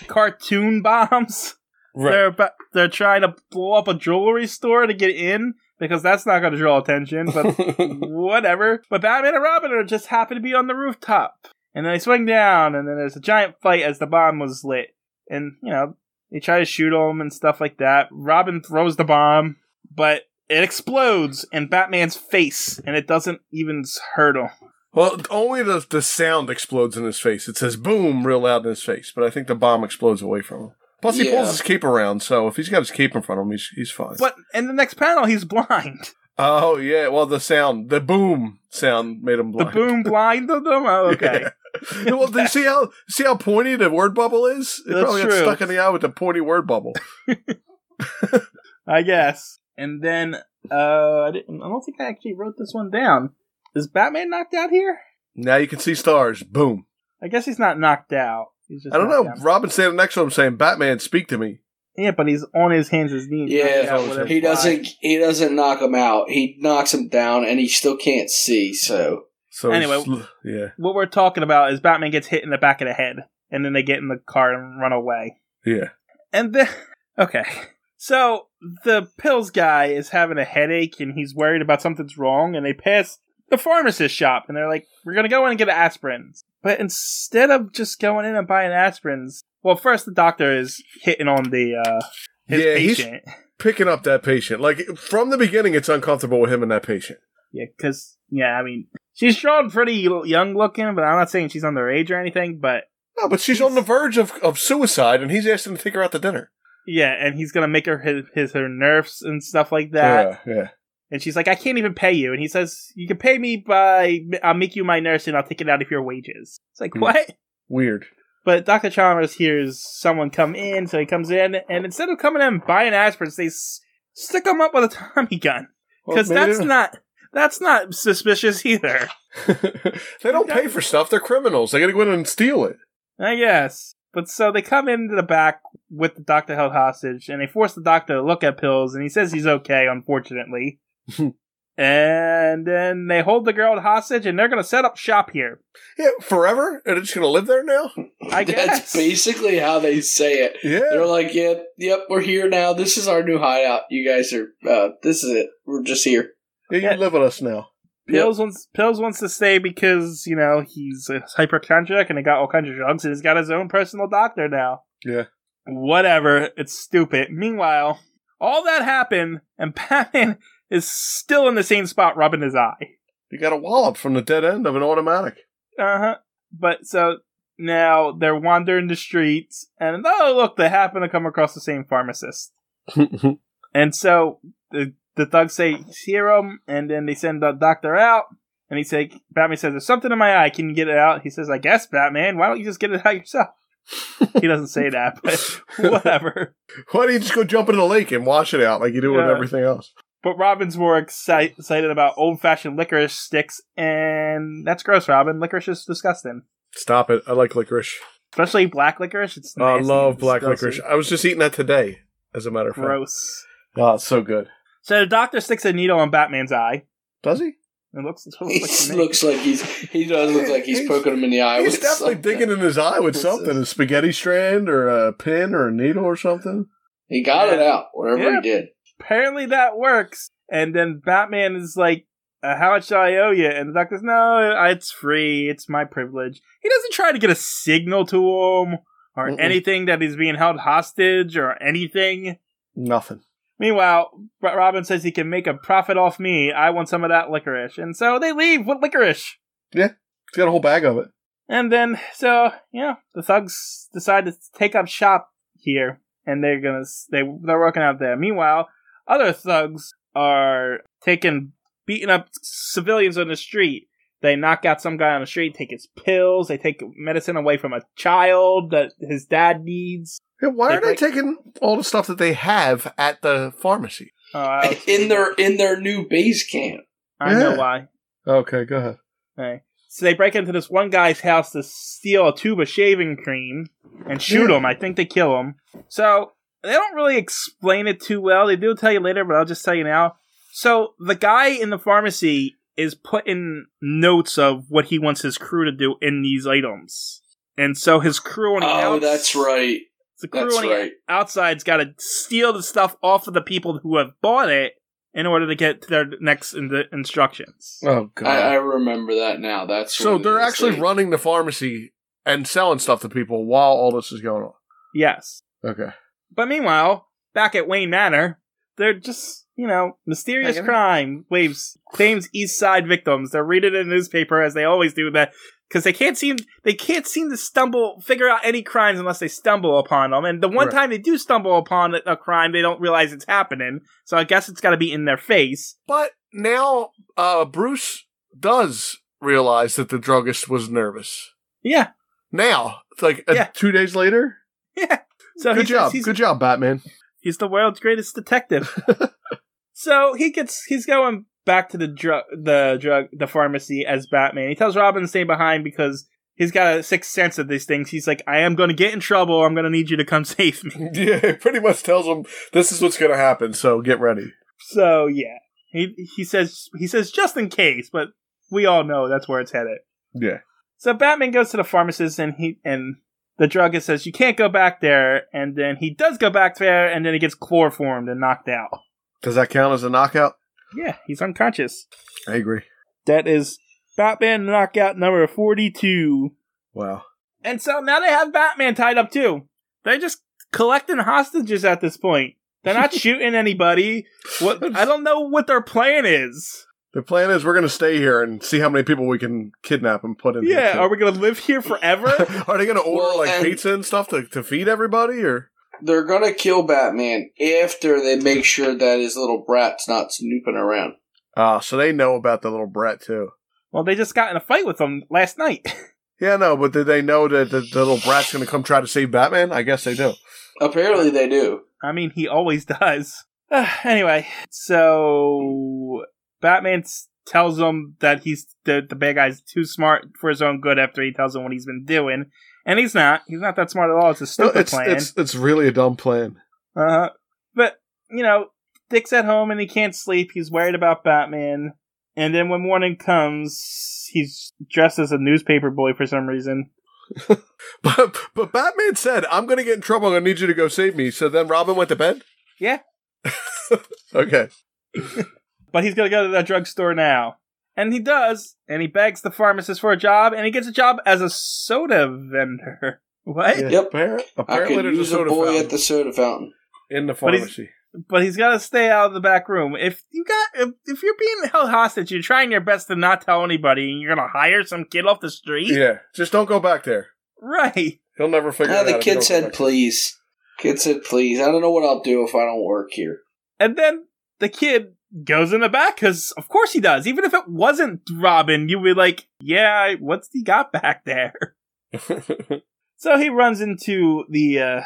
Speaker 1: cartoon bombs.
Speaker 2: Right.
Speaker 1: They're about, they're trying to blow up a jewelry store to get in because that's not going to draw attention.
Speaker 2: <laughs>
Speaker 1: But <laughs> whatever. But Batman and Robin are just happen to be on the rooftop, and they swing down, and then there's a giant fight as the bomb was lit, and you know they try to shoot him and stuff like that. Robin throws the bomb, but it explodes in Batman's face, and it doesn't even hurt him.
Speaker 2: well, only the the sound explodes in his face. It says boom real loud in his face, but I think the bomb explodes away from him. Plus, he
Speaker 3: Yeah.
Speaker 2: pulls his cape around, so if he's got his cape in front of him, he's he's fine.
Speaker 1: But in the next panel, he's blind. <laughs>
Speaker 2: oh yeah, well the sound, the boom sound made him
Speaker 1: The
Speaker 2: blind.
Speaker 1: boom blinded him.
Speaker 2: <laughs>
Speaker 1: Oh, okay.
Speaker 2: Yeah. <laughs> well, do you see how see how pointy the word bubble is? It
Speaker 1: That's
Speaker 2: probably got
Speaker 1: true.
Speaker 2: stuck in the eye with the pointy word bubble.
Speaker 1: I guess. And then, uh, I, didn't, I don't think I actually wrote this one down. Is Batman knocked out here?
Speaker 2: now you can see stars. Boom.
Speaker 1: I guess he's not knocked out. He's just
Speaker 2: I don't know.
Speaker 1: knocked down.
Speaker 2: Robin's standing next to him saying, "Batman, speak to me."
Speaker 1: Yeah, but he's on his hands and knees.
Speaker 3: Yeah,
Speaker 1: knocked out,
Speaker 2: he
Speaker 1: whatever.
Speaker 3: He doesn't. He doesn't knock him out. He knocks him down, and he still can't see. So
Speaker 2: So
Speaker 1: Anyway.
Speaker 2: he's- yeah,
Speaker 1: What we're talking about is Batman gets hit in the back of the head, and then they get in the car and run away.
Speaker 2: yeah.
Speaker 1: And then, <laughs> okay. So the pills guy is having a headache and he's worried about something's wrong, and they pass the pharmacist shop, and they're like, we're gonna go in and get aspirins. But instead of just going in and buying aspirins, well, first the doctor is hitting on the uh, his
Speaker 2: Yeah, he's-
Speaker 1: patient.
Speaker 2: Picking up that patient, like from the beginning, it's uncomfortable with him and that patient.
Speaker 1: Yeah, because yeah, I mean, she's drawn pretty young looking, but I'm not saying she's underage or anything. But
Speaker 2: No, but she's on the verge of, of suicide, and he's asking to take her out to dinner.
Speaker 1: yeah, and he's gonna make her his, his her nerfs and stuff like that.
Speaker 2: yeah, yeah.
Speaker 1: And she's like, I can't even pay you. And he says, You can pay me by I'll make you my nurse and I'll take it out of your wages. It's like
Speaker 2: Hmm.
Speaker 1: what?
Speaker 2: Weird.
Speaker 1: But Dr. Chalmers hears someone come in, so he comes in, and instead of coming in and buying aspirins, they s- stick him up with a Tommy gun because
Speaker 2: Well,
Speaker 1: that's
Speaker 2: maybe-
Speaker 1: not that's not suspicious either.
Speaker 2: <laughs> they don't pay for stuff. They're criminals. They got to go in and steal it.
Speaker 1: I guess. But so they come into the back with the doctor held hostage, and they force the doctor to look at pills, and he says he's okay,
Speaker 2: <laughs>
Speaker 1: unfortunately. and then they hold the girl hostage, and they're going to set up shop here.
Speaker 2: Yeah, forever? And it's going to live there now?
Speaker 1: I guess.
Speaker 3: <laughs> That's basically how they say it. They're
Speaker 2: Yeah.
Speaker 3: like, yeah, yep, we're here now. This is our new hideout. You guys are, uh, this is it. We're just here.
Speaker 2: yeah you live with us now.
Speaker 1: Pills wants Pills wants to stay because you know he's a hypochondriac and he got all kinds of drugs, and he's got his own personal doctor now.
Speaker 2: Yeah.
Speaker 1: Whatever. It's stupid. Meanwhile, all that happened, and <laughs> Batman is still in the same spot, rubbing his eye.
Speaker 2: You got a wallop from the dead end of an automatic.
Speaker 1: <laughs> Uh huh. But so now they're wandering the streets, and oh look, they happen to come across the same pharmacist. And so the the thugs say serum, and then they send the doctor out. And he say, Batman says, "There's something in my eye. Can you get it out?" He says, "I guess, Batman. Why don't you just get it out
Speaker 2: <laughs>
Speaker 1: yourself?" he doesn't say that, but whatever.
Speaker 2: Why don't you just go jump in the lake and wash it out like you do with
Speaker 1: Yeah.
Speaker 2: everything else?
Speaker 1: But Robin's more excite- excited about old-fashioned licorice sticks, and that's gross, Robin. Licorice is disgusting,
Speaker 2: Stop it. I like licorice.
Speaker 1: especially black licorice. It's
Speaker 2: I
Speaker 1: nasty and
Speaker 2: love black
Speaker 1: disgusting.
Speaker 2: licorice. I was just eating that today, as a matter of fact.
Speaker 1: Gross.
Speaker 2: Oh, it's so good.
Speaker 1: So the doctor sticks a needle in Batman's eye.
Speaker 2: Does he?
Speaker 1: It looks, it
Speaker 2: <laughs>
Speaker 3: He
Speaker 1: <laughs> looks, like
Speaker 3: looks like he's, he does look like
Speaker 1: <laughs>
Speaker 3: he's,
Speaker 2: He's-
Speaker 3: poking him in the eye.
Speaker 2: He's
Speaker 3: with
Speaker 2: definitely
Speaker 3: something.
Speaker 2: digging in his eye with
Speaker 3: What's
Speaker 2: something a spaghetti strand or a pin or a needle or something.
Speaker 3: He got it out, whatever
Speaker 1: Yeah.
Speaker 3: he did.
Speaker 1: apparently that works. And then Batman is like, uh, "How much do I owe you?" And the doctor's, "No, it's free. It's my privilege." He doesn't try to get a signal to him or
Speaker 2: Mm-mm.
Speaker 1: anything that he's being held hostage or anything.
Speaker 2: Nothing.
Speaker 1: Meanwhile, Ro- Robin says he can make a profit off me. I want some of that licorice, and so they leave with licorice.
Speaker 2: He's got a whole bag of it.
Speaker 1: And then, so yeah, the thugs decide to take up shop here, and they're gonna s- they they're working out there. Meanwhile, other thugs are taking beating up civilians on the street. They knock out some guy on the street, take his pills, they take medicine away from a child that his dad needs.
Speaker 2: Yeah, why
Speaker 1: Like,
Speaker 2: are they
Speaker 1: like-
Speaker 2: taking all the stuff that they have at the pharmacy?
Speaker 1: Oh, I was-
Speaker 3: In their, in their new base camp.
Speaker 1: I know
Speaker 2: Yeah.
Speaker 1: why.
Speaker 2: Okay, go ahead.
Speaker 1: Right. So they break into this one guy's house to steal a tube of shaving cream and shoot
Speaker 2: Yeah.
Speaker 1: him. I think they kill him. So they don't really explain it too well. They do tell you later, but I'll just tell you now. So the guy in the pharmacy is putting notes of what he wants his crew to do in these items. And so his crew on the
Speaker 3: Oh,
Speaker 1: outs-
Speaker 3: that's right.
Speaker 1: The crew
Speaker 3: That's
Speaker 1: on the
Speaker 3: right.
Speaker 1: outside's got to steal the stuff off of the people who have bought it in order to get to their next in- instructions.
Speaker 2: Oh god.
Speaker 3: I, I remember that now. That's
Speaker 2: so
Speaker 3: what it
Speaker 2: they're
Speaker 3: is.
Speaker 2: actually
Speaker 3: They-
Speaker 2: running the pharmacy and selling stuff to people while all this is going on.
Speaker 1: Yes.
Speaker 2: Okay.
Speaker 1: But meanwhile, back at Wayne Manor, they're just, you know, mysterious
Speaker 2: Hanging out.
Speaker 1: crime waves claims East Side victims. They're reading the newspaper as they always do that because they can't seem they can't seem to stumble figure out any crimes unless they stumble upon them. And the one
Speaker 2: Right.
Speaker 1: time they do stumble upon a- a crime, they don't realize it's happening. So I guess it's got to be in their face.
Speaker 2: But now uh, Bruce does realize that the druggist was nervous.
Speaker 1: Yeah.
Speaker 2: Now, it's like uh,
Speaker 1: Yeah.
Speaker 2: two days later.
Speaker 1: So he
Speaker 2: Good
Speaker 1: says
Speaker 2: job.
Speaker 1: he's-
Speaker 2: Good
Speaker 1: <laughs>
Speaker 2: job, Batman.
Speaker 1: He's the world's greatest detective. so he gets he's going back to the drug the drug the pharmacy as Batman. He tells Robin to stay behind because he's got a sixth sense of these things. He's like, I am gonna get in trouble, I'm gonna need you to come <laughs> save me.
Speaker 2: yeah, it pretty much tells him this is what's going to happen, so get ready.
Speaker 1: So yeah. He he says he says just in case, but we all know that's where it's headed.
Speaker 2: Yeah.
Speaker 1: So Batman goes to the pharmacist and he and the druggist says you can't go back there and then he does go back there and then he gets chloroformed and knocked out.
Speaker 2: Does that count as a knockout?
Speaker 1: Yeah, he's unconscious.
Speaker 2: I agree.
Speaker 1: That is Batman knockout number 42.
Speaker 2: Wow.
Speaker 1: And so now they have Batman tied up too. They're just collecting hostages at this point. They're not shooting anybody. What I don't know what their plan is.
Speaker 2: The plan is we're going to stay here and see how many people we can kidnap and put in. here,
Speaker 1: Yeah,
Speaker 2: too.
Speaker 1: are we gonna live here
Speaker 2: <laughs>
Speaker 1: forever?
Speaker 2: are they going to order
Speaker 3: Well,
Speaker 2: like
Speaker 3: and-
Speaker 2: pizza and stuff to, to feed everybody or?
Speaker 3: They're gonna kill Batman after they make sure that his little brat's not snooping around.
Speaker 2: Ah, so they know about the little brat too.
Speaker 1: well, they just got in a fight with them last night.
Speaker 2: Yeah, no, but did they know that the, the little brat's going to come try to save Batman? I guess they do.
Speaker 3: Apparently, they do.
Speaker 1: I mean, he always <laughs> does. Uh, anyway, so Batman s- tells him that he's the the bad guy's too smart for his own good after he tells him what he's been doing, and he's not. He's not that smart at all. It's a
Speaker 2: No,
Speaker 1: stupid
Speaker 2: it's,
Speaker 1: plan.
Speaker 2: it's it's really a dumb plan. <laughs>
Speaker 1: Uh, but you know, Dick's at home and he can't sleep. He's worried about Batman. And then when morning comes, he's dressed as a newspaper boy for some reason.
Speaker 2: But but Batman said, "I'm going to get in trouble. I'm going to need you to go save me." So then Robin went to bed.
Speaker 1: Yeah.
Speaker 2: <laughs> okay.
Speaker 1: But he's gonna go to that drugstore now. And he does, and he begs the pharmacist for a job, and he gets a job as a soda vendor. <laughs> What?
Speaker 2: Yeah,
Speaker 3: Yep.
Speaker 2: appar-
Speaker 3: I
Speaker 2: apparently
Speaker 3: could
Speaker 2: there's a
Speaker 3: use a
Speaker 2: soda
Speaker 3: boy
Speaker 2: fountain
Speaker 3: at the soda fountain.
Speaker 2: in the
Speaker 1: But he's-
Speaker 2: pharmacy.
Speaker 1: But he's gotta stay out of the back room. If you got if, if you're being held hostage, you're trying your best to not tell anybody and you're gonna hire some kid off the street?
Speaker 2: Yeah, just don't go back there.
Speaker 1: Right.
Speaker 2: He'll never figure
Speaker 3: Ah,
Speaker 2: it
Speaker 3: the
Speaker 2: out. if you
Speaker 3: kid
Speaker 2: don't go
Speaker 3: said,
Speaker 2: back there.
Speaker 3: "Please." Kid said, "Please." I don't know what I'll do if I don't work here.
Speaker 1: And then the kid goes in the back because, of course, he does. Even if it wasn't Robin, you would be like, yeah, what's he got back there? so he runs into the uh,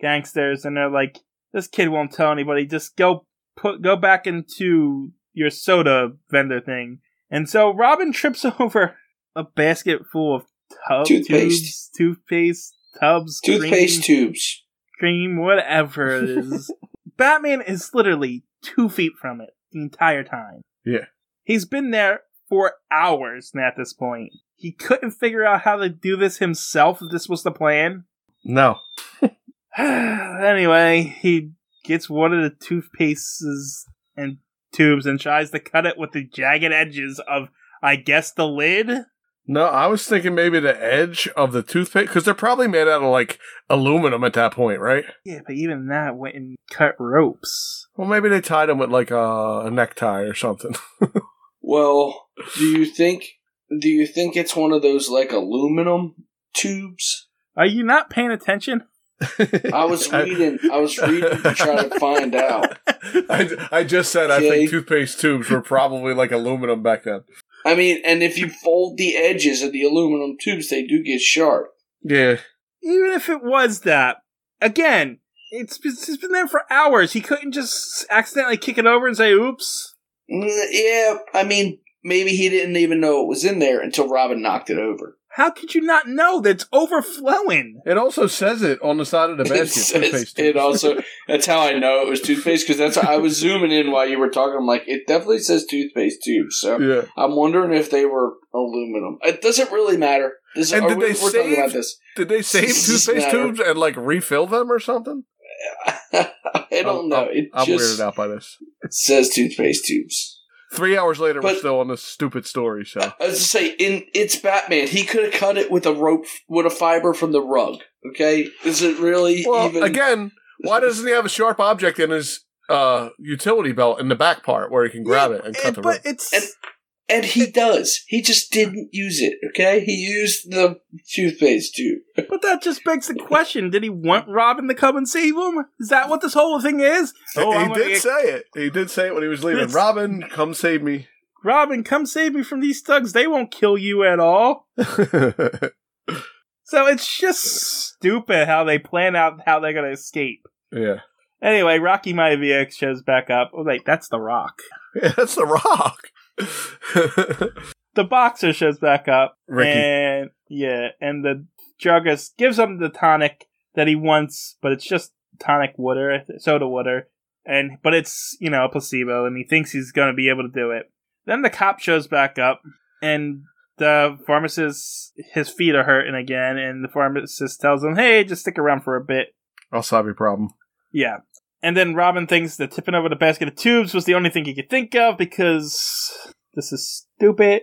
Speaker 1: gangsters, and they're like, this kid won't tell anybody. Just go put go back into your soda vendor thing. And so Robin trips <laughs> over a basket full of tub-
Speaker 3: Toothpaste.
Speaker 1: tubes, toothpaste, tubs, cream,
Speaker 3: Toothpaste tubes.
Speaker 1: Scream, whatever
Speaker 3: <laughs>
Speaker 1: it is. Batman is literally two feet from it the entire time.
Speaker 2: Yeah.
Speaker 1: He's been there for hours now at this point. He couldn't figure out how to do this himself if this was the plan.
Speaker 2: <laughs> No.
Speaker 1: <sighs> anyway, he gets one of the toothpastes and tubes and tries to cut it with the jagged edges of, I guess, the lid.
Speaker 2: No, I was thinking maybe the edge of the toothpaste because they're probably made out of like aluminum at that point, right?
Speaker 1: Yeah, but even that went and cut ropes.
Speaker 2: Well, maybe they tied them with like a, a necktie or something.
Speaker 3: Well,
Speaker 2: <laughs>
Speaker 3: do you think do you think it's one of those like aluminum tubes?
Speaker 1: Are you not paying attention?
Speaker 3: I
Speaker 2: <laughs>
Speaker 3: was reading I was reading to try to find out.
Speaker 2: I, I just said I
Speaker 3: Okay.
Speaker 2: think toothpaste tubes were probably like aluminum back then.
Speaker 3: I mean, and if you fold the edges of the aluminum tubes, they do get sharp.
Speaker 2: Yeah.
Speaker 1: even if it was that, again, it's, it's been there for hours. He couldn't just accidentally kick it over and say, oops.
Speaker 3: Mm, Yeah, I mean, maybe he didn't even know it was in there until Robin knocked it over.
Speaker 1: How could you not know that's overflowing?
Speaker 2: It also says it on the side of the
Speaker 3: It,
Speaker 2: basket.
Speaker 3: says,
Speaker 2: toothpaste
Speaker 3: it
Speaker 2: tubes.
Speaker 3: also that's how I know it was toothpaste because that's I was zooming in while you were talking. I'm like, it definitely says toothpaste tubes.
Speaker 2: <laughs>
Speaker 3: So
Speaker 2: Yeah.
Speaker 3: I'm wondering if they were aluminum. It doesn't really matter. This,
Speaker 2: And
Speaker 3: are
Speaker 2: did
Speaker 3: we,
Speaker 2: they
Speaker 3: we're talking about
Speaker 2: save-
Speaker 3: this.
Speaker 2: Did they save toothpaste
Speaker 3: Matter.
Speaker 2: tubes and like refill them or something?
Speaker 3: I don't
Speaker 2: I'm-
Speaker 3: know. It
Speaker 2: I'm weirded
Speaker 3: just
Speaker 2: out by this.
Speaker 3: says toothpaste tubes.
Speaker 2: Three hours later, we're
Speaker 3: But-
Speaker 2: still on this stupid story. So
Speaker 3: I was just saying, in it's Batman. He could have cut it with a rope, with a fiber from the rug. Okay, is it really
Speaker 2: Well,
Speaker 3: e-, even?
Speaker 2: again, why doesn't he have a sharp object in his uh, utility belt in the back part where he can grab it and cut the rope?
Speaker 1: But it's.
Speaker 3: And- and he does. He just didn't use it. Okay, he used the toothpaste tube.
Speaker 1: But that just begs the question: Did he want Robin to come and save him? Is that what this whole thing is?
Speaker 2: he
Speaker 1: Oh, I'm gonna
Speaker 2: did
Speaker 1: get-
Speaker 2: say it. He did say it when he was leaving.
Speaker 1: It's-
Speaker 2: Robin, come save
Speaker 1: <laughs>
Speaker 2: me.
Speaker 1: Robin, come save me from these thugs. They won't kill you at all.
Speaker 2: yeah.
Speaker 1: So it's just stupid how they plan out how they're gonna escape. Anyway, Rocky Maivia shows back up. Oh, wait, that's the Rock.
Speaker 2: yeah, that's the rock. <laughs>
Speaker 1: the boxer shows back up
Speaker 2: Ricky.
Speaker 1: and yeah and the druggist gives him the tonic that he wants but it's just tonic water I thi- soda water and but it's you know a placebo and he thinks he's going to be able to do it then the cop shows back up and the pharmacist his feet are hurting again and the pharmacist tells him hey just stick around for a bit
Speaker 2: I'll solve your problem.
Speaker 1: yeah. And then Robin thinks that tipping over the basket of tubes was the only thing he could think of because This is stupid.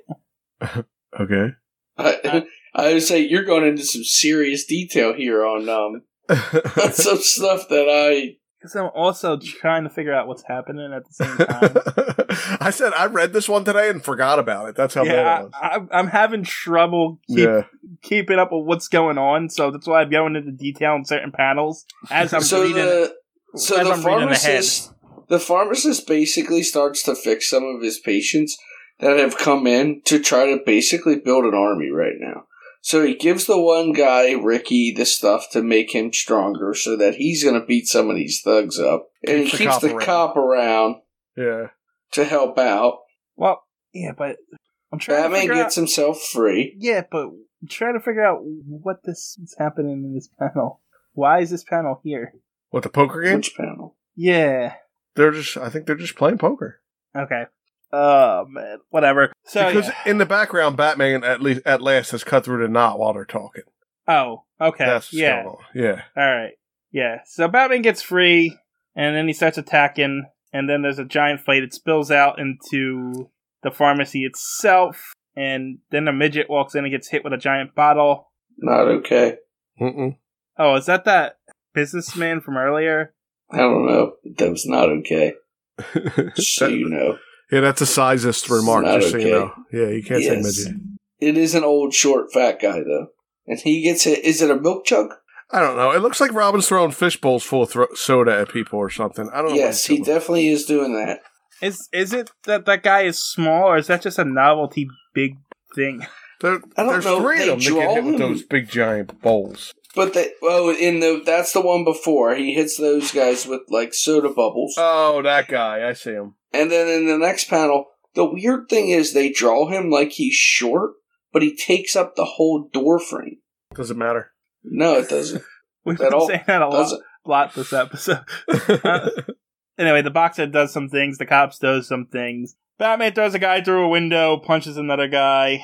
Speaker 2: Okay.
Speaker 3: I, <laughs> I would say you're going into some serious detail here on
Speaker 2: <laughs>
Speaker 3: um, on some stuff that I.
Speaker 1: Because I'm also trying to figure out what's happening at the
Speaker 2: <laughs>
Speaker 1: same time.
Speaker 2: I said I read this one today and forgot about it. That's how bad
Speaker 1: yeah,
Speaker 2: it was.
Speaker 1: I, I'm- I'm having trouble keep,
Speaker 2: yeah.
Speaker 1: keeping up with what's going on, so that's why I'm going into detail in certain panels as I'm
Speaker 3: so
Speaker 1: reading.
Speaker 3: the so
Speaker 1: as
Speaker 3: the
Speaker 1: I'm reading ahead.
Speaker 3: pharmacist the pharmacist basically starts to fix some of his patients that have come in to try to basically build an army right now. So he gives the one guy Ricky the stuff to make him stronger, so that he's going to beat some of these thugs up, and
Speaker 2: Keeps the
Speaker 3: he keeps
Speaker 2: cop
Speaker 3: the
Speaker 2: around.
Speaker 3: cop around
Speaker 2: Yeah.
Speaker 3: to help out.
Speaker 1: Well, yeah, but I'm trying to
Speaker 3: Batman
Speaker 1: figure
Speaker 3: gets
Speaker 1: out.
Speaker 3: himself free.
Speaker 1: Yeah, but I'm trying to figure out what this is happening in this panel. Why is this panel here?
Speaker 2: What the poker
Speaker 1: Hmm?
Speaker 2: game?
Speaker 3: Which panel?
Speaker 1: Yeah.
Speaker 2: They're just I think they're just playing poker.
Speaker 1: Okay. Oh man, whatever. So
Speaker 2: because
Speaker 1: yeah.
Speaker 2: in the background Batman at least at last has cut through the knot while they're talking.
Speaker 1: oh, okay,
Speaker 2: That's what's
Speaker 1: yeah,
Speaker 2: going on. Yeah.
Speaker 1: all right, yeah. So Batman gets free, and then he starts attacking, and then there's a giant fight. It spills out into the pharmacy itself, and then a midget walks in and gets hit with a giant bottle.
Speaker 3: Not okay.
Speaker 2: Mm-mm.
Speaker 1: Oh, is that that businessman from earlier?
Speaker 3: I don't know. That was not okay.
Speaker 2: <laughs>
Speaker 3: Just so you
Speaker 2: That-
Speaker 3: know,
Speaker 2: yeah, that's a sizest remark,
Speaker 3: Not
Speaker 2: just so you
Speaker 3: okay.
Speaker 2: know. Yeah, you can't
Speaker 3: Yes.
Speaker 2: say midget.
Speaker 3: it is an old, short, fat guy though, and he gets hit. Is it a milk jug?
Speaker 2: I don't know. It looks like Robin's throwing fish bowls full of thro- soda at people or something.
Speaker 1: Oh,
Speaker 2: I don't know. what
Speaker 3: Yes,
Speaker 2: he's
Speaker 3: he
Speaker 2: doing.
Speaker 3: definitely is doing that.
Speaker 1: Is is it that that guy is small, or is that just a novelty big thing? <laughs>
Speaker 2: There,
Speaker 3: I don't
Speaker 2: there's
Speaker 3: know.
Speaker 2: three of
Speaker 3: They
Speaker 2: them that
Speaker 3: draw
Speaker 2: get hit with
Speaker 3: them.
Speaker 2: those big giant bowls.
Speaker 3: But they, oh, in the that's the one before he hits those guys with like soda bubbles,
Speaker 2: Oh, that guy. I see him.
Speaker 3: and then in the next panel, the weird thing is they draw him like he's short, but he takes up the whole door frame.
Speaker 2: Doesn't matter. <laughs>
Speaker 3: No, it doesn't.
Speaker 1: We've
Speaker 3: That
Speaker 1: been
Speaker 3: all-
Speaker 1: saying
Speaker 2: Oh,
Speaker 1: that a lot,
Speaker 3: doesn't.
Speaker 1: lot this episode. anyway, the boxer does some things, the cops does some things. Batman throws a guy through a window, punches another guy,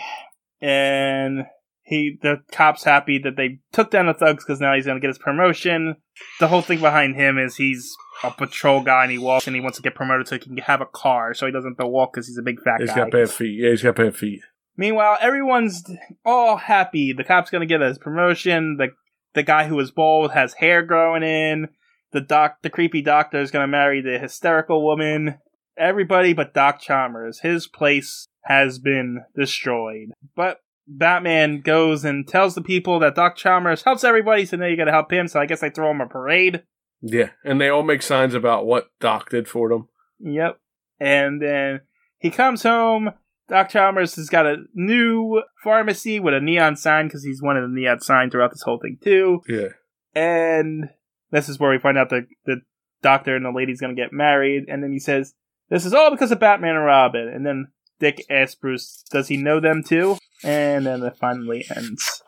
Speaker 1: and he the cops happy that they took down the thugs because now he's gonna get his promotion. The whole thing behind him is he's a patrol guy and he walks and he wants to get promoted so he can have a car so he doesn't have to walk because he's a big fat
Speaker 2: He's
Speaker 1: guy.
Speaker 2: got bad feet. Yeah, he's got bad feet.
Speaker 1: Meanwhile, everyone's all happy. The cop's gonna get his promotion. The the guy who was bald has hair growing in. The doc, the creepy doctor is gonna marry the hysterical woman. Everybody but Doc Chalmers. His place has been destroyed. But Batman goes and tells the people that Doc Chalmers helps everybody, so now you gotta help him. So I guess they throw him a parade.
Speaker 2: Yeah, and they all make signs about what Doc did for them.
Speaker 1: Yep. And then he comes home. Doc Chalmers has got a new pharmacy with a neon sign because he's wanted a neon sign throughout this whole thing too.
Speaker 2: Yeah.
Speaker 1: And this is where we find out that the doctor and the lady's gonna get married. And then he says, "This is all because of Batman and Robin." And then Dick asks Bruce, "Does he know them too?" And then it finally ends.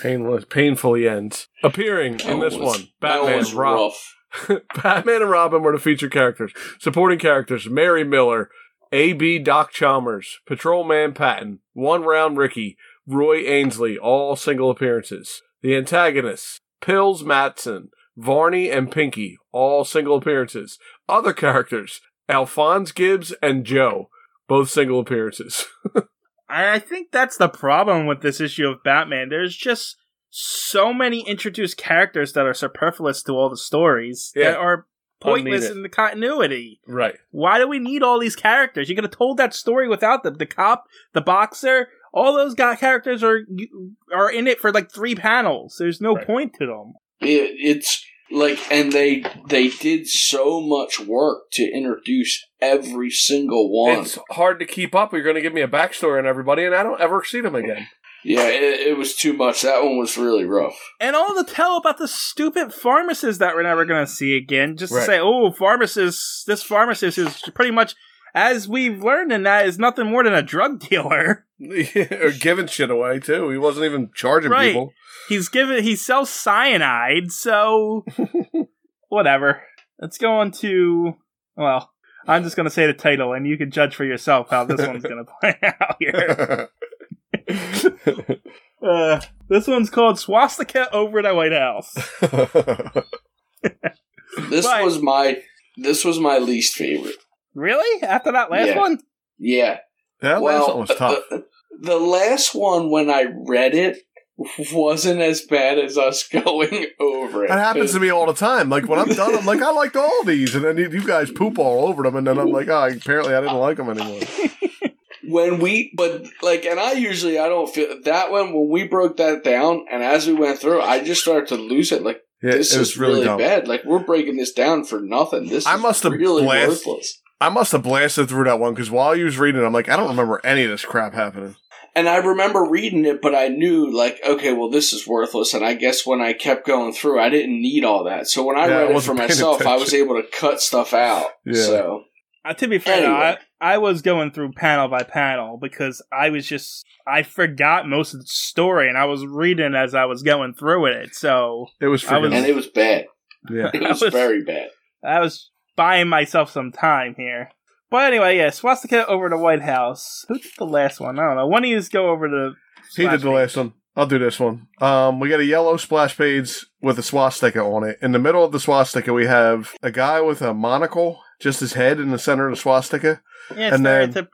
Speaker 2: Painless, painfully ends. Appearing in this one, Batman, Rob- <laughs> Batman and Robin were the featured characters. Supporting characters: Mary Miller, A.B. Doc Chalmers, Patrolman Patton, One Round Ricky, Roy Ainsley. All single appearances. The antagonists: Pills Matson, Varney, and Pinky. All single appearances. Other characters: Alphonse Gibbs and Joe. Both single appearances. <laughs>
Speaker 1: I I think that's the problem with this issue of Batman. There's just so many introduced characters that are superfluous to all the stories
Speaker 2: Yeah.
Speaker 1: that are pointless
Speaker 2: Unneeded.
Speaker 1: in the continuity.
Speaker 2: right.
Speaker 1: Why do we need all these characters? You could have told that story without them. The cop, the boxer, all those guy characters are are in it for like three panels. There's no
Speaker 2: Right.
Speaker 1: point to them.
Speaker 3: It, it's like, and they they did so much work to introduce every single one.
Speaker 2: It's hard to keep up. You're going to give me a backstory on everybody, and I don't ever see them again. <laughs>
Speaker 3: yeah, it, it was too much. That one was really rough.
Speaker 1: And all the tell about the stupid pharmacists that we're never going to see again. Just
Speaker 2: Right.
Speaker 1: to say, oh, pharmacist, this pharmacist is pretty much, as we've learned in that, is nothing more than a drug <laughs> dealer.
Speaker 2: or giving shit away too. He wasn't even charging
Speaker 1: Right.
Speaker 2: people.
Speaker 1: He's given, he sells cyanide, so whatever. Let's go on to, well, I'm just going to say the title, and you can judge for yourself how this one's going to <laughs> play out
Speaker 2: <laughs>
Speaker 1: here. Uh, this one's called Swastika Over the White House.
Speaker 3: This
Speaker 1: But-
Speaker 3: was my this was my least favorite.
Speaker 1: Really? After that last
Speaker 3: Yeah.
Speaker 1: one?
Speaker 3: Yeah,
Speaker 2: Yeah, that last
Speaker 3: Well,
Speaker 2: one was
Speaker 3: <laughs>
Speaker 2: tough.
Speaker 3: The, the last one, when I read it, wasn't as bad as us <laughs> going over it.
Speaker 2: That happens to me all the time. Like when I'm done, I'm like, I liked all these, and then you, you guys poop all over them, and then I'm like, oh, apparently I didn't like them anymore.
Speaker 3: when we, but like, and I usually I don't feel that one when we broke that down, and as we went through, I just started to lose it. Like
Speaker 2: Yeah,
Speaker 3: this
Speaker 2: it was
Speaker 3: is really
Speaker 2: dumb.
Speaker 3: bad. Like we're breaking this down for nothing. This
Speaker 2: I
Speaker 3: is
Speaker 2: must have
Speaker 3: really
Speaker 2: blast-
Speaker 3: worthless.
Speaker 2: I must have blasted through that one because while you was reading, it, I'm like, I don't remember any of this crap happening.
Speaker 3: And I remember reading it, but I knew like, okay, well, this is worthless. And I guess when I kept going through, I didn't need all that. So when
Speaker 2: Yeah,
Speaker 3: I
Speaker 2: I
Speaker 3: read it for
Speaker 2: wasn't paying
Speaker 3: myself, I was able to cut stuff out.
Speaker 2: <laughs> Yeah.
Speaker 3: So
Speaker 1: Uh, to be fair, though,
Speaker 3: Anyway.
Speaker 1: I, I was going through panel by panel because I was just I forgot most of the story and I was reading as I was going through it. So
Speaker 2: It was
Speaker 1: I was-
Speaker 2: freaking.
Speaker 3: and it
Speaker 2: <laughs>
Speaker 3: was bad.
Speaker 2: yeah,
Speaker 3: It
Speaker 1: That
Speaker 3: was,
Speaker 1: was-
Speaker 3: very bad.
Speaker 1: I was buying myself some time here. But anyway, yeah, swastika over to White House. Who did the last one? I don't know. One of yous go over to.
Speaker 2: he did the last one. I'll do this one. Um, we got a yellow splash page with a swastika on it. In the middle of the swastika, we have a guy with a monocle, just his head in the center of the swastika.
Speaker 1: Yeah,
Speaker 2: And then-
Speaker 1: stereotyp-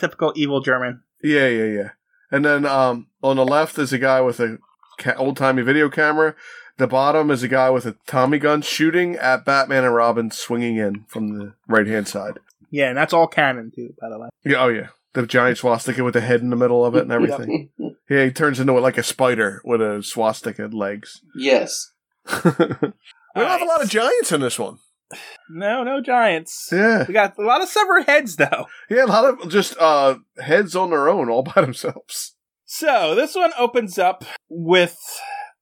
Speaker 1: stereotypical evil German.
Speaker 2: Yeah, yeah, yeah. And then um, on the left is a guy with a ca- old timey video camera. The bottom is a guy with a Tommy gun shooting at Batman and Robin, swinging in from the right hand side.
Speaker 1: Yeah, and that's all canon too, by the way.
Speaker 2: Yeah, oh yeah, the giant swastika with the head in the middle
Speaker 3: <laughs>
Speaker 2: of it and everything. yeah, he turns into like a spider with a swastika legs.
Speaker 3: yes.
Speaker 2: we don't have a lot of giants in this one.
Speaker 1: No, no giants.
Speaker 2: Yeah,
Speaker 1: We got a lot of severed heads though.
Speaker 2: yeah, a lot of just uh, heads on their own, all by themselves.
Speaker 1: So this one opens up with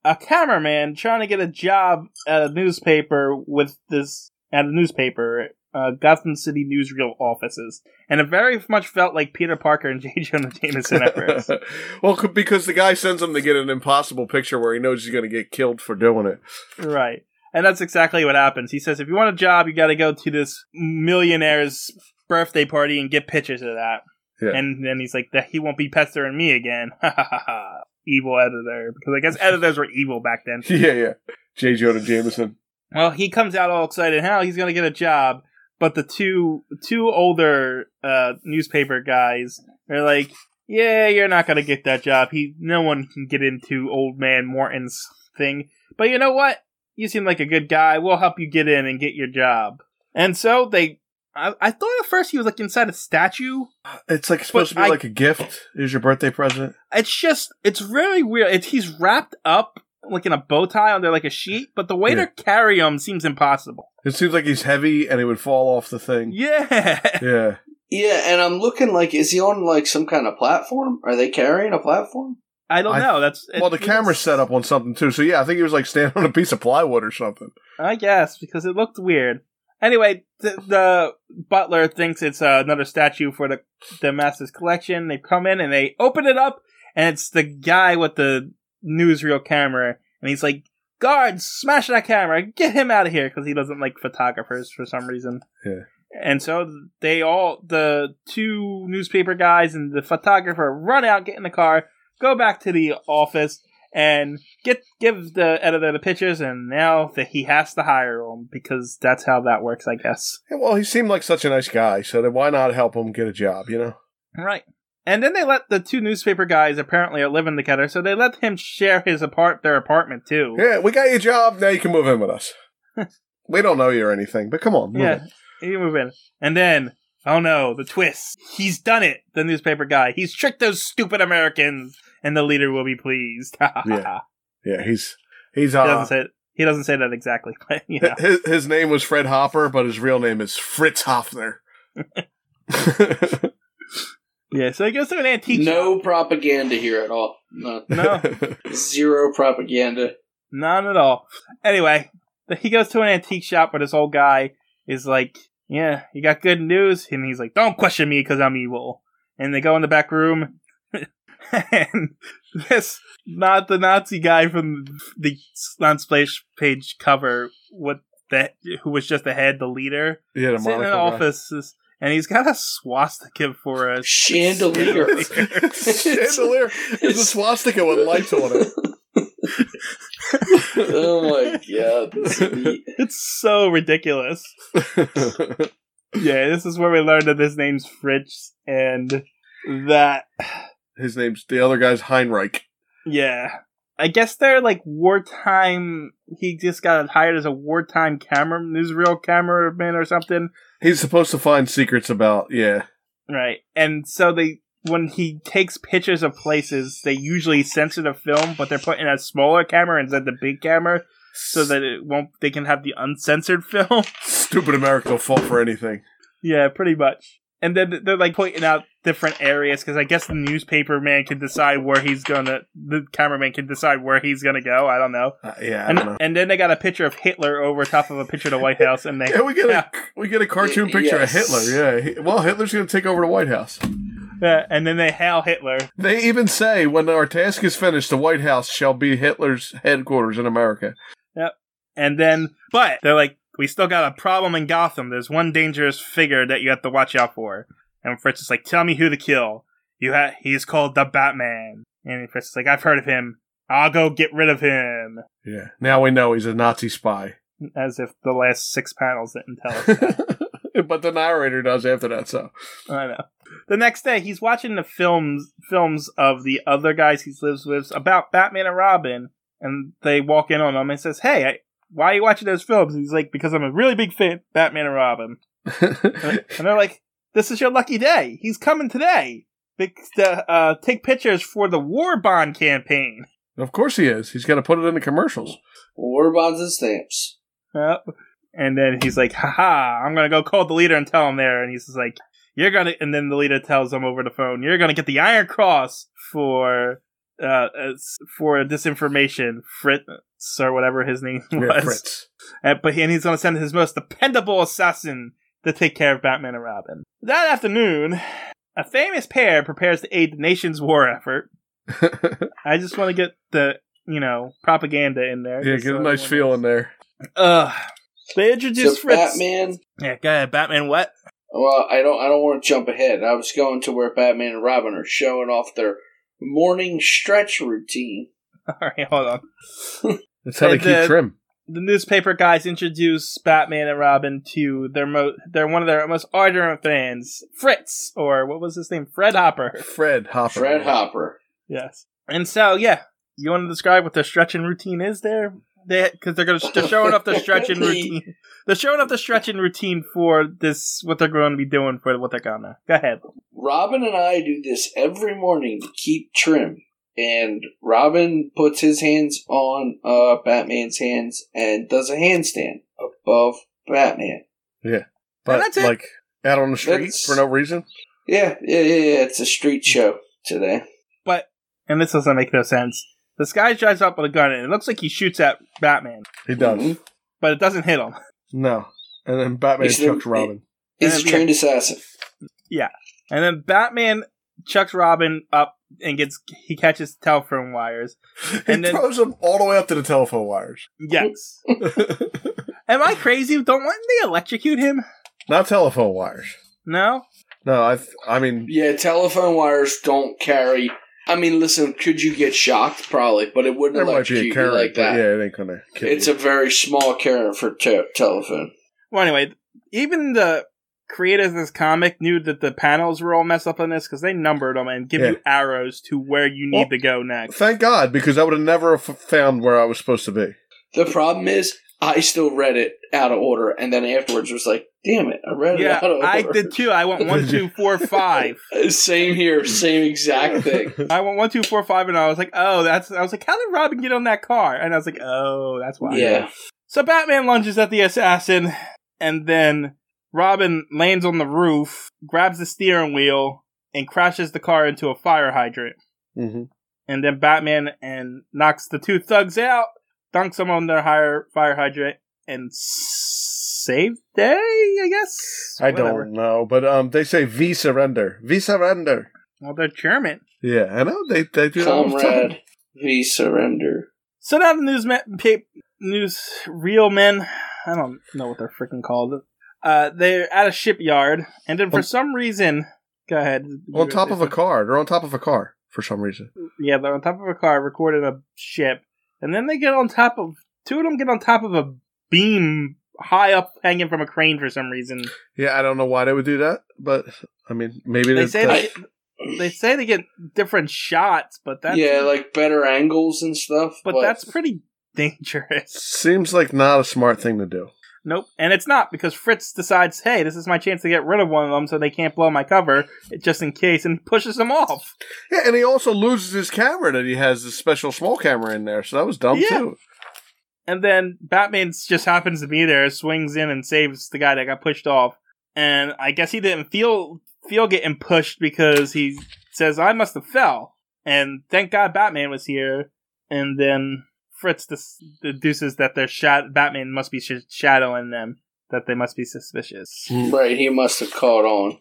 Speaker 1: a cameraman trying to get a job at a newspaper with this at a newspaper, uh, Gotham City newsreel offices, and it very much felt like Peter Parker and <laughs> J. Jonah Jameson at first.
Speaker 2: <laughs> well, c- because the guy sends him to get an impossible picture where he knows he's going to get killed for doing it. <laughs>
Speaker 1: right, and that's exactly what happens. He says, "If you want a job, you got to go to this millionaire's birthday party and get pictures of that."
Speaker 2: Yeah.
Speaker 1: And then he's like, "That he won't be pestering me again." <laughs> evil editor, because I guess editors were evil back then.
Speaker 2: Yeah, yeah. J. Jonah Jameson.
Speaker 1: Well, he comes out all excited. How he's gonna get a job? But the two two older uh, newspaper guys are like, "Yeah, you're not gonna get that job. He no one can get into old man Morton's thing. But you know what? You seem like a good guy. We'll help you get in and get your job." And so they, I, I thought at first he was like inside a statue.
Speaker 2: It's like supposed
Speaker 1: But
Speaker 2: to be
Speaker 1: I-
Speaker 2: like a gift. Is your birthday present?
Speaker 1: It's just it's really weird. It's, he's wrapped up like in a bow tie under like a sheet, but the way
Speaker 2: Yeah.
Speaker 1: to carry him seems impossible.
Speaker 2: It seems like he's heavy and he would fall off the thing.
Speaker 1: Yeah.
Speaker 2: Yeah.
Speaker 3: Yeah, and I'm looking like, is he on like some kind of platform? Are they carrying a platform?
Speaker 1: I don't
Speaker 2: I-
Speaker 1: know. That's it-
Speaker 2: Well, the
Speaker 1: it's-
Speaker 2: camera's set up on something too. So yeah, I think he was like standing on a piece of plywood or something.
Speaker 1: I guess because it looked weird. Anyway, the, the butler thinks it's uh, another statue for the the master's collection. They come in and they open it up, and it's the guy with the newsreel camera, and he's like, "Guards, smash that camera! Get him out of here!" Because he doesn't like photographers for some reason.
Speaker 2: Yeah.
Speaker 1: And so they all, the two newspaper guys and the photographer, run out, get in the car, go back to the office, and get give the editor the pictures, and now that he has to hire him because that's how that works, I guess.
Speaker 2: Yeah, well, he seemed like such a nice guy. So then why not help him get a job? You know.
Speaker 1: Right. And then they let the two newspaper guys apparently are living together, so they let him share his apart their apartment too.
Speaker 2: Yeah, we got your job. Now you can move in
Speaker 1: <laughs>
Speaker 2: with us. we don't know you or anything, but come on. move
Speaker 1: Yeah, you move in. And then, oh no, the twist. He's done it, the newspaper guy. He's tricked those stupid Americans, and the leader will be pleased. <laughs>
Speaker 2: Yeah. in. Yeah, he's he's
Speaker 1: He
Speaker 2: uh,
Speaker 1: doesn't say he doesn't say that exactly, <laughs> but you
Speaker 2: <laughs>
Speaker 1: know.
Speaker 2: hi- his his name was Fred Hopper, but his real name is Fritz Hofner.
Speaker 1: yeah, so he goes to an antique
Speaker 3: no
Speaker 1: shop.
Speaker 3: propaganda here at all. None.
Speaker 1: <laughs> No.
Speaker 3: Zero
Speaker 2: <laughs>
Speaker 3: propaganda.
Speaker 1: None at all. Anyway, he goes to an antique shop where this old guy is like, Yeah, you got good news? And he's like, Don't question me because I'm evil. And they go in the back room, <laughs> and this, not the Nazi guy from the Splash page cover, what that who was just ahead, the leader,
Speaker 2: yeah, the
Speaker 1: sitting in
Speaker 2: monocle
Speaker 1: an
Speaker 2: guy. <laughs>
Speaker 1: office, is- and he's got a swastika for us.
Speaker 3: Chandelier.
Speaker 2: Chandelier is a swastika with lights on it.
Speaker 3: <laughs> oh
Speaker 2: <laughs>
Speaker 3: my god. This is neat.
Speaker 1: It's so ridiculous. <laughs> Yeah, this is where we learned that his name's Fritz, and that
Speaker 2: His name's the other guy's Heinrich.
Speaker 1: yeah. I guess they're like wartime. He just got hired as a wartime camera newsreel cameraman or something.
Speaker 2: He's supposed to find secrets about yeah.
Speaker 1: Right. And so they when he takes pictures of places, they usually censor the film, but they're putting a smaller camera instead of the big camera so that it won't they can have the uncensored <laughs> film.
Speaker 2: Stupid America will fall for anything.
Speaker 1: yeah, pretty much. And then they're like pointing out different areas because I guess the newspaper man can decide where he's gonna, the cameraman can decide where he's gonna go. I don't know.
Speaker 2: Uh, yeah, I
Speaker 1: And,
Speaker 2: don't know.
Speaker 1: and then they got a picture of Hitler over top of a picture of the White House, and
Speaker 2: <laughs>
Speaker 1: they
Speaker 2: Yeah, we get a
Speaker 1: Yeah.
Speaker 2: we get a cartoon
Speaker 3: Y-
Speaker 2: picture
Speaker 3: yes.
Speaker 2: of Hitler. Yeah, He- well, Hitler's going to take over the White House.
Speaker 1: yeah, uh, and then they hail Hitler.
Speaker 2: They even say when our task is finished, the White House shall be Hitler's headquarters in America.
Speaker 1: And then, but they're like, we still got a problem in Gotham. There's one dangerous figure that you have to watch out for. And Fritz is like, tell me who to kill. You ha- he's called the Batman. And Fritz is like, I've heard of him. I'll go get rid of him.
Speaker 2: Yeah, now we know he's a Nazi spy. <laughs>
Speaker 1: As if the last six panels didn't tell us <laughs> that.
Speaker 2: but the narrator does after that, so
Speaker 1: I know. The next day, he's watching the films films of the other guys he lives with about Batman and Robin, and they walk in on him and says, "Hey, I, why are you watching those films?" And he's like, "Because I'm a really big fan of Batman and Robin." And and they're like, "This is your lucky day. He's coming today Big- to uh, take pictures for the war bond campaign."
Speaker 2: <laughs> of course he is. He's got to put it in the <laughs> commercials.
Speaker 3: War bonds and stamps.
Speaker 1: Yep. And then he's like, haha, I'm gonna go call the leader and tell him there. And he's just like, you're gonna, and then the leader tells him over the phone, you're gonna get the Iron Cross for, uh, uh s- for disinformation, Fritz, or whatever his name was.
Speaker 2: Yeah, <laughs> Fritz.
Speaker 1: Uh, but he, and he's gonna send his most dependable assassin to take care of Batman and Robin. That afternoon, a famous pair prepares to aid the nation's war effort. I just wanna get the, you know, propaganda in there.
Speaker 2: yeah,
Speaker 1: Just
Speaker 2: get a
Speaker 1: so
Speaker 2: nice
Speaker 1: everyone
Speaker 2: feel
Speaker 1: knows.
Speaker 2: in there.
Speaker 1: Ugh. They
Speaker 3: So
Speaker 1: introduced Fritz.
Speaker 3: Batman.
Speaker 1: Yeah, go ahead, Batman. What?
Speaker 3: Well, I don't. I don't want to jump ahead. I was going to where Batman and Robin are showing off their morning stretch routine.
Speaker 1: <laughs> All right, hold on.
Speaker 2: That's how they
Speaker 1: And
Speaker 2: keep
Speaker 1: the-
Speaker 2: trim.
Speaker 1: The newspaper guys introduce Batman and Robin to their mo- they're one of their most ardent fans, Fritz, or what was his name, Fred Hopper.
Speaker 2: Fred Hopper.
Speaker 3: Fred Hopper.
Speaker 1: Yes. And so, yeah, you want to describe what their stretching routine is there? They because they're gonna they're showing off the <laughs> stretching routine. They're showing off the stretching routine for this what they're going to be doing for what they're gonna. Go ahead.
Speaker 3: Robin and I do this every morning to keep trim. And Robin puts his hands on uh, Batman's hands and does a handstand above Batman.
Speaker 2: But
Speaker 1: And that's it.
Speaker 2: like out on the street
Speaker 3: That's-
Speaker 2: for no reason.
Speaker 3: Yeah, yeah, yeah, yeah. It's a street show today.
Speaker 1: And this doesn't make no sense. This guy drives up with a gun and it looks like he shoots at Batman,
Speaker 2: He does.
Speaker 3: Mhm.
Speaker 1: but it doesn't hit him.
Speaker 2: No. And then Batman
Speaker 3: He's the-
Speaker 2: chucks Robin.
Speaker 3: He's a
Speaker 1: That'd be
Speaker 3: trained assassin.
Speaker 1: And then Batman chucks Robin up and gets he catches telephone wires.
Speaker 2: He
Speaker 1: and then-
Speaker 2: throws him all the way up to the telephone wires. <laughs>
Speaker 1: Yes. Am I crazy? Don't want they electrocute him?
Speaker 2: Not telephone wires.
Speaker 1: No?
Speaker 2: No, I. Th- I mean,
Speaker 3: Yeah, telephone wires don't carry. I mean, listen, could you get shocked? Probably, but it wouldn't
Speaker 2: there might
Speaker 3: electrocute
Speaker 2: be
Speaker 3: you
Speaker 2: a current,
Speaker 3: like
Speaker 2: but
Speaker 3: that.
Speaker 2: yeah, it ain't gonna. Kill
Speaker 3: it's
Speaker 2: you.
Speaker 3: a very small current for te- telephone.
Speaker 1: Well anyway, even the creators of this comic knew that the panels were all messed up on this because they numbered them and give
Speaker 2: Yeah.
Speaker 1: you arrows to where you need
Speaker 2: Well-
Speaker 1: to go next.
Speaker 2: Thank God, because I would have never have found where I was supposed to be.
Speaker 3: The problem is, I still read it out of order, and then afterwards was like, "Damn it, I read
Speaker 1: Yeah,
Speaker 3: it out of order."
Speaker 1: I did too. I went one, two, four, five.
Speaker 3: <laughs> Same here, same
Speaker 2: <laughs>
Speaker 3: exact thing.
Speaker 1: I went one, two, four, five, and I was like, "Oh, that's." I was like, "How did Robin get on that car?" And I was like, "Oh, that's why."
Speaker 3: yeah,
Speaker 1: So Batman lunges at the assassin, and then Robin lands on the roof, grabs the steering wheel, and crashes the car into a fire hydrant.
Speaker 2: Mm-hmm.
Speaker 1: And then Batman and knocks the two thugs out, dunks them on their higher fire hydrant, and s- save day. I guess
Speaker 2: I
Speaker 1: Whatever.
Speaker 2: don't know, but um, they say "V surrender, V surrender."
Speaker 1: Well, they're German.
Speaker 2: Yeah, I know they they do. that all the time.
Speaker 3: comrade v surrender.
Speaker 1: So now the news pa- news real men. I don't know what they're freaking called. Uh, they're at a shipyard, and then for
Speaker 2: On-
Speaker 1: some reason, go ahead.
Speaker 2: on top of a car. They're on top of a car for some reason.
Speaker 1: Yeah, they're on top of a car recording a ship, and then they get on top of two of them get on top of a beam high up, hanging from a crane for some reason.
Speaker 2: Yeah, I don't know why they would do that, but I mean, maybe
Speaker 1: They
Speaker 2: that's-
Speaker 1: say
Speaker 2: that's-
Speaker 1: that They say they get different shots, but that's
Speaker 3: yeah, like better angles and stuff.
Speaker 1: but that's pretty dangerous.
Speaker 2: Seems like not a smart thing to do.
Speaker 1: Nope. And it's not because Fritz decides, hey, this is my chance to get rid of one of them so they can't blow my cover just in case and pushes them off.
Speaker 2: Yeah, and he also loses his camera that he has this special small camera in there, so that was dumb
Speaker 1: Yeah.
Speaker 2: too.
Speaker 1: And then Batman just happens to be there, swings in and saves the guy that got pushed off. And I guess he didn't feel feel getting pushed because he says, I must have fell. And thank God Batman was here. And then Fritz dis- deduces that their shad- Batman must be sh- shadowing them, that they must be suspicious.
Speaker 3: right. He must have caught on.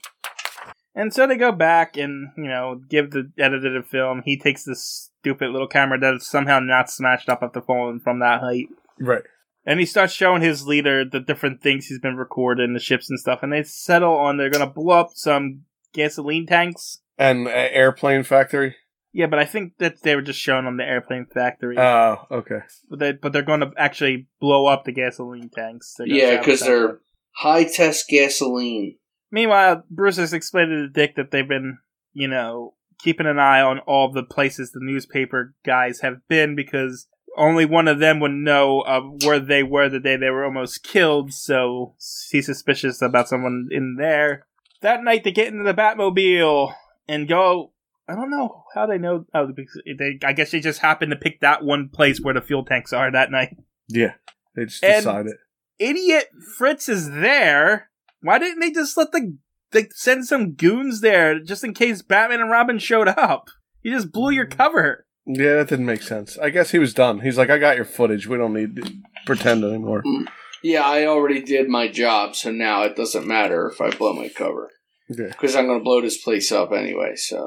Speaker 1: And so they go back and, you know, give the editor the film. He takes this stupid little camera that is somehow not smashed up after falling from that height.
Speaker 2: Right.
Speaker 1: And he starts showing his leader the different things he's been recording, the ships and stuff. And they settle on they're going to blow up some gasoline tanks.
Speaker 2: And uh, airplane factory.
Speaker 1: Yeah, but I think that they were just showing them the airplane factory.
Speaker 3: Uh,
Speaker 2: Oh, okay.
Speaker 1: but, they, but they're going to actually blow up the gasoline tanks. They're gonna
Speaker 3: Yeah, because
Speaker 1: sabotage
Speaker 3: they're
Speaker 1: them.
Speaker 3: high test gasoline.
Speaker 1: Meanwhile, Bruce has explained to Dick that they've been, you know, keeping an eye on all the places the newspaper guys have been because only one of them would know uh, where they were the day they were almost killed, so he's suspicious about someone in there. That night, they get into the Batmobile and go. I don't know how they know. Oh, because they, I guess they just happened to pick that one place where the fuel tanks are that night
Speaker 2: Yeah. They just
Speaker 1: And-
Speaker 2: decided.
Speaker 1: idiot Fritz is there. Why didn't they just let the like send some goons there just in case Batman and Robin showed up? You just blew your cover.
Speaker 2: Yeah, that didn't make sense. I guess he was done. He's like, I got your footage. We don't need to pretend anymore.
Speaker 3: Yeah, I already did my job, so now it doesn't matter if I blow my cover
Speaker 2: Yeah.
Speaker 3: because I'm going to blow this place up anyway. So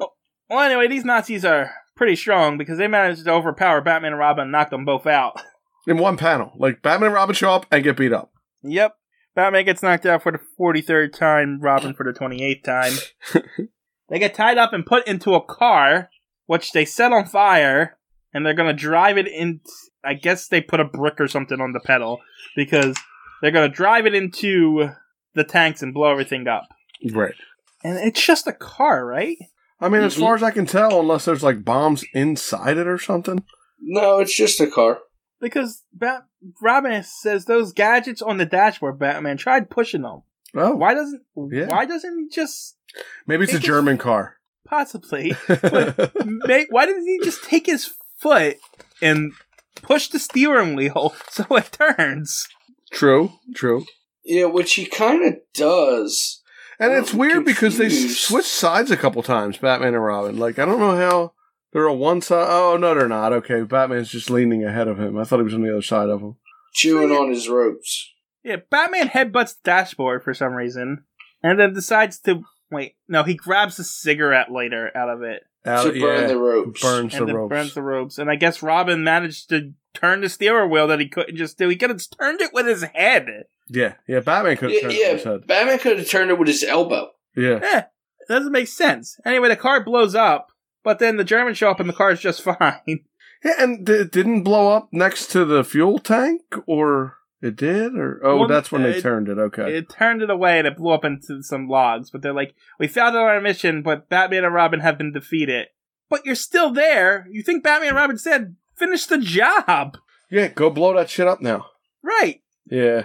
Speaker 1: Well, anyway, these Nazis are pretty strong because they managed to overpower Batman and Robin and knock them both out.
Speaker 2: In one panel. Like, Batman and Robin show up and get beat up.
Speaker 1: Yep. Batman gets knocked out for the 43rd time, Robin for the 28th time. they get tied up and put into a car, which they set on fire, and they're going to drive it in. I guess they put a brick or something on the pedal because they're going to drive it into the tanks and blow everything up.
Speaker 2: Right.
Speaker 1: And it's just a car, right?
Speaker 2: I mean, as
Speaker 3: Mhm.
Speaker 2: far as I can tell, unless there's like bombs inside it or something.
Speaker 3: no, it's just a car.
Speaker 1: Because Bat- Robin says those gadgets on the dashboard, Batman tried pushing them.
Speaker 2: Oh,
Speaker 1: Why doesn't?
Speaker 2: Yeah.
Speaker 1: Why doesn't he just
Speaker 2: maybe it's a
Speaker 1: Think it's-
Speaker 2: German car.
Speaker 1: possibly? May why didn't he just take his foot and push the steering wheel <laughs> so it turns?
Speaker 2: <laughs> true, true.
Speaker 3: Yeah, which he kind of does.
Speaker 2: And
Speaker 3: I'm
Speaker 2: it's weird because they
Speaker 3: confused.
Speaker 2: switch sides a couple times, Batman and Robin. Like, I don't know how they're on one side. Oh, no, they're not. Okay, Batman's just leaning ahead of him. I thought he was on the other side of him.
Speaker 3: Chewing on his ropes.
Speaker 1: Yeah, Batman headbutts the dashboard for some reason, and then decides to wait. No, he grabs a cigarette lighter out of it
Speaker 2: Out,
Speaker 3: to burn
Speaker 2: yeah,
Speaker 3: the ropes.
Speaker 2: burns
Speaker 1: and
Speaker 2: the
Speaker 1: then
Speaker 2: ropes.
Speaker 1: burns the ropes. And I guess Robin managed to turn the steering wheel that he couldn't just do. He could have turned it with his head.
Speaker 2: yeah, yeah, Batman could have
Speaker 3: Yeah,
Speaker 2: turned
Speaker 3: yeah,
Speaker 2: it his head.
Speaker 3: Batman could have turned it with his elbow.
Speaker 2: Yeah.
Speaker 1: It doesn't make sense. Anyway, the car blows up, but then the Germans show up and the car is just <laughs> fine.
Speaker 2: yeah, and d- it didn't blow up next to the fuel tank, or it did, or oh,
Speaker 1: Well,
Speaker 2: that's when they
Speaker 1: it-
Speaker 2: turned it. Okay,
Speaker 1: It turned it away and it blew up into some logs. But they're like, we failed on our mission, but Batman and Robin have been defeated. But you're still there. You think Batman and Robin said, finish the job.
Speaker 2: yeah, go blow that shit up now.
Speaker 1: Right.
Speaker 2: Yeah,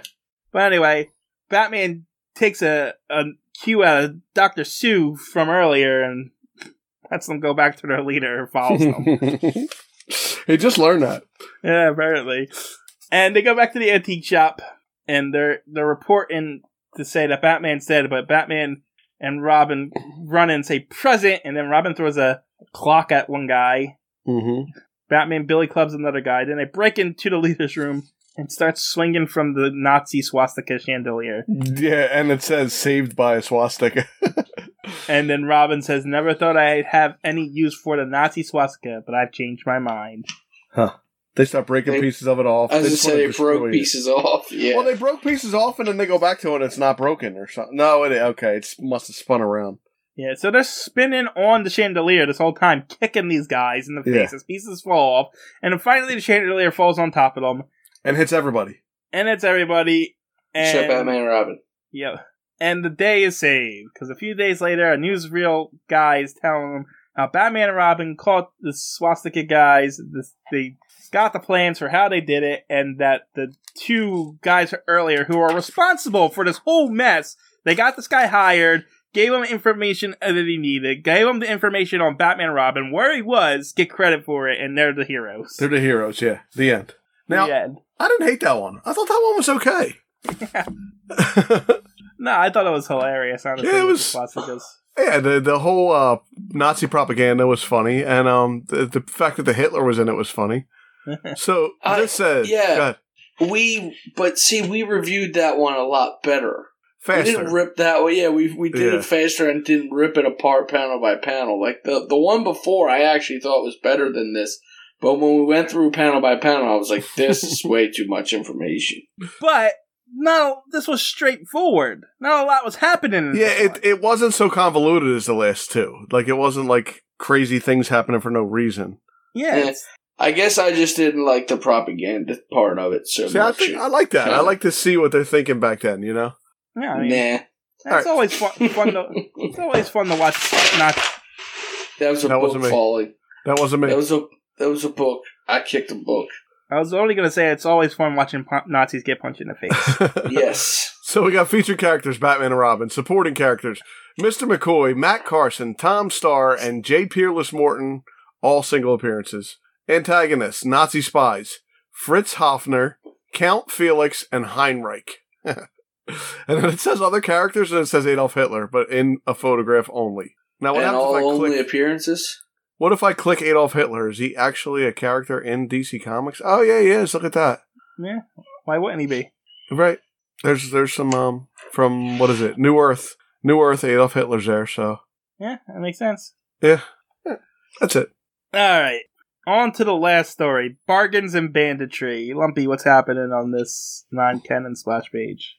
Speaker 1: But anyway, Batman takes a, a cue out of Dr. Sue from earlier and <laughs> lets them go back to their leader and follows
Speaker 2: <laughs>
Speaker 1: them.
Speaker 2: he just learned that.
Speaker 1: Yeah, apparently. And they go back to the antique shop, and they're they're reporting to say that Batman's dead, but Batman and Robin run and say present, and then Robin throws a clock at one guy.
Speaker 2: Mm-hmm.
Speaker 1: Batman Billy clubs another guy. Then they break into the leader's room and start swinging from the Nazi swastika chandelier.
Speaker 2: Yeah, and it says saved by a swastika. <laughs>
Speaker 1: And then Robin says, "Never thought I'd have any use for the Nazi swastika, but I've changed my mind."
Speaker 2: They start breaking
Speaker 3: They-
Speaker 2: pieces of it off.
Speaker 3: As I
Speaker 2: just wanna
Speaker 3: say, they
Speaker 2: destroy
Speaker 3: broke
Speaker 2: it.
Speaker 3: pieces off. Yeah.
Speaker 2: Well, they broke pieces off, and then they go back to it, and it's not broken or something. No, it okay. It must have spun around.
Speaker 1: Yeah, so they're spinning on the chandelier this whole time, kicking these guys in the
Speaker 2: Yeah.
Speaker 1: face as pieces fall off, and then finally the chandelier falls on top of them,
Speaker 2: and hits everybody.
Speaker 1: and it's everybody. And
Speaker 3: Except Batman and Robin.
Speaker 1: Yeah, and the day is saved because a few days later, a newsreel guy is telling them how Batman and Robin caught the swastika guys. This, they got the plans for how they did it, and that the two guys earlier who are responsible for this whole mess, they got this guy hired. Gave him information that he needed. Gave him the information on Batman and Robin, where he was, get credit for it, and they're the heroes.
Speaker 2: They're the heroes, yeah. The end. Now,
Speaker 1: The end.
Speaker 2: I didn't hate that one. I thought that one was okay.
Speaker 1: No, I thought it was hilarious. Honestly,
Speaker 2: Yeah, it
Speaker 1: with
Speaker 2: was-
Speaker 1: the swastikas.
Speaker 2: Yeah, the the whole uh, Nazi propaganda was funny, and um, the, the fact that the Hitler was in it was funny. So
Speaker 3: I-
Speaker 2: this says,
Speaker 3: yeah.
Speaker 2: go ahead.
Speaker 3: We, but see, we reviewed that one a lot better. We
Speaker 2: faster.
Speaker 3: didn't rip that one. Yeah, we we did
Speaker 2: Yeah.
Speaker 3: it faster and didn't rip it apart panel by panel. Like the the one before, I actually thought was better than this. But when we went through panel by panel, I was like,
Speaker 2: <laughs>
Speaker 3: "This is way too much information."
Speaker 1: But no, this was straightforward. Not a lot was happening. In
Speaker 2: yeah,
Speaker 1: this
Speaker 2: it,
Speaker 1: one.
Speaker 2: it wasn't so convoluted as the last two. Like it wasn't like crazy things happening for no reason.
Speaker 1: yeah. it's-
Speaker 3: I guess I just didn't like the propaganda part of it so
Speaker 2: See, I
Speaker 3: much.
Speaker 2: think I like that. I like to see what they're thinking back then. You know,
Speaker 1: yeah, I mean,
Speaker 3: nah,
Speaker 1: it's
Speaker 2: Alright.
Speaker 1: always fun, fun to. It's always fun to watch. Not
Speaker 3: that was a
Speaker 2: That
Speaker 3: book
Speaker 2: wasn't me.
Speaker 3: falling.
Speaker 2: that wasn't me.
Speaker 3: That was a that was a book. I kicked a
Speaker 2: <laughs>
Speaker 3: book.
Speaker 1: I was only gonna say it's always fun watching pu- Nazis get punched in the face.
Speaker 2: <laughs>
Speaker 3: Yes.
Speaker 2: So we got featured characters Batman and Robin, supporting characters Mr. McCoy, Matt Carson, Tom Starr, and J. Peerless Morton, all single appearances. Antagonists Nazi spies Fritz Hoffner, Count Felix, and Heinrich. <laughs> and then it says other characters and it says Adolf Hitler, but in a photograph only. Now, what
Speaker 3: and
Speaker 2: happens
Speaker 3: all
Speaker 2: if I
Speaker 3: only
Speaker 2: click?
Speaker 3: appearances.
Speaker 2: What if I click Adolf Hitler? Is he actually a character in DC Comics? Oh yeah, he is. Look at that.
Speaker 1: Why wouldn't he be?
Speaker 2: Right. There's there's some um from what is it? New Earth. New Earth, Adolf Hitler's there, so
Speaker 1: Yeah, that makes sense.
Speaker 2: that's it.
Speaker 1: All right, on to the last story: bargains and banditry. Lumpy, what's happening on this non-canon splash page?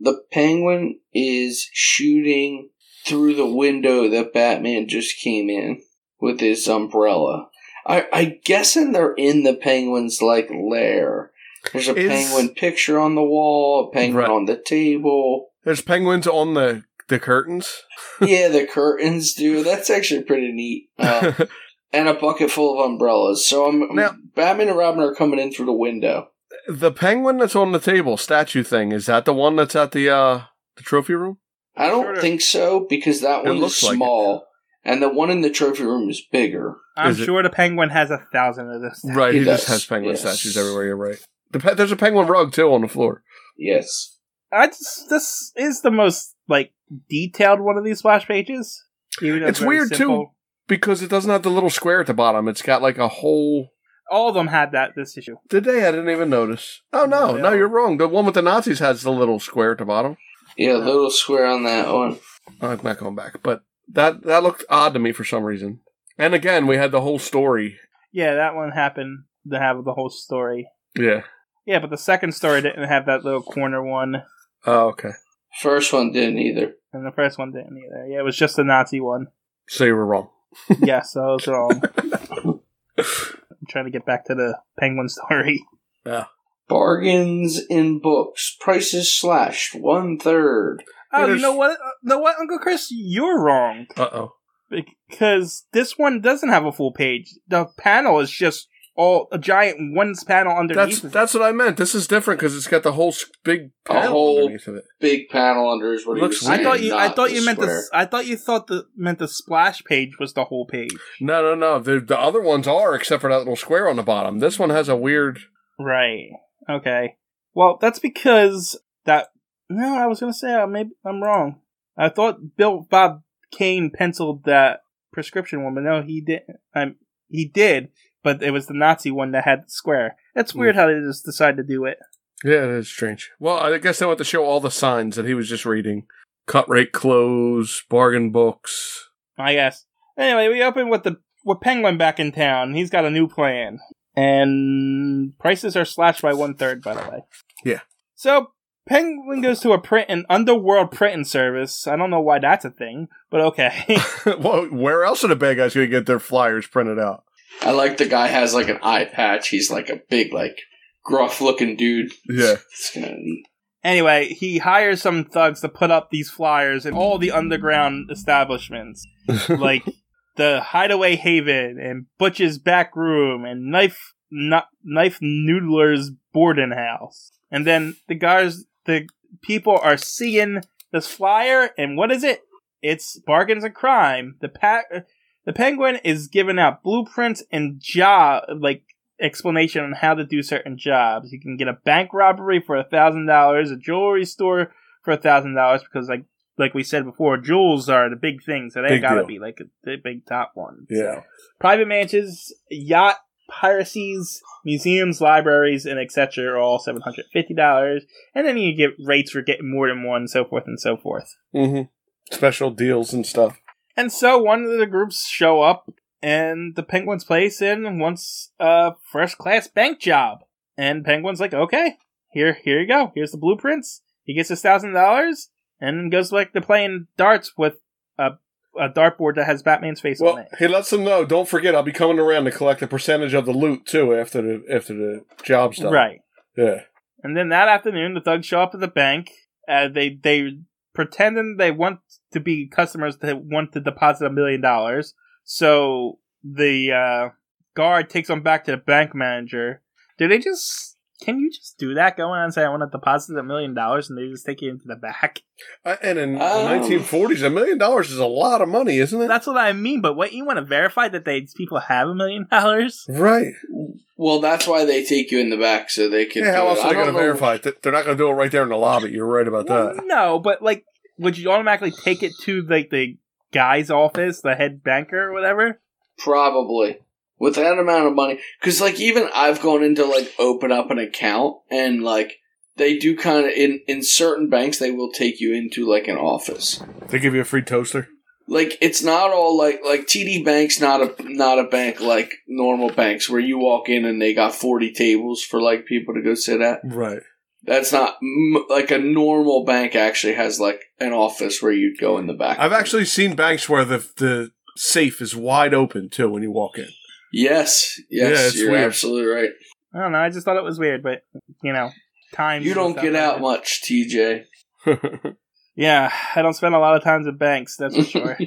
Speaker 3: The penguin is shooting through the window that Batman just came in with his umbrella. I, I guessing they're in the penguin's like lair. There's a
Speaker 2: Is-
Speaker 3: penguin picture on the wall, a penguin
Speaker 2: Right.
Speaker 3: on the
Speaker 2: <laughs>
Speaker 3: table.
Speaker 2: There's penguins on the the curtains. <laughs>
Speaker 3: yeah, the curtains do. That's actually pretty neat.
Speaker 2: <laughs>
Speaker 3: Uh, and a bucket full of umbrellas. So I'm,
Speaker 2: Now-
Speaker 3: Batman and Robin are coming in through the window.
Speaker 2: the penguin that's on the table, statue thing, is that the one that's at the uh the trophy room?
Speaker 3: I don't
Speaker 1: Sure.
Speaker 3: think so because that
Speaker 2: It
Speaker 3: one is
Speaker 2: looks like it.
Speaker 3: small, and the one in the trophy room is bigger.
Speaker 1: I'm
Speaker 2: Is it-
Speaker 1: sure the penguin has a thousand of
Speaker 2: <laughs>
Speaker 1: this.
Speaker 2: Right, he,
Speaker 3: He
Speaker 2: just
Speaker 3: does,
Speaker 2: has penguin
Speaker 3: yes.
Speaker 2: statues everywhere, you're right. The pe- there's a penguin rug too on the floor.
Speaker 3: Yes,
Speaker 1: I just this is the most like detailed one of these splash pages. Even though
Speaker 2: It's
Speaker 1: very
Speaker 2: weird, too. Because it doesn't have the little square at the bottom. It's got like a whole
Speaker 1: All of them had that this issue.
Speaker 2: Did they? I didn't even notice. Oh no,
Speaker 1: No, they
Speaker 2: no,
Speaker 1: all-
Speaker 2: you're wrong. The one with the Nazis has the little square at the bottom.
Speaker 3: yeah, little square on that one.
Speaker 2: I'm not going back, but that that looked odd to me for some reason. And again, we had the whole story.
Speaker 1: Yeah, that one happened to have the whole story.
Speaker 2: Yeah.
Speaker 1: Yeah, but the second story didn't have that little corner one,
Speaker 2: Oh, okay.
Speaker 3: First one didn't either.
Speaker 1: and the first one didn't either. Yeah, it was just the Nazi
Speaker 2: <laughs>
Speaker 1: one.
Speaker 2: So you were wrong.
Speaker 1: yes, I was
Speaker 2: <laughs>
Speaker 1: wrong. I'm trying to get back to the penguin story.
Speaker 3: Bargains in books, prices slashed one third.
Speaker 1: Oh, you
Speaker 2: there's-
Speaker 1: know what? You know what, Uncle Chris? You're wrong.
Speaker 2: Uh oh.
Speaker 1: because this one doesn't have a full page. The panel is just all a giant one panel
Speaker 2: That's
Speaker 1: underneath.
Speaker 2: that's what I meant. This is different because it's got the whole s- big
Speaker 3: A
Speaker 2: panel
Speaker 3: whole-
Speaker 2: Oh. underneath of it.
Speaker 3: Big panel under is what
Speaker 2: Looks
Speaker 3: he was
Speaker 2: weird.
Speaker 1: I
Speaker 3: saying.
Speaker 1: thought you. I
Speaker 3: not
Speaker 1: thought you meant
Speaker 3: square.
Speaker 1: the. I thought you thought the meant the splash page was the whole page.
Speaker 2: No, no, no. The the other ones are except for that little square on the bottom. This one has a weird.
Speaker 1: Right. Okay. Well, that's because that. No, I was gonna say uh, maybe I'm wrong. I thought Bill Bob Kane penciled that prescription one, but no, he didn't. Um, he did, but it was the Nazi one that had the square. It's weird how they just decided to do it.
Speaker 2: Yeah, it is strange. Well, I guess they want to show all the signs that he was just reading: cut rate clothes, bargain books.
Speaker 1: I guess. Anyway, we open with the with Penguin back in town. He's got a new plan, and prices are slashed by one third. By the way,
Speaker 2: Yeah.
Speaker 1: So Penguin goes to a print an underworld printing service. I don't know why that's a thing, but okay.
Speaker 2: <laughs> well, where else are the bad guys going to get their flyers printed out?
Speaker 3: I like the guy has like an eye patch. He's like a big, like gruff looking dude.
Speaker 2: Yeah.
Speaker 3: it's kind of neat.
Speaker 1: Anyway, he hires some thugs to put up these flyers in all the underground establishments, like the Hideaway Haven and Butch's Back Room and Knife Kn- Knife Noodler's Boarding House. And then the guys, the people are seeing this flyer, and what is it? It's bargains and crime. The pa- the penguin is giving out blueprints and job like explanation on how to do certain jobs. You can get a bank robbery for a thousand dollars, a jewelry store for a thousand dollars, because like like we said before, jewels are the big thing, so they
Speaker 2: Big
Speaker 1: gotta
Speaker 2: deal.
Speaker 1: be like the big top one.
Speaker 2: <laughs> Yeah.
Speaker 1: Private mansions, yacht piracies, museums, libraries, and etc. are all seven hundred fifty dollars, and then you get rates for getting more than one, so forth and so forth.
Speaker 2: Mm-hmm. Special deals and stuff.
Speaker 1: And so one of the groups show up and the Penguin's place and wants a first class bank job. And Penguin's like, okay, here here you go. Here's the blueprints. He gets his thousand dollars and goes like to playing darts with a a dartboard that has Batman's face on
Speaker 2: Well,
Speaker 1: it.
Speaker 2: he lets them know. Don't forget, I'll be coming around to collect a percentage of the loot too after the after the job's done.
Speaker 1: Right.
Speaker 2: Yeah.
Speaker 1: And then that afternoon, the thugs show up at the bank. Uh, they they pretending they want to be customers that want to deposit a million dollars. So the uh, guard takes them back to the bank manager. Do they just? Can you just do that? Go in and say I want to deposit a million dollars, and they just take you into the back. <laughs>
Speaker 2: I, Uh, and in
Speaker 3: Oh.
Speaker 2: the 1940s, a million dollars is a lot of money, isn't it?
Speaker 1: That's what I mean. But what you want to verify that they people have a million <laughs> dollars?
Speaker 2: right.
Speaker 3: Well, that's why they take you in the back so they can.
Speaker 2: Yeah.
Speaker 3: do
Speaker 2: How
Speaker 3: it.
Speaker 2: else
Speaker 3: I
Speaker 2: are they
Speaker 3: don't
Speaker 2: going to
Speaker 3: know-
Speaker 2: verify it? Th- They're not going to do it right there in the lobby. You're right about
Speaker 1: Well,
Speaker 2: that.
Speaker 1: no, but like, would you automatically take it to like the guy's office, the head banker or whatever?
Speaker 3: Probably. With that amount of money. Because, like, even I've gone into, like, open up an account and, like, they do kind of, in, in certain banks, they will take you into, like, an office.
Speaker 2: They give you a free toaster.
Speaker 3: Like, it's not all, like, like, TD Bank's not a, not a bank like normal banks where you walk in and they got 40 tables for, like, people to go sit at.
Speaker 2: Right.
Speaker 3: That's not, m- like, a normal bank actually has, like, an office where you'd go in the back.
Speaker 2: I've actually seen banks where the the safe is wide open too when you walk in.
Speaker 3: Yes,
Speaker 2: Yeah,
Speaker 3: yes,
Speaker 2: it's
Speaker 3: you're
Speaker 2: weird.
Speaker 3: absolutely right.
Speaker 1: I don't know. I just thought it was weird, but you know, time.
Speaker 3: You don't get out much, TJ. <laughs>
Speaker 1: Yeah, I don't spend a lot of times at banks. That's for sure.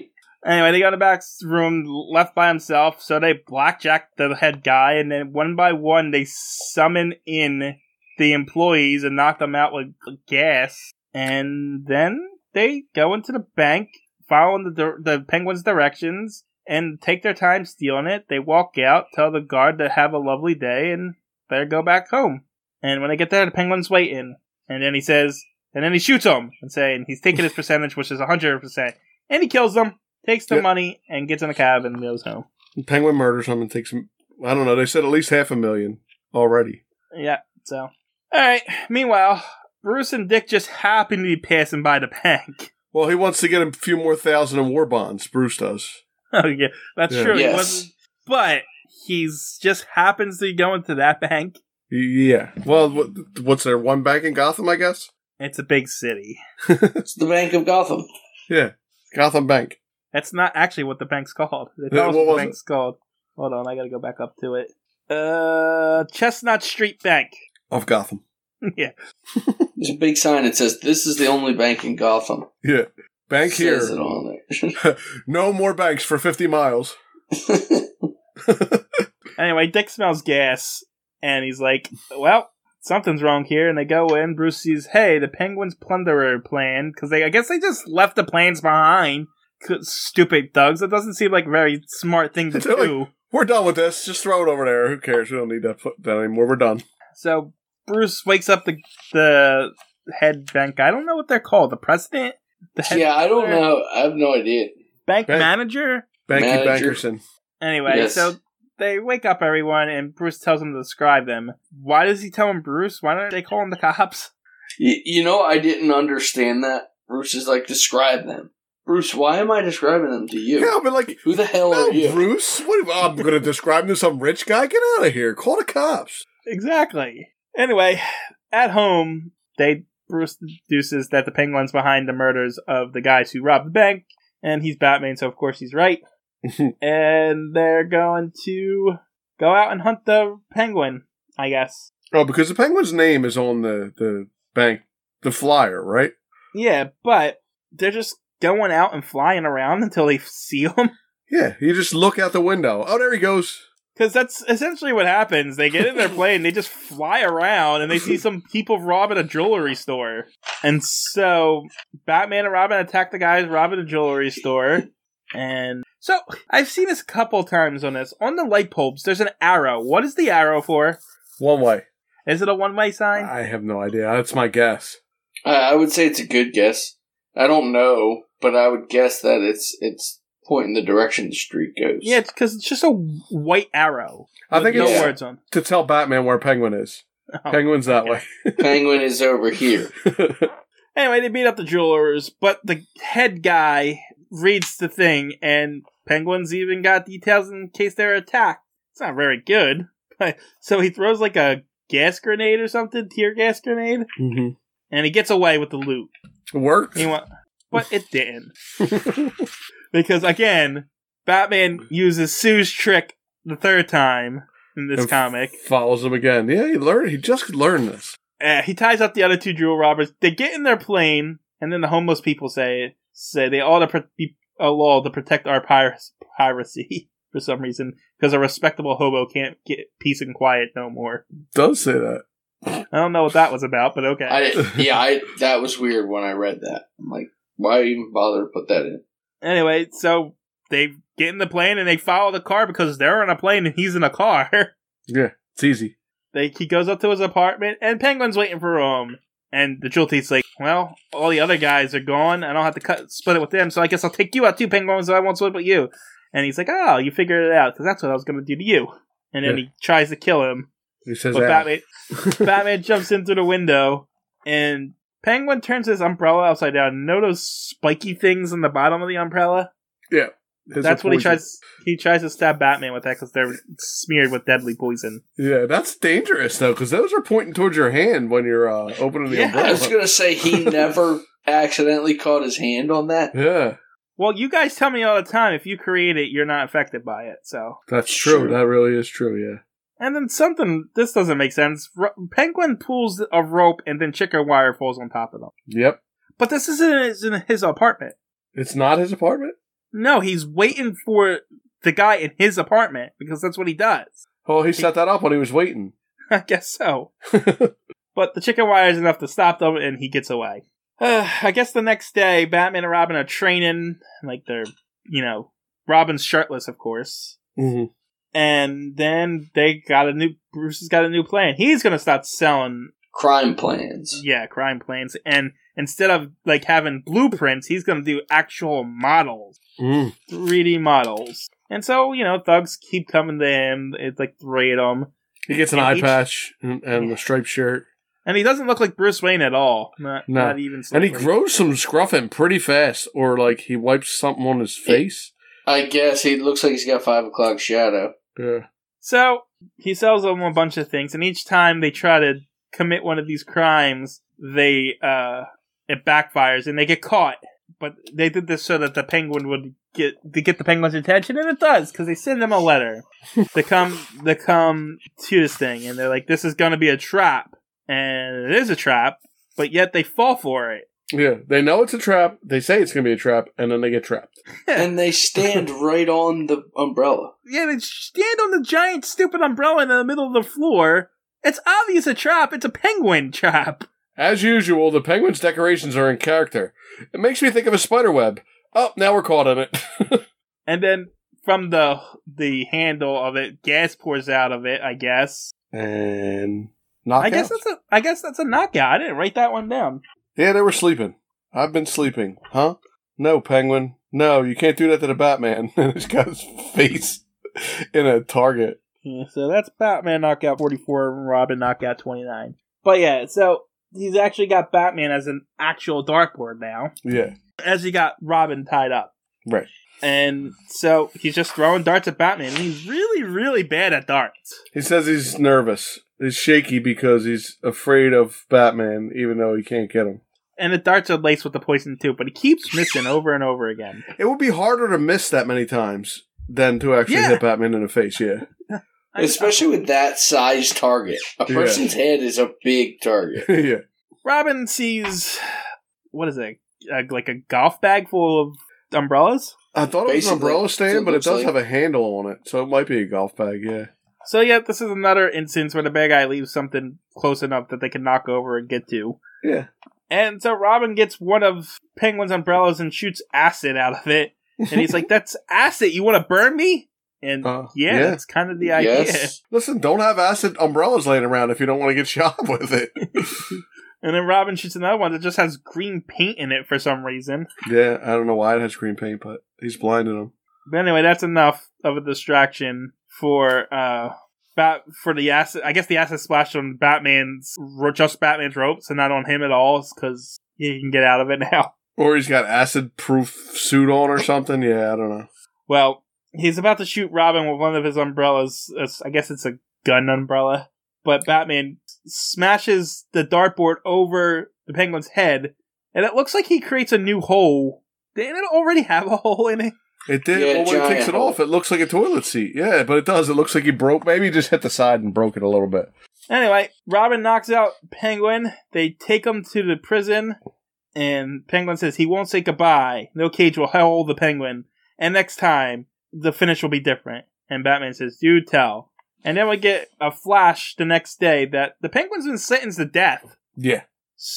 Speaker 1: anyway, they go to back's room, left by himself. So they blackjack the head guy, and then one by one they summon in the employees and knock them out with gas, and then they go into the bank, following the dir- the penguin's directions, and take their time stealing it. They walk out, tell the guard to have a lovely day, and better go back home. And when they get there, the penguin's waiting. And then he says, and then he shoots him and saying he's taking his percentage, which is 100%. And he kills them, takes the
Speaker 2: Yep.
Speaker 1: money, and gets in a cab and goes home.
Speaker 2: Penguin murders him and takes him. I don't know. They said at least half a million already.
Speaker 1: Yeah, so. All right. Meanwhile, Bruce and Dick just happen to be passing by the bank. <laughs>
Speaker 2: Well, he wants to get a few more thousand in war bonds. Bruce does.
Speaker 1: oh, yeah, that's
Speaker 2: Yeah.
Speaker 1: true. He
Speaker 3: Yes.
Speaker 1: wasn't- but he's just happens to be going to that bank.
Speaker 2: Y- Yeah. Well, what, what's there? One bank in Gotham, I guess.
Speaker 1: It's a big city.
Speaker 3: It's the Bank of Gotham.
Speaker 2: Gotham Bank.
Speaker 1: That's not actually what the bank's called. They thought
Speaker 2: Yeah,
Speaker 1: it was what
Speaker 2: what
Speaker 1: the
Speaker 2: was
Speaker 1: bank's called. Hold on, I gotta go back up to it. Uh, Chestnut Street Bank.
Speaker 2: Of Gotham.
Speaker 3: There's a big sign that says, This is the only bank in Gotham.
Speaker 2: Yeah. Bank
Speaker 3: Says it
Speaker 2: here.
Speaker 3: on
Speaker 2: No more banks for 50 miles.
Speaker 3: there.
Speaker 2: <laughs>
Speaker 3: <laughs>
Speaker 1: Anyway, Dick smells gas, and he's like, "Well, something's wrong here." And they go in. Bruce sees, "Hey, the Penguins' plunderer plan," because they, I guess, they just left the plans behind. C- Stupid thugs. That doesn't seem like a very smart thing to
Speaker 2: <laughs> They're like-
Speaker 1: do.
Speaker 2: We're done with this. Just throw it over there. Who cares? We don't need that, pl- that anymore. We're done.
Speaker 1: So Bruce wakes up the the head bank. I don't know what they're called. The president. The head
Speaker 3: yeah, I don't
Speaker 1: banker?
Speaker 3: know. I have no idea.
Speaker 1: Bank
Speaker 2: Bank-
Speaker 1: manager.
Speaker 2: Banky
Speaker 3: Manager.
Speaker 2: Bankerson.
Speaker 1: Anyway,
Speaker 3: Yes.
Speaker 1: so they wake up everyone, and Bruce tells them to describe them. Why does he tell them Bruce? Why don't they call him the cops?
Speaker 3: Y- you know, I didn't understand that. Bruce is like, Describe them. Bruce, why am I describing them to you?
Speaker 2: Yeah, but like,
Speaker 3: Who the hell
Speaker 2: no,
Speaker 3: are you?
Speaker 2: Bruce. What, I'm going to describe him to some rich guy. Get out of here. Call the cops.
Speaker 1: Exactly. Anyway, at home, they Bruce deduces that the penguin's behind the murders of the guys who robbed the bank, and he's Batman, so of course he's right. and they're going to go out and hunt the penguin, I guess.
Speaker 2: Oh, because the penguin's name is on the, the bank the flyer, right?
Speaker 1: Yeah, but they're just going out and flying around until they <laughs> see him.
Speaker 2: Yeah, you just look out the window. Oh, there he goes.
Speaker 1: Because that's essentially what happens. They get in
Speaker 2: <laughs>
Speaker 1: their plane, they just fly around, and they see some people robbing a jewelry store. And so Batman and Robin attack the guys robbing a jewelry store. And so I've seen this a couple times on this. On the light bulbs, there's an arrow. What is the arrow for?
Speaker 2: One way.
Speaker 1: Is it a one way sign?
Speaker 2: I have no idea. That's my guess.
Speaker 3: I, I would say it's a good guess. I don't know, but I would guess that it's it's pointing the direction the street goes.
Speaker 1: yeah, it's because it's just a white arrow.
Speaker 2: I think
Speaker 1: no
Speaker 2: it's
Speaker 1: words on.
Speaker 2: to tell Batman where Penguin is.
Speaker 1: <laughs> Oh.
Speaker 2: Penguin's that way.
Speaker 3: <laughs> Penguin is over here.
Speaker 2: <laughs>
Speaker 1: Anyway, they beat up the jewelers, but the head guy reads the thing, and penguins even got details in case they're attacked. It's not very good. But so he throws like a gas grenade or something, tear gas grenade,
Speaker 2: mm-hmm.
Speaker 1: and he gets away with the loot.
Speaker 2: Worked.
Speaker 1: He went, but it didn't because again, Batman uses Sue's trick the third time in this
Speaker 2: And f-
Speaker 1: comic.
Speaker 2: <laughs> Follows him again. Yeah, he learned. He just learned this.
Speaker 1: Uh, he ties up the other two jewel robbers. They get in their plane, and then the homeless people say say they ought to pro- be a law to protect our pir- piracy <laughs> for some reason because a respectable hobo can't get peace and quiet no more.
Speaker 2: Does say that.
Speaker 1: I don't know what that was about, but okay.
Speaker 2: <laughs>
Speaker 3: I yeah, I that was weird when I read that. I'm like, why even bother to put that in?
Speaker 1: anyway, so they get in the plane and they follow the car because they're in a plane and he's in a car. <laughs>
Speaker 2: It's easy.
Speaker 1: They, he goes up to his apartment, and Penguin's waiting for him. And the Jewel Thief's like, "Well, all the other guys are gone. I don't have to cut split it with them, so I guess I'll take you out too, Penguin. So I won't split it with you." And he's like, "Oh, you figured it out because that's what I was going to do to you." And then
Speaker 2: Yeah.
Speaker 1: he tries to kill him,
Speaker 2: He says
Speaker 1: but
Speaker 2: that.
Speaker 1: Batman,
Speaker 2: <laughs>
Speaker 1: Batman jumps in through the window, and Penguin turns his umbrella upside down. Know those spiky things on the bottom of the umbrella?
Speaker 2: It's a
Speaker 1: that's what he
Speaker 2: poison.
Speaker 1: tries. He tries to stab Batman with that because they're smeared with deadly poison.
Speaker 2: Yeah, that's dangerous though, because those are pointing towards your hand when you're uh, opening
Speaker 1: <laughs>
Speaker 2: the
Speaker 1: Yeah,
Speaker 3: I was
Speaker 2: umbrella.
Speaker 3: gonna
Speaker 2: <laughs>
Speaker 3: say he never accidentally caught his hand on that.
Speaker 2: Yeah,
Speaker 1: Well, you guys tell me all the time if you create it, you're not affected by it. So,
Speaker 2: that's
Speaker 3: It's
Speaker 2: true.
Speaker 3: true.
Speaker 2: That really is true. Yeah.
Speaker 1: and then something this doesn't make sense. R- Penguin pulls a rope, and then chicken wire falls on top of them.
Speaker 2: Yep.
Speaker 1: But this isn't is in his apartment.
Speaker 2: It's not his apartment.
Speaker 1: No, he's waiting for the guy in his apartment because that's what he does. <laughs>
Speaker 2: Oh, he set that up when he was waiting. <laughs>
Speaker 1: I guess so. Mm-hmm. but the chicken wire is enough to stop them, and he gets away. <sighs> Uh, I guess the next day, Batman and Robin are training. Like they're, you know, Robin's shirtless, of course.
Speaker 2: Mm-hmm.
Speaker 1: and then they got a new Bruce has got a new plan. He's gonna start selling
Speaker 3: Crime plans.
Speaker 1: yeah, crime plans and instead of like having blueprints, he's gonna do actual models.
Speaker 2: Mm.
Speaker 1: 3D models. And so, you know, thugs keep coming to him. It's like three of them.
Speaker 2: He gets an
Speaker 1: And
Speaker 2: eye
Speaker 1: each-
Speaker 2: patch and, and a striped shirt,
Speaker 1: And he doesn't look like Bruce Wayne at all. Not,
Speaker 2: No.
Speaker 1: not even
Speaker 2: and he
Speaker 1: slightly.
Speaker 2: grows some scruffing pretty fast, or like he wipes something on his face.
Speaker 3: I guess he looks like he's got five o'clock shadow.
Speaker 2: Yeah.
Speaker 1: So he sells them a bunch of things, and each time they try to commit one of these crimes, they uh, it backfires and they get caught. But they did this so that the penguin would get to get the penguin's attention, and it does because they send him a letter. they come, they come to this thing, and they're like, "This is going to be a trap," and it is a trap. But yet they fall for it.
Speaker 2: Yeah. They know it's a trap. They say it's gonna be a trap, and then they get trapped.
Speaker 3: And
Speaker 2: <laughs>
Speaker 3: they stand right on the umbrella.
Speaker 1: Yeah, they stand on the giant stupid umbrella in the middle of the floor. It's obvious a trap. It's a penguin trap.
Speaker 2: As usual, the penguin's decorations are in character. It makes me think of a spider web. Oh, now we're caught in it. <laughs>
Speaker 1: And then from the the handle of it, gas pours out of it. I guess.
Speaker 2: and knockout.
Speaker 1: I guess that's a. I guess that's a knockout. I didn't write that one down.
Speaker 2: yeah, they were sleeping. I've been sleeping, huh? No, Penguin. No, you can't do that to the Batman. <laughs> And he's got his face in a target.
Speaker 1: Yeah, so that's Batman knockout forty four and Robin knockout twenty nine. But yeah, so he's actually got Batman as an actual dartboard now,
Speaker 2: Yeah,
Speaker 1: as he got Robin tied up.
Speaker 2: right.
Speaker 1: And so he's just throwing darts at Batman. And he's really, really bad at darts.
Speaker 2: He says he's nervous. He's shaky because he's afraid of Batman, even though he can't get him.
Speaker 1: And the darts are laced with the poison too, but he keeps missing over and over again.
Speaker 2: It would be harder to miss that many times than to actually
Speaker 1: Yeah.
Speaker 2: hit Batman in the face. Yeah, <laughs>
Speaker 1: I-
Speaker 3: Especially with that size target. A
Speaker 2: Yeah.
Speaker 3: person's head is a big target.
Speaker 2: yeah.
Speaker 1: Robin sees what is it? Uh, like a golf bag full of umbrellas.
Speaker 2: I thought it was an
Speaker 3: Basically,
Speaker 2: umbrella
Speaker 3: so
Speaker 2: stand,
Speaker 3: it
Speaker 2: but it
Speaker 3: looks
Speaker 2: does
Speaker 3: like-
Speaker 2: have a handle on it, so it might be a golf bag. Yeah.
Speaker 1: So yeah, this is another instance where the bad guy leaves something close enough that they can knock over and get to.
Speaker 2: Yeah.
Speaker 1: And so Robin gets one of Penguin's umbrellas and shoots acid out of it. And he's like, "That's acid. You want to burn me?" And
Speaker 2: <laughs> Uh,
Speaker 1: yeah,
Speaker 2: yeah.
Speaker 1: that's kind of the idea.
Speaker 2: Listen, don't have acid umbrellas laying around if you don't want to get <laughs> shot with it.
Speaker 1: And then Robin shoots another one that just has green paint in it for some reason.
Speaker 2: yeah, I don't know why it has green paint, but he's blinding him.
Speaker 1: But anyway, that's enough of a distraction for uh bat for the acid. I guess the acid splashed on Batman's ro- just Batman's ropes and not on him at all because he can get out of it <laughs> now.
Speaker 2: Or he's got acid proof suit on or something. Yeah, I don't know.
Speaker 1: Well, he's about to shoot Robin with one of his umbrellas. It's- I guess it's a gun umbrella. But Batman smashes the dartboard over the penguin's head, and it looks like he creates a new hole. Didn't it already have a hole in it?
Speaker 2: It did.
Speaker 3: Yeah,
Speaker 2: well, when he
Speaker 3: giant
Speaker 2: takes it
Speaker 3: hole.
Speaker 2: off, it looks like a toilet seat. Yeah, but it does. It looks like he broke. Maybe he just hit the side and broke it a little bit.
Speaker 1: Anyway, Robin knocks out Penguin. They take him to the prison, and Penguin says he won't say goodbye. No cage will hold the Penguin, and next time the finish will be different. And Batman says, "Do tell." And then we get a flash the next day that the Penguin's been sentenced to death,
Speaker 2: Yeah.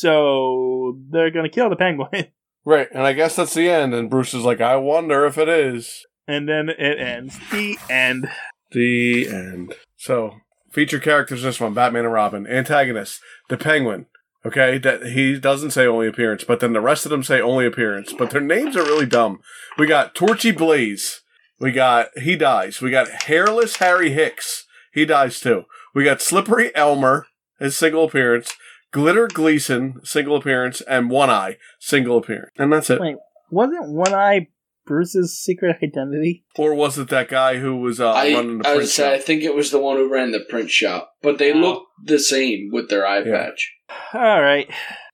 Speaker 1: so they're gonna kill the Penguin. <laughs>
Speaker 2: Right. And I guess that's the end. And Bruce is like, I wonder if it is
Speaker 1: and then it ends. The end.
Speaker 2: the end. So, feature characters in this one Batman and Robin. Antagonist, the Penguin. Okay, that he doesn't say only appearance, but then the rest of them say only appearance. But their names are really dumb. We got Torchy Blaze. We got he dies. We got hairless Harry Hicks. He dies too. We got Slippery Elmer, his single appearance. Glitter Gleason, single appearance, and One Eye, single appearance. And that's it.
Speaker 1: Wait. Wasn't One Eye Bruce's secret identity?
Speaker 2: Or was it that guy who was uh,
Speaker 3: I,
Speaker 2: running the
Speaker 3: I would
Speaker 2: print
Speaker 3: say I
Speaker 2: shop?
Speaker 3: think it was the one who ran the print shop, but they
Speaker 1: Wow.
Speaker 3: look the same with their eye
Speaker 2: Yeah.
Speaker 3: patch.
Speaker 1: All right.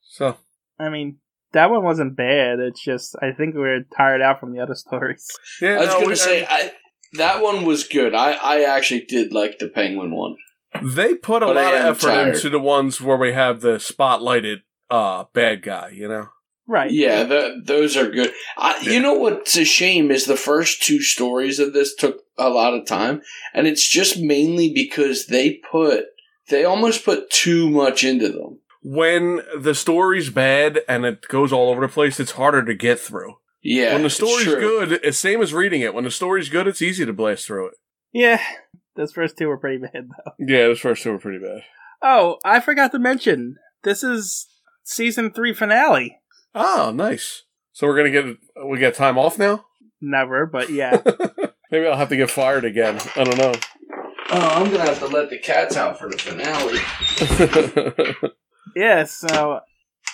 Speaker 2: So
Speaker 1: I mean, that one wasn't bad. It's just I think we were tired out from the other <laughs> stories.
Speaker 2: yeah,
Speaker 3: I was
Speaker 2: no,
Speaker 3: going
Speaker 2: we-
Speaker 3: to say I, that one was good. I, I actually did like the penguin one.
Speaker 2: They put a
Speaker 3: But I
Speaker 2: lot of
Speaker 3: am
Speaker 2: effort
Speaker 3: tired.
Speaker 2: into the ones where we have the spotlighted uh, bad guy, you know?
Speaker 1: Right.
Speaker 3: Yeah, th those are good. I,
Speaker 2: Yeah.
Speaker 3: You know what's a shame is the first two stories of this took a lot of time, and it's just mainly because they put they almost put too much into them.
Speaker 2: When the story's bad and it goes all over the place, it's harder to get through.
Speaker 3: Yeah,
Speaker 2: when the
Speaker 3: it's
Speaker 2: story's
Speaker 3: true.
Speaker 2: good, it's same as reading it. When the story's good, it's easy to blast through it.
Speaker 1: Yeah. Those first two were pretty bad though.
Speaker 2: Yeah, those first two were pretty bad.
Speaker 1: Oh, I forgot to mention this is season three finale.
Speaker 2: Oh, nice. So we're gonna get we got time off now. <laughs>
Speaker 1: Never, but yeah.
Speaker 2: Maybe I'll have to get fired again. I don't
Speaker 3: Oh, I'm gonna have to let the cats out for the finale.
Speaker 2: know. <laughs>
Speaker 1: yeah. So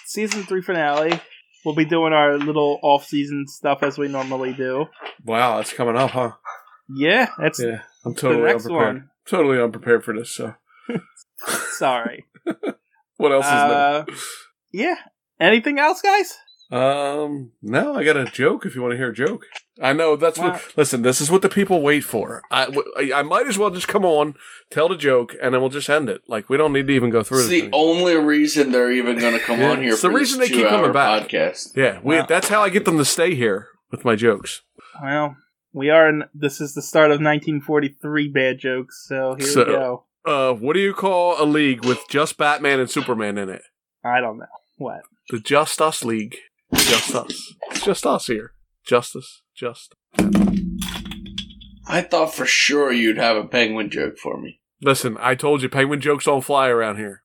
Speaker 1: season three finale. We'll be doing our little off season stuff as we normally do.
Speaker 2: wow, that's coming up, huh?
Speaker 1: Yeah, that's
Speaker 2: Yeah, I'm
Speaker 1: the
Speaker 2: totally
Speaker 1: next
Speaker 2: unprepared.
Speaker 1: one.
Speaker 2: Totally unprepared for this. So
Speaker 1: Sorry.
Speaker 2: what <laughs> else is
Speaker 1: Uh,
Speaker 2: there?
Speaker 1: Yeah. Anything else, guys?
Speaker 2: Um, no, I got a joke. If you want to hear a joke, I know that's
Speaker 1: Wow.
Speaker 2: what. Listen, this is what the people wait for. I, w- I- I might as well just come on, tell the joke, and then we'll just end it. Like we don't need to even go through
Speaker 3: It's
Speaker 2: it.
Speaker 3: the only reason they're even gonna come
Speaker 2: Yeah,
Speaker 3: on here.
Speaker 2: it's the
Speaker 3: for
Speaker 2: reason
Speaker 3: this
Speaker 2: they keep
Speaker 3: two-hour
Speaker 2: coming back.
Speaker 3: Podcast.
Speaker 2: yeah, we,
Speaker 1: Wow.
Speaker 2: that's how I get them to stay here with my jokes.
Speaker 1: Well, we are in. This is the start of 1943 bad jokes. So here
Speaker 2: So-
Speaker 1: we go.
Speaker 2: Uh, what do you call a league with just Batman and Superman in it?
Speaker 1: I don't know what.
Speaker 2: The Just Us League. Just us. It's just us here. Justice. Just.
Speaker 3: I thought for sure you'd have a penguin joke for me.
Speaker 2: Listen, I told you, penguin jokes don't fly around here.